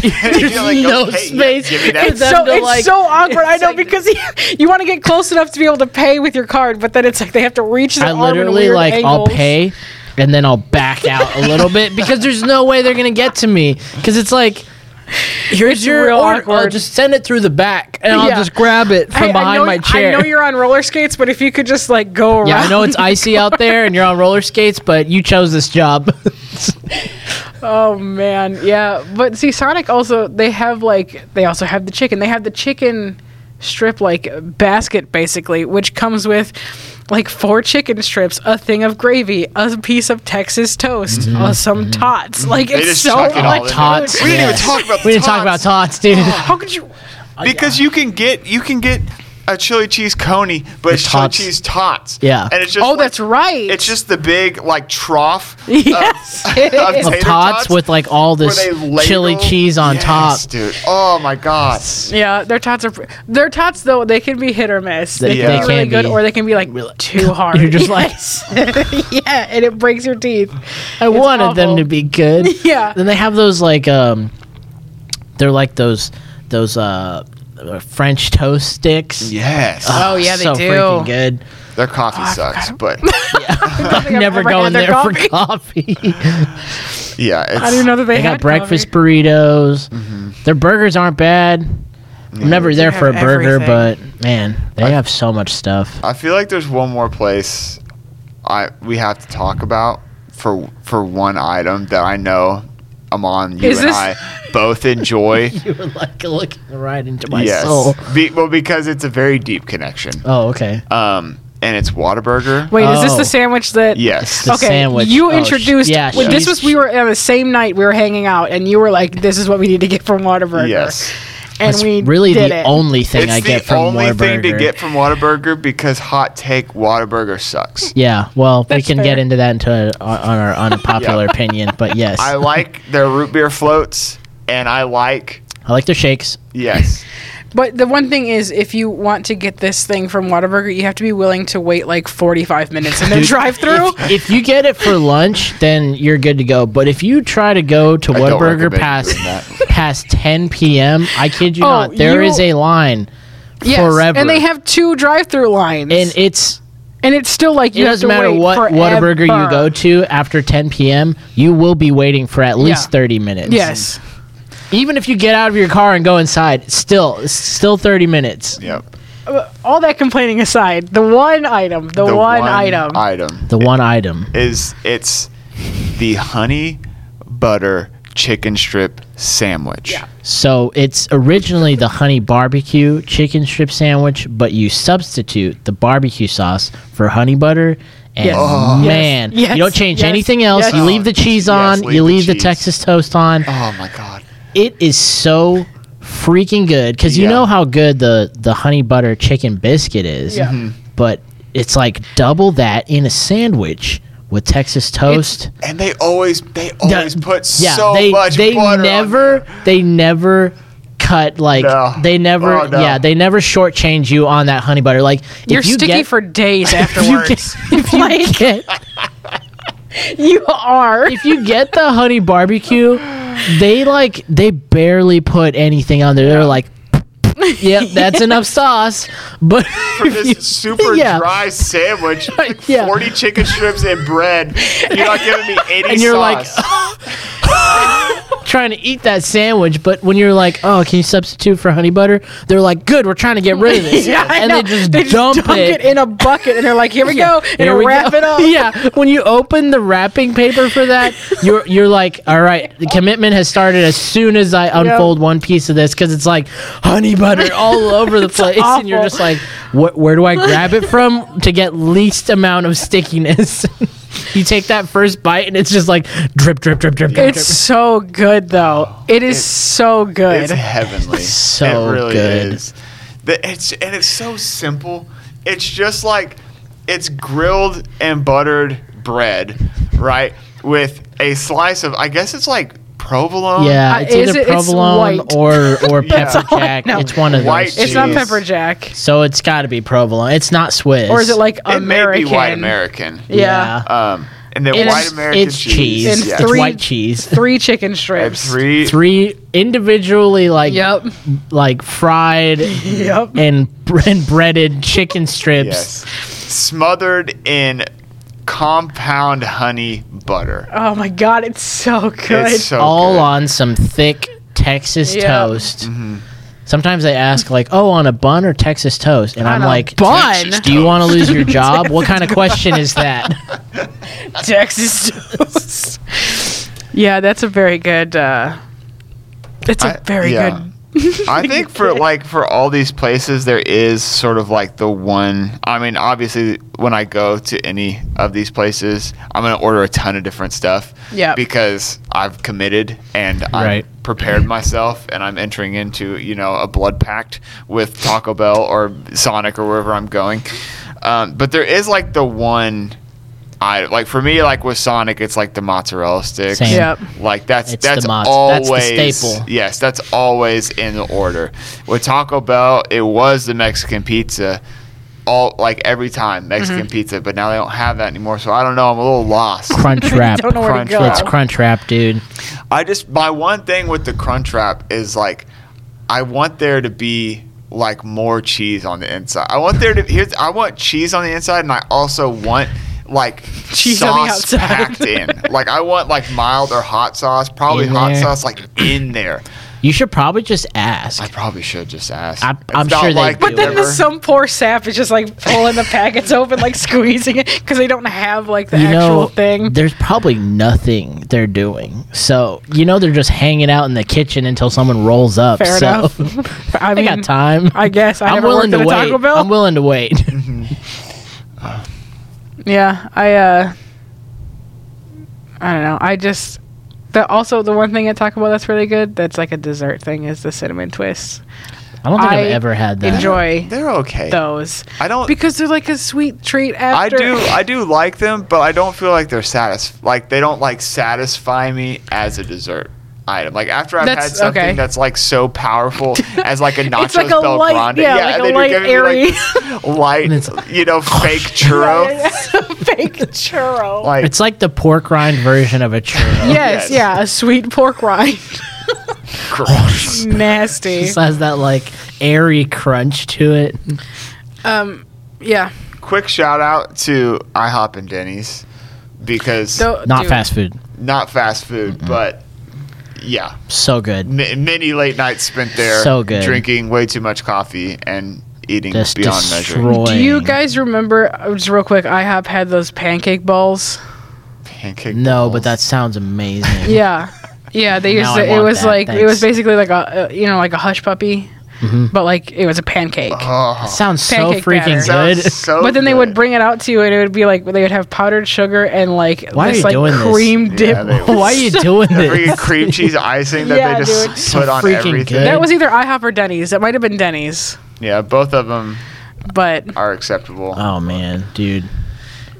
[SPEAKER 3] You're
[SPEAKER 2] There's
[SPEAKER 3] like,
[SPEAKER 2] no
[SPEAKER 3] okay, yeah,
[SPEAKER 2] space.
[SPEAKER 3] give me that.
[SPEAKER 2] for
[SPEAKER 1] it's
[SPEAKER 2] them
[SPEAKER 1] so
[SPEAKER 2] to,
[SPEAKER 1] it's
[SPEAKER 2] like-
[SPEAKER 1] so awkward. I
[SPEAKER 2] it's
[SPEAKER 1] know
[SPEAKER 2] like-
[SPEAKER 1] because you want to get close enough to be able to pay with your card, but then it's like they have to reach. Their
[SPEAKER 2] I
[SPEAKER 1] arm in
[SPEAKER 2] literally
[SPEAKER 1] weird
[SPEAKER 2] like I'll
[SPEAKER 1] angles.
[SPEAKER 2] pay and then I'll back out a little bit because there's no way they're gonna get to me because it's like. Here's
[SPEAKER 1] It's
[SPEAKER 2] your
[SPEAKER 1] real
[SPEAKER 2] order. I'll
[SPEAKER 1] awkward.
[SPEAKER 2] just send it through the back, and I'll
[SPEAKER 1] Yeah.
[SPEAKER 2] just grab it from
[SPEAKER 1] I- I
[SPEAKER 2] behind
[SPEAKER 1] know-
[SPEAKER 2] my
[SPEAKER 1] I
[SPEAKER 2] chair.
[SPEAKER 1] know you're on roller skates, but if you could just like go around.
[SPEAKER 2] Yeah, I know it's icy out there and you're on roller skates, but you chose this job.
[SPEAKER 1] Oh man, yeah. But see, Sonic also they have like they also have the chicken. They have the chicken strip like basket basically, which comes with like four chicken strips, a thing of gravy, a piece of Texas toast, uh, some tots. Like
[SPEAKER 3] Mm-hmm. Oh, They
[SPEAKER 1] it's
[SPEAKER 3] just
[SPEAKER 1] so
[SPEAKER 3] chuck it all
[SPEAKER 1] much.
[SPEAKER 3] in there.
[SPEAKER 2] Mm-hmm. tots.
[SPEAKER 3] We didn't
[SPEAKER 2] yeah.
[SPEAKER 3] even talk about. Oh.
[SPEAKER 2] We
[SPEAKER 3] the
[SPEAKER 2] didn't talk about
[SPEAKER 3] tots.
[SPEAKER 2] tots, dude.
[SPEAKER 1] How could you?
[SPEAKER 3] because you can get you can get a chili cheese coney, but it's chili
[SPEAKER 2] tots.
[SPEAKER 3] cheese tots.
[SPEAKER 2] Yeah.
[SPEAKER 3] and it's just
[SPEAKER 1] Oh,
[SPEAKER 3] like-
[SPEAKER 1] that's right.
[SPEAKER 3] It's just uh, the big like trough. of-
[SPEAKER 1] Yes, it
[SPEAKER 3] of
[SPEAKER 1] is.
[SPEAKER 2] of
[SPEAKER 3] tater
[SPEAKER 2] tots, with like all
[SPEAKER 3] where
[SPEAKER 2] this
[SPEAKER 3] they
[SPEAKER 2] chili
[SPEAKER 3] ladle-
[SPEAKER 2] cheese on
[SPEAKER 3] Yes,
[SPEAKER 2] top.
[SPEAKER 3] dude. Oh my god.
[SPEAKER 1] Yeah, their tots are pr- their tots though they can be hit or miss. They,
[SPEAKER 2] They-
[SPEAKER 1] can be
[SPEAKER 3] they
[SPEAKER 1] really
[SPEAKER 2] can
[SPEAKER 1] good,
[SPEAKER 2] be
[SPEAKER 1] or they can be like too hard.
[SPEAKER 2] You're just
[SPEAKER 1] like, yeah, and it breaks your teeth.
[SPEAKER 2] I wanted them
[SPEAKER 1] awful.
[SPEAKER 2] to be good.
[SPEAKER 1] Yeah.
[SPEAKER 2] Then they have those like um, they're like those those uh uh, French toast sticks.
[SPEAKER 3] Yes,
[SPEAKER 1] Oh, yeah, they
[SPEAKER 2] so
[SPEAKER 1] do.
[SPEAKER 2] freaking good.
[SPEAKER 3] their coffee sucks, but
[SPEAKER 1] I don't think I've
[SPEAKER 2] Never
[SPEAKER 1] ever
[SPEAKER 2] go
[SPEAKER 1] had
[SPEAKER 2] in
[SPEAKER 1] their
[SPEAKER 2] there
[SPEAKER 1] coffee.
[SPEAKER 2] for coffee.
[SPEAKER 3] yeah, it's,
[SPEAKER 1] I didn't know that they,
[SPEAKER 2] they
[SPEAKER 1] had
[SPEAKER 2] got breakfast
[SPEAKER 1] coffee.
[SPEAKER 2] burritos.
[SPEAKER 3] Mm-hmm.
[SPEAKER 2] Their burgers aren't bad. I'm never there
[SPEAKER 1] They
[SPEAKER 2] for a
[SPEAKER 1] have
[SPEAKER 2] burger,
[SPEAKER 1] everything.
[SPEAKER 2] but man, they have so much stuff.
[SPEAKER 3] I feel like there's one more place I we have to talk about for for one item that I know Amon you
[SPEAKER 1] Is
[SPEAKER 3] and
[SPEAKER 1] this-
[SPEAKER 3] I both enjoy.
[SPEAKER 2] You were like looking right into my
[SPEAKER 3] yes,
[SPEAKER 2] soul.
[SPEAKER 3] Be, well because it's a very deep connection.
[SPEAKER 2] Oh, okay.
[SPEAKER 3] Um, and it's Whataburger.
[SPEAKER 1] Wait, is this
[SPEAKER 2] Oh.
[SPEAKER 1] the sandwich that?
[SPEAKER 3] Yes.
[SPEAKER 2] The
[SPEAKER 1] okay,
[SPEAKER 2] sandwich.
[SPEAKER 1] you
[SPEAKER 2] Oh, sh-
[SPEAKER 1] introduced.
[SPEAKER 2] yeah,
[SPEAKER 1] when this
[SPEAKER 2] she's-
[SPEAKER 1] was we were on the same night we were hanging out, and you were like, "This is what we need to get from Whataburger."
[SPEAKER 3] Yes.
[SPEAKER 1] and
[SPEAKER 2] That's
[SPEAKER 1] we
[SPEAKER 2] really
[SPEAKER 1] did
[SPEAKER 2] the
[SPEAKER 1] it.
[SPEAKER 2] only thing
[SPEAKER 3] it's
[SPEAKER 2] I
[SPEAKER 3] the
[SPEAKER 2] get from
[SPEAKER 3] only
[SPEAKER 2] Whataburger.
[SPEAKER 3] thing to get from Whataburger because hot take Whataburger sucks.
[SPEAKER 2] Yeah, well, we
[SPEAKER 1] That's
[SPEAKER 2] can
[SPEAKER 1] fair.
[SPEAKER 2] get into that into on on our unpopular opinion, but yes,
[SPEAKER 3] I
[SPEAKER 2] I,
[SPEAKER 3] like their root beer floats and I like
[SPEAKER 2] like their shakes.
[SPEAKER 3] yes.
[SPEAKER 1] But the one thing is, if you want to get this thing from Whataburger, you have to be willing to wait like 45 minutes in the drive through.
[SPEAKER 2] If you get it for lunch, then you're good to go. But if you try to go to
[SPEAKER 3] I don't
[SPEAKER 2] Whataburger
[SPEAKER 3] recommend
[SPEAKER 2] past
[SPEAKER 3] doing that.
[SPEAKER 2] past 10 p.m., I kid you
[SPEAKER 1] Oh,
[SPEAKER 2] not, there
[SPEAKER 1] you-
[SPEAKER 2] is a line,
[SPEAKER 1] Yes.
[SPEAKER 2] Forever.
[SPEAKER 1] And they have two drive through lines.
[SPEAKER 2] and
[SPEAKER 1] And,
[SPEAKER 2] it's
[SPEAKER 1] it's still like you
[SPEAKER 2] it
[SPEAKER 1] have
[SPEAKER 2] doesn't
[SPEAKER 1] to
[SPEAKER 2] matter
[SPEAKER 1] wait
[SPEAKER 2] what
[SPEAKER 1] forever.
[SPEAKER 2] Whataburger you go to after 10 p.m., you will be waiting for at least
[SPEAKER 1] Yeah.
[SPEAKER 2] 30 minutes.
[SPEAKER 1] Yes.
[SPEAKER 2] even if you get out of your car and go inside, still it's still 30 minutes.
[SPEAKER 3] Yep.
[SPEAKER 1] All that complaining aside, the one item, the, one, item.
[SPEAKER 3] Item.
[SPEAKER 2] The one item.
[SPEAKER 3] is it's the honey butter chicken strip sandwich.
[SPEAKER 1] Yeah.
[SPEAKER 2] So it's originally the honey barbecue chicken strip sandwich, but you substitute the barbecue sauce for honey butter. And
[SPEAKER 1] Yes. Oh.
[SPEAKER 2] man,
[SPEAKER 1] Yes.
[SPEAKER 2] you don't change
[SPEAKER 1] Yes.
[SPEAKER 2] anything else.
[SPEAKER 1] Yes.
[SPEAKER 2] You leave the cheese on,
[SPEAKER 3] Yes, leave
[SPEAKER 2] you
[SPEAKER 3] the
[SPEAKER 2] leave the,
[SPEAKER 3] cheese.
[SPEAKER 2] Texas toast on.
[SPEAKER 3] Oh my god.
[SPEAKER 2] It is so freaking good because you
[SPEAKER 3] Yeah.
[SPEAKER 2] know how good the, the honey butter chicken biscuit is,
[SPEAKER 1] Yeah.
[SPEAKER 3] Mm-hmm.
[SPEAKER 1] Mhm.
[SPEAKER 2] but it's like double that in a sandwich with Texas toast.
[SPEAKER 3] And they always they always put
[SPEAKER 2] yeah,
[SPEAKER 3] so
[SPEAKER 2] they
[SPEAKER 3] much
[SPEAKER 2] they
[SPEAKER 3] butter on
[SPEAKER 2] never they never cut like
[SPEAKER 3] No.
[SPEAKER 2] they never
[SPEAKER 3] Oh, no.
[SPEAKER 2] yeah they never shortchange you on that honey butter like if
[SPEAKER 1] You're
[SPEAKER 2] you
[SPEAKER 1] sticky
[SPEAKER 2] get,
[SPEAKER 1] for days afterwards.
[SPEAKER 2] if you get
[SPEAKER 1] you are.
[SPEAKER 2] if you get the honey barbecue they like they barely put anything on there they're like yep that's enough sauce but
[SPEAKER 3] For this super
[SPEAKER 2] Yeah.
[SPEAKER 3] dry sandwich, like
[SPEAKER 2] Yeah.
[SPEAKER 3] 40 chicken strips and bread. You're not giving me any
[SPEAKER 2] And you're like,
[SPEAKER 3] sauce.
[SPEAKER 2] trying to eat that sandwich but when you're like oh can you substitute for honey butter they're like good we're trying to get rid of this
[SPEAKER 1] Yeah, I
[SPEAKER 2] and
[SPEAKER 1] know.
[SPEAKER 2] they just dump,
[SPEAKER 1] it. in a bucket, and they're like, "Here we go," and
[SPEAKER 2] Here we
[SPEAKER 1] wrap
[SPEAKER 2] go.
[SPEAKER 1] it up.
[SPEAKER 2] Yeah, when you open the wrapping paper for that, you're you're like, all right, the commitment has started as soon as I unfold one piece of this because it's like honey butter all over the place, and you're
[SPEAKER 1] awful.
[SPEAKER 2] just like, what? Where do I grab it from to get least amount of stickiness? you take that first bite, and it's just like drip, drip, drip, drip, drip.
[SPEAKER 1] It's so good, though. It is so good.
[SPEAKER 3] It's heavenly.
[SPEAKER 2] So
[SPEAKER 3] it really
[SPEAKER 2] good.
[SPEAKER 3] is. The, it's and it's so simple. It's just like it's grilled and buttered bread, right? With a slice of I guess it's like provolone.
[SPEAKER 2] drip. Yeah,
[SPEAKER 1] Uh,
[SPEAKER 2] it's
[SPEAKER 1] is
[SPEAKER 2] either
[SPEAKER 1] it- it's
[SPEAKER 2] provolone
[SPEAKER 1] white.
[SPEAKER 2] or or
[SPEAKER 3] That's
[SPEAKER 2] pepper
[SPEAKER 1] all I
[SPEAKER 2] jack.
[SPEAKER 1] know.
[SPEAKER 2] It's one of
[SPEAKER 3] White
[SPEAKER 2] those.
[SPEAKER 1] It's
[SPEAKER 2] two.
[SPEAKER 1] not
[SPEAKER 3] Jeez.
[SPEAKER 1] pepper jack,
[SPEAKER 2] so it's got to be provolone. It's not Swiss.
[SPEAKER 1] or is it like
[SPEAKER 3] It
[SPEAKER 1] American?
[SPEAKER 3] may be white American.
[SPEAKER 1] Yeah.
[SPEAKER 3] Um, and then
[SPEAKER 2] It's-
[SPEAKER 3] white American
[SPEAKER 2] it's
[SPEAKER 3] cheese.
[SPEAKER 2] cheese.
[SPEAKER 1] And
[SPEAKER 3] Yes.
[SPEAKER 2] It's
[SPEAKER 1] three-
[SPEAKER 2] white cheese.
[SPEAKER 1] Three chicken
[SPEAKER 3] And
[SPEAKER 1] strips.
[SPEAKER 3] three.
[SPEAKER 2] Three individually like
[SPEAKER 1] Yep.
[SPEAKER 2] like fried
[SPEAKER 1] Yep.
[SPEAKER 2] and, bre- and breaded chicken strips.
[SPEAKER 3] Yes. Smothered in compound honey butter.
[SPEAKER 1] Oh my god, it's so good.
[SPEAKER 3] It's so
[SPEAKER 2] all
[SPEAKER 3] good. Mm-hmm.
[SPEAKER 2] on some thick Texas
[SPEAKER 1] Yep.
[SPEAKER 2] toast. Sometimes they ask like, "Oh, on a bun or Texas toast?" And
[SPEAKER 1] On
[SPEAKER 2] I'm
[SPEAKER 1] a
[SPEAKER 2] like,
[SPEAKER 1] bun?
[SPEAKER 2] "Texas, Do you want to lose your job? what kind of question is that?"
[SPEAKER 1] Texas toast. yeah, that's a very good. uh It's a
[SPEAKER 3] I-
[SPEAKER 1] very
[SPEAKER 3] yeah.
[SPEAKER 1] good
[SPEAKER 3] I think for like for all these places, there is sort of like the one. I mean, obviously, when I go to any of these places, I'm gonna order a ton of different stuff.
[SPEAKER 1] Yep.
[SPEAKER 3] Because I've committed and
[SPEAKER 2] Right.
[SPEAKER 3] I've prepared myself, and I'm entering into you know a blood pact with Taco Bell or Sonic or wherever I'm going. Um, but there is like the one. I like for me like with Sonic, it's like the mozzarella sticks.
[SPEAKER 2] Same.
[SPEAKER 1] Yep.
[SPEAKER 3] Like that's
[SPEAKER 2] It's the
[SPEAKER 3] that's
[SPEAKER 2] mozz- that's
[SPEAKER 3] always
[SPEAKER 2] the staple.
[SPEAKER 3] Yes, that's always in order. With Taco Bell, it was the Mexican pizza, all like every time Mexican pizza, but now they don't have that anymore. So I don't know. I'm a little lost.
[SPEAKER 2] Mm-hmm. Crunch wrap.
[SPEAKER 1] Don't know where
[SPEAKER 3] Crunch
[SPEAKER 1] to go.
[SPEAKER 2] It's crunch wrap, dude.
[SPEAKER 3] I just my one thing with the Crunchwrap is like, I want there to be like more cheese on the inside. I want there to here's I want cheese on the inside, and I also want like
[SPEAKER 1] Cheese on the
[SPEAKER 3] sauce
[SPEAKER 1] outside.
[SPEAKER 3] packed in. Like I want like mild or hot sauce, probably
[SPEAKER 2] In
[SPEAKER 3] hot
[SPEAKER 2] there.
[SPEAKER 3] sauce like in there.
[SPEAKER 2] You should probably just
[SPEAKER 3] I
[SPEAKER 2] ask.
[SPEAKER 3] probably should just ask.
[SPEAKER 2] I-
[SPEAKER 3] It's
[SPEAKER 2] I'm
[SPEAKER 3] not
[SPEAKER 2] sure they
[SPEAKER 3] the
[SPEAKER 1] But then
[SPEAKER 2] Whatever.
[SPEAKER 1] the, some poor sap is just like pulling the packets open, like squeezing it, because they don't have like the
[SPEAKER 2] you
[SPEAKER 1] actual
[SPEAKER 2] know,
[SPEAKER 1] thing.
[SPEAKER 2] there's probably nothing they're doing. So you know they're just hanging out in the kitchen until someone rolls up.
[SPEAKER 1] Fair
[SPEAKER 2] so
[SPEAKER 1] enough. I
[SPEAKER 2] I
[SPEAKER 1] mean,
[SPEAKER 2] got time.
[SPEAKER 1] I guess I
[SPEAKER 2] am
[SPEAKER 1] never
[SPEAKER 2] willing
[SPEAKER 1] worked
[SPEAKER 2] to
[SPEAKER 1] at a
[SPEAKER 2] wait.
[SPEAKER 1] Taco Bell.
[SPEAKER 2] I'm willing to wait.
[SPEAKER 1] Yeah, I uh I don't know. I just the also the one thing at Taco Bell that's really good that's like a dessert thing is the cinnamon twists.
[SPEAKER 2] I don't think I
[SPEAKER 1] I
[SPEAKER 2] have ever had that.
[SPEAKER 1] Enjoy
[SPEAKER 3] They're okay.
[SPEAKER 1] those
[SPEAKER 3] I don't.
[SPEAKER 1] because they're like a sweet treat
[SPEAKER 3] I
[SPEAKER 1] after.
[SPEAKER 3] do. I do like them, but I don't feel like they're satisf. Like they don't like satisfy me as a dessert item. Like after I've
[SPEAKER 1] That's-
[SPEAKER 3] had something
[SPEAKER 1] okay.
[SPEAKER 3] that's like so powerful as like a nacho
[SPEAKER 1] It's like a
[SPEAKER 3] Bel
[SPEAKER 1] light,
[SPEAKER 3] Grande.
[SPEAKER 1] yeah,
[SPEAKER 3] and
[SPEAKER 1] like
[SPEAKER 3] then
[SPEAKER 1] a
[SPEAKER 3] you're
[SPEAKER 1] light,
[SPEAKER 3] giving me, like,
[SPEAKER 1] airy,
[SPEAKER 3] this light,
[SPEAKER 2] it's-
[SPEAKER 3] you know, fake churro.
[SPEAKER 1] fake churro.
[SPEAKER 3] Like
[SPEAKER 2] It's like the pork rind version of a churro.
[SPEAKER 1] yes,
[SPEAKER 3] yes.
[SPEAKER 1] yeah, a sweet pork rind.
[SPEAKER 3] gross.
[SPEAKER 1] Nasty.
[SPEAKER 2] Just has that like airy crunch to it.
[SPEAKER 1] Um, yeah.
[SPEAKER 3] Quick shout out to IHOP and Denny's because
[SPEAKER 1] So,
[SPEAKER 2] Not
[SPEAKER 1] dude,
[SPEAKER 2] fast food.
[SPEAKER 3] not fast food, but yeah,
[SPEAKER 2] So good.
[SPEAKER 3] M- many late nights spent there
[SPEAKER 2] So good.
[SPEAKER 3] drinking way too much coffee and eating
[SPEAKER 2] Just
[SPEAKER 3] beyond measure.
[SPEAKER 2] destroying.
[SPEAKER 1] Do you guys remember? uh, Just real quick, IHOP had those pancake balls.
[SPEAKER 3] Pancake
[SPEAKER 2] No, but
[SPEAKER 3] balls.
[SPEAKER 2] that sounds amazing.
[SPEAKER 1] Yeah, yeah. They used
[SPEAKER 2] Now
[SPEAKER 1] to,
[SPEAKER 2] I
[SPEAKER 1] it
[SPEAKER 2] want
[SPEAKER 1] was
[SPEAKER 2] that,
[SPEAKER 1] like it was
[SPEAKER 2] thanks.
[SPEAKER 1] basically like a uh, you know like a hush puppy,
[SPEAKER 2] Mhm.
[SPEAKER 1] but like it was a pancake.
[SPEAKER 3] Oh.
[SPEAKER 2] Sounds so
[SPEAKER 1] Pancake batter.
[SPEAKER 2] freaking
[SPEAKER 3] Sounds
[SPEAKER 2] good.
[SPEAKER 3] so
[SPEAKER 1] But then they would
[SPEAKER 3] good.
[SPEAKER 1] bring it out to you, and it would be like they would have powdered sugar and like
[SPEAKER 2] Why are
[SPEAKER 1] this
[SPEAKER 2] you
[SPEAKER 1] like
[SPEAKER 2] doing this?
[SPEAKER 1] cream
[SPEAKER 3] Yeah,
[SPEAKER 1] dip.
[SPEAKER 3] they would.
[SPEAKER 2] Why are you doing
[SPEAKER 3] Every
[SPEAKER 2] this?
[SPEAKER 3] cream cheese icing that
[SPEAKER 1] Yeah,
[SPEAKER 3] they just
[SPEAKER 1] dude.
[SPEAKER 2] So
[SPEAKER 3] put on
[SPEAKER 2] freaking
[SPEAKER 3] everything.
[SPEAKER 2] good.
[SPEAKER 1] that was either IHOP or Denny's. It might have been Denny's,
[SPEAKER 3] Yeah, both of them
[SPEAKER 1] but
[SPEAKER 3] are acceptable.
[SPEAKER 2] Oh man, dude.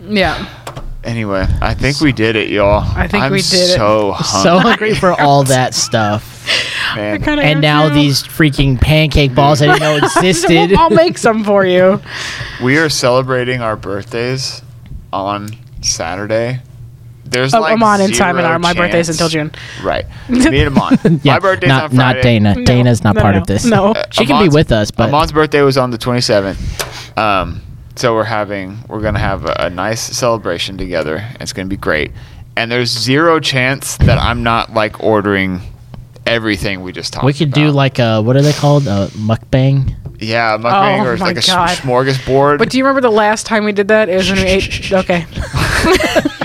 [SPEAKER 1] yeah,
[SPEAKER 3] anyway, I think we did it, y'all.
[SPEAKER 1] I think
[SPEAKER 3] I'm
[SPEAKER 1] we did it.
[SPEAKER 3] so
[SPEAKER 2] So
[SPEAKER 3] hungry,
[SPEAKER 2] hungry for all that stuff.
[SPEAKER 3] man.
[SPEAKER 1] kind
[SPEAKER 2] And now these freaking pancake balls I didn't know existed.
[SPEAKER 1] I'll make some for you.
[SPEAKER 3] We are celebrating our birthdays on Saturday. There's
[SPEAKER 1] Oh,
[SPEAKER 3] like
[SPEAKER 1] I'm on in
[SPEAKER 3] zero
[SPEAKER 1] time, and our, my birthday's
[SPEAKER 3] chance-
[SPEAKER 1] until June.
[SPEAKER 3] Right. Me and Amon.
[SPEAKER 2] Yeah,
[SPEAKER 3] my birthday's
[SPEAKER 2] not,
[SPEAKER 3] on Friday.
[SPEAKER 2] not Dana.
[SPEAKER 1] No,
[SPEAKER 2] Dana's not
[SPEAKER 1] no,
[SPEAKER 2] part
[SPEAKER 1] no,
[SPEAKER 2] of this.
[SPEAKER 1] No,
[SPEAKER 3] Uh,
[SPEAKER 2] She can be
[SPEAKER 3] Amon's-
[SPEAKER 2] with us, but
[SPEAKER 3] Amon's birthday was on the 27th. Um, so we're having we're gonna have a, a nice celebration together. It's gonna be great. And there's zero chance that I'm not like ordering everything we just talked.
[SPEAKER 2] we could do
[SPEAKER 3] about.
[SPEAKER 2] like a what are they called? A mukbang.
[SPEAKER 3] yeah, mukbang
[SPEAKER 1] Oh
[SPEAKER 3] or
[SPEAKER 1] my
[SPEAKER 3] like a s-
[SPEAKER 1] God.
[SPEAKER 3] smorgasbord.
[SPEAKER 1] But do you remember the last time we did that? It was when we ate. Okay.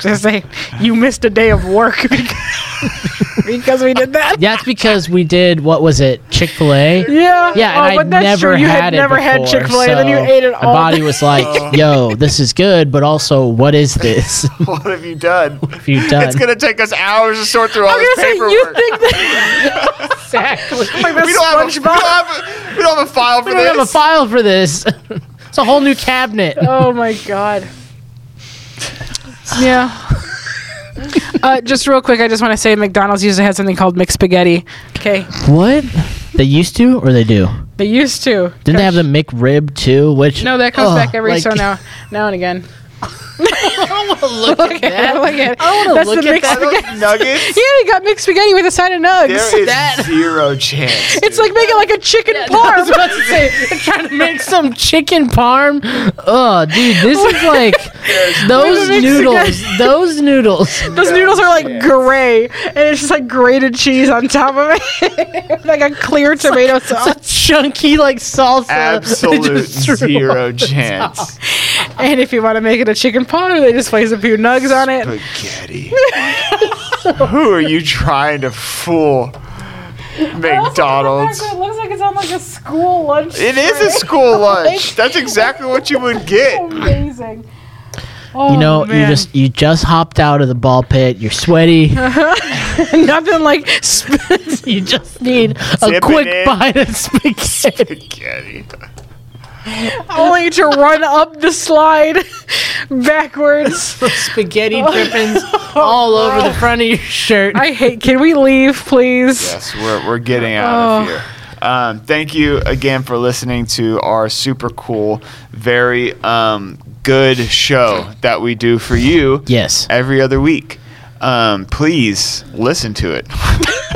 [SPEAKER 1] Just say you missed a day of work because, because we did that.
[SPEAKER 2] That's because we did what was it? Chick Fil A.
[SPEAKER 1] Yeah.
[SPEAKER 2] Yeah, and
[SPEAKER 1] oh,
[SPEAKER 2] I
[SPEAKER 1] but that's
[SPEAKER 2] never
[SPEAKER 1] true. You
[SPEAKER 2] had,
[SPEAKER 1] had,
[SPEAKER 2] it.
[SPEAKER 1] never had
[SPEAKER 2] before,
[SPEAKER 1] Chick Fil A, then you
[SPEAKER 2] so
[SPEAKER 1] ate it
[SPEAKER 2] My
[SPEAKER 1] all.
[SPEAKER 2] body was like, "Yo, this is good, but also, what is this?"
[SPEAKER 3] what have you done?
[SPEAKER 2] If you done,
[SPEAKER 3] It's gonna take us hours to sort through
[SPEAKER 1] I
[SPEAKER 3] all
[SPEAKER 1] was
[SPEAKER 3] this
[SPEAKER 1] gonna say
[SPEAKER 3] paperwork.
[SPEAKER 1] you think that exactly. Like
[SPEAKER 3] we, don't have a, we,
[SPEAKER 1] SpongeBob.
[SPEAKER 3] don't have a, we don't have a file for
[SPEAKER 2] we don't
[SPEAKER 3] this.
[SPEAKER 2] have a file for this. it's a whole new cabinet.
[SPEAKER 1] Oh my god. Yeah. uh, just real quick, I just want to say McDonald's used to have something called mixed spaghetti. Okay,
[SPEAKER 2] What? They used to, or they do?
[SPEAKER 1] they used to.
[SPEAKER 2] Didn't they have
[SPEAKER 1] Gosh.
[SPEAKER 2] the McRib too? Which
[SPEAKER 1] No, that comes
[SPEAKER 2] Ugh,
[SPEAKER 1] back every
[SPEAKER 2] like-
[SPEAKER 1] so now, now and again.
[SPEAKER 2] look at that.
[SPEAKER 1] Look at it.
[SPEAKER 2] I wanna
[SPEAKER 1] That's
[SPEAKER 2] look
[SPEAKER 1] the
[SPEAKER 2] at
[SPEAKER 1] mixed
[SPEAKER 2] that.
[SPEAKER 3] Are
[SPEAKER 1] spaghetti.
[SPEAKER 3] those nuggets.
[SPEAKER 1] Yeah, you got mixed spaghetti with a side of nugs.
[SPEAKER 3] There is
[SPEAKER 2] That-
[SPEAKER 3] zero chance.
[SPEAKER 1] it's
[SPEAKER 3] dude.
[SPEAKER 1] like making like a chicken
[SPEAKER 2] I was
[SPEAKER 1] parm.
[SPEAKER 2] about to say, they're trying to make some chicken parm. Oh, dude, this is like those
[SPEAKER 1] We're the
[SPEAKER 2] noodles.
[SPEAKER 1] Mexicans.
[SPEAKER 2] Those noodles.
[SPEAKER 1] Those noodles are like
[SPEAKER 3] Yeah.
[SPEAKER 1] gray, and it's just like grated cheese on top of it, like a clear tomato sauce.
[SPEAKER 2] It's a chunky like salsa.
[SPEAKER 3] absolute zero chance.
[SPEAKER 1] And if you want to make it a chicken parm, they just place a few nugs on it.
[SPEAKER 3] Spaghetti. Who are you trying to fool? McDonald's.
[SPEAKER 1] It looks like it's on like a school lunch.
[SPEAKER 3] It is a school lunch. That's exactly what you would get.
[SPEAKER 1] Amazing. Oh,
[SPEAKER 2] you know, you just you just hopped out of the ball pit. You're sweaty.
[SPEAKER 1] nothing like sp-
[SPEAKER 2] you just need a
[SPEAKER 3] Zip
[SPEAKER 2] quick
[SPEAKER 3] it in.
[SPEAKER 2] bite of spaghetti.
[SPEAKER 3] Spaghetti.
[SPEAKER 1] only to run up the slide backwards.
[SPEAKER 2] spaghetti drippings all over the front of your shirt.
[SPEAKER 1] Oh, I hate. Can we leave, please?
[SPEAKER 3] Yes, we're, we're getting out of here. Um, thank you again for listening to our super cool, very um, good show that we do for you
[SPEAKER 2] yes.
[SPEAKER 3] every other week. Um, please listen to it.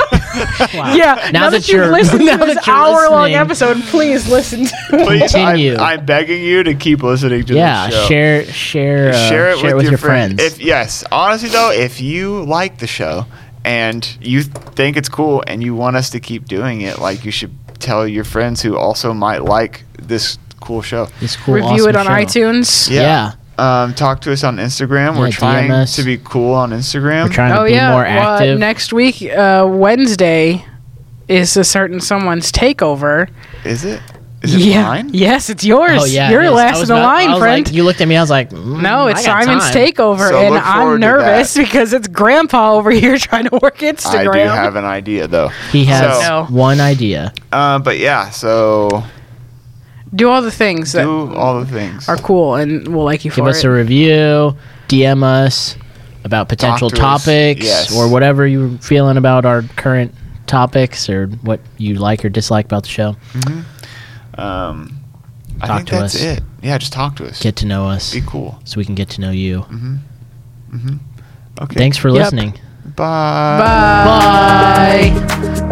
[SPEAKER 2] Wow.
[SPEAKER 1] Yeah. Now, that, you've
[SPEAKER 2] you're-
[SPEAKER 1] listened
[SPEAKER 2] now
[SPEAKER 1] to this
[SPEAKER 2] that you're
[SPEAKER 1] hour-long
[SPEAKER 2] listening.
[SPEAKER 1] episode, please listen to. it.
[SPEAKER 3] Please,
[SPEAKER 2] Continue.
[SPEAKER 3] I'm, I'm begging you to keep listening to
[SPEAKER 2] Yeah.
[SPEAKER 3] this show.
[SPEAKER 2] Share share uh,
[SPEAKER 3] share it with, your, friends.
[SPEAKER 2] friends.
[SPEAKER 3] If yes, honestly though, if you like the show and you think it's cool and you want us to keep doing it, like you should tell your friends who also might like this cool show.
[SPEAKER 2] This cool,
[SPEAKER 1] Review it
[SPEAKER 2] awesome
[SPEAKER 1] on
[SPEAKER 2] show.
[SPEAKER 1] iTunes.
[SPEAKER 2] Yeah.
[SPEAKER 3] Um, talk to us on Instagram. We're
[SPEAKER 2] Yeah,
[SPEAKER 3] trying
[SPEAKER 2] DM us.
[SPEAKER 3] to be cool on Instagram.
[SPEAKER 2] We're trying to
[SPEAKER 1] oh
[SPEAKER 2] be
[SPEAKER 1] yeah.
[SPEAKER 2] more
[SPEAKER 1] well,
[SPEAKER 2] active.
[SPEAKER 1] next week, uh, Wednesday, is a certain someone's takeover.
[SPEAKER 3] is it? Is it
[SPEAKER 1] yeah.
[SPEAKER 3] mine?
[SPEAKER 1] Yes, it's yours.
[SPEAKER 2] oh yeah.
[SPEAKER 1] You're
[SPEAKER 2] it is. I
[SPEAKER 1] last
[SPEAKER 2] was
[SPEAKER 1] in the
[SPEAKER 2] about- I
[SPEAKER 1] line,
[SPEAKER 2] was
[SPEAKER 1] friend.
[SPEAKER 2] Like, you looked at me. I was like, mm,
[SPEAKER 1] no, it's
[SPEAKER 2] I got
[SPEAKER 1] Simon's
[SPEAKER 2] time.
[SPEAKER 1] takeover,
[SPEAKER 3] So
[SPEAKER 1] and
[SPEAKER 3] look
[SPEAKER 1] I'm
[SPEAKER 3] forward to
[SPEAKER 1] nervous
[SPEAKER 3] that.
[SPEAKER 1] because it's Grandpa over here trying to work
[SPEAKER 3] I do
[SPEAKER 1] Instagram.
[SPEAKER 3] have an idea though.
[SPEAKER 2] He has
[SPEAKER 1] So-
[SPEAKER 2] one idea.
[SPEAKER 3] Uh, but yeah, so
[SPEAKER 1] do all the things that
[SPEAKER 3] do all the things.
[SPEAKER 1] are cool, and we'll like you
[SPEAKER 2] Give
[SPEAKER 1] for
[SPEAKER 2] us
[SPEAKER 1] it.
[SPEAKER 2] a review. DM us about potential
[SPEAKER 3] Talk to us.
[SPEAKER 2] topics
[SPEAKER 3] Yes.
[SPEAKER 2] or whatever you're feeling about our current topics or what you like or dislike about the show.
[SPEAKER 3] Um, I
[SPEAKER 2] Talk
[SPEAKER 3] think
[SPEAKER 2] to
[SPEAKER 3] that's
[SPEAKER 2] us.
[SPEAKER 3] it. Yeah, just talk to us.
[SPEAKER 2] Get to know us
[SPEAKER 3] be cool.
[SPEAKER 2] so we can get to know you.
[SPEAKER 3] Okay.
[SPEAKER 2] Thanks for
[SPEAKER 1] Yep.
[SPEAKER 2] listening.
[SPEAKER 3] Bye.
[SPEAKER 1] Bye.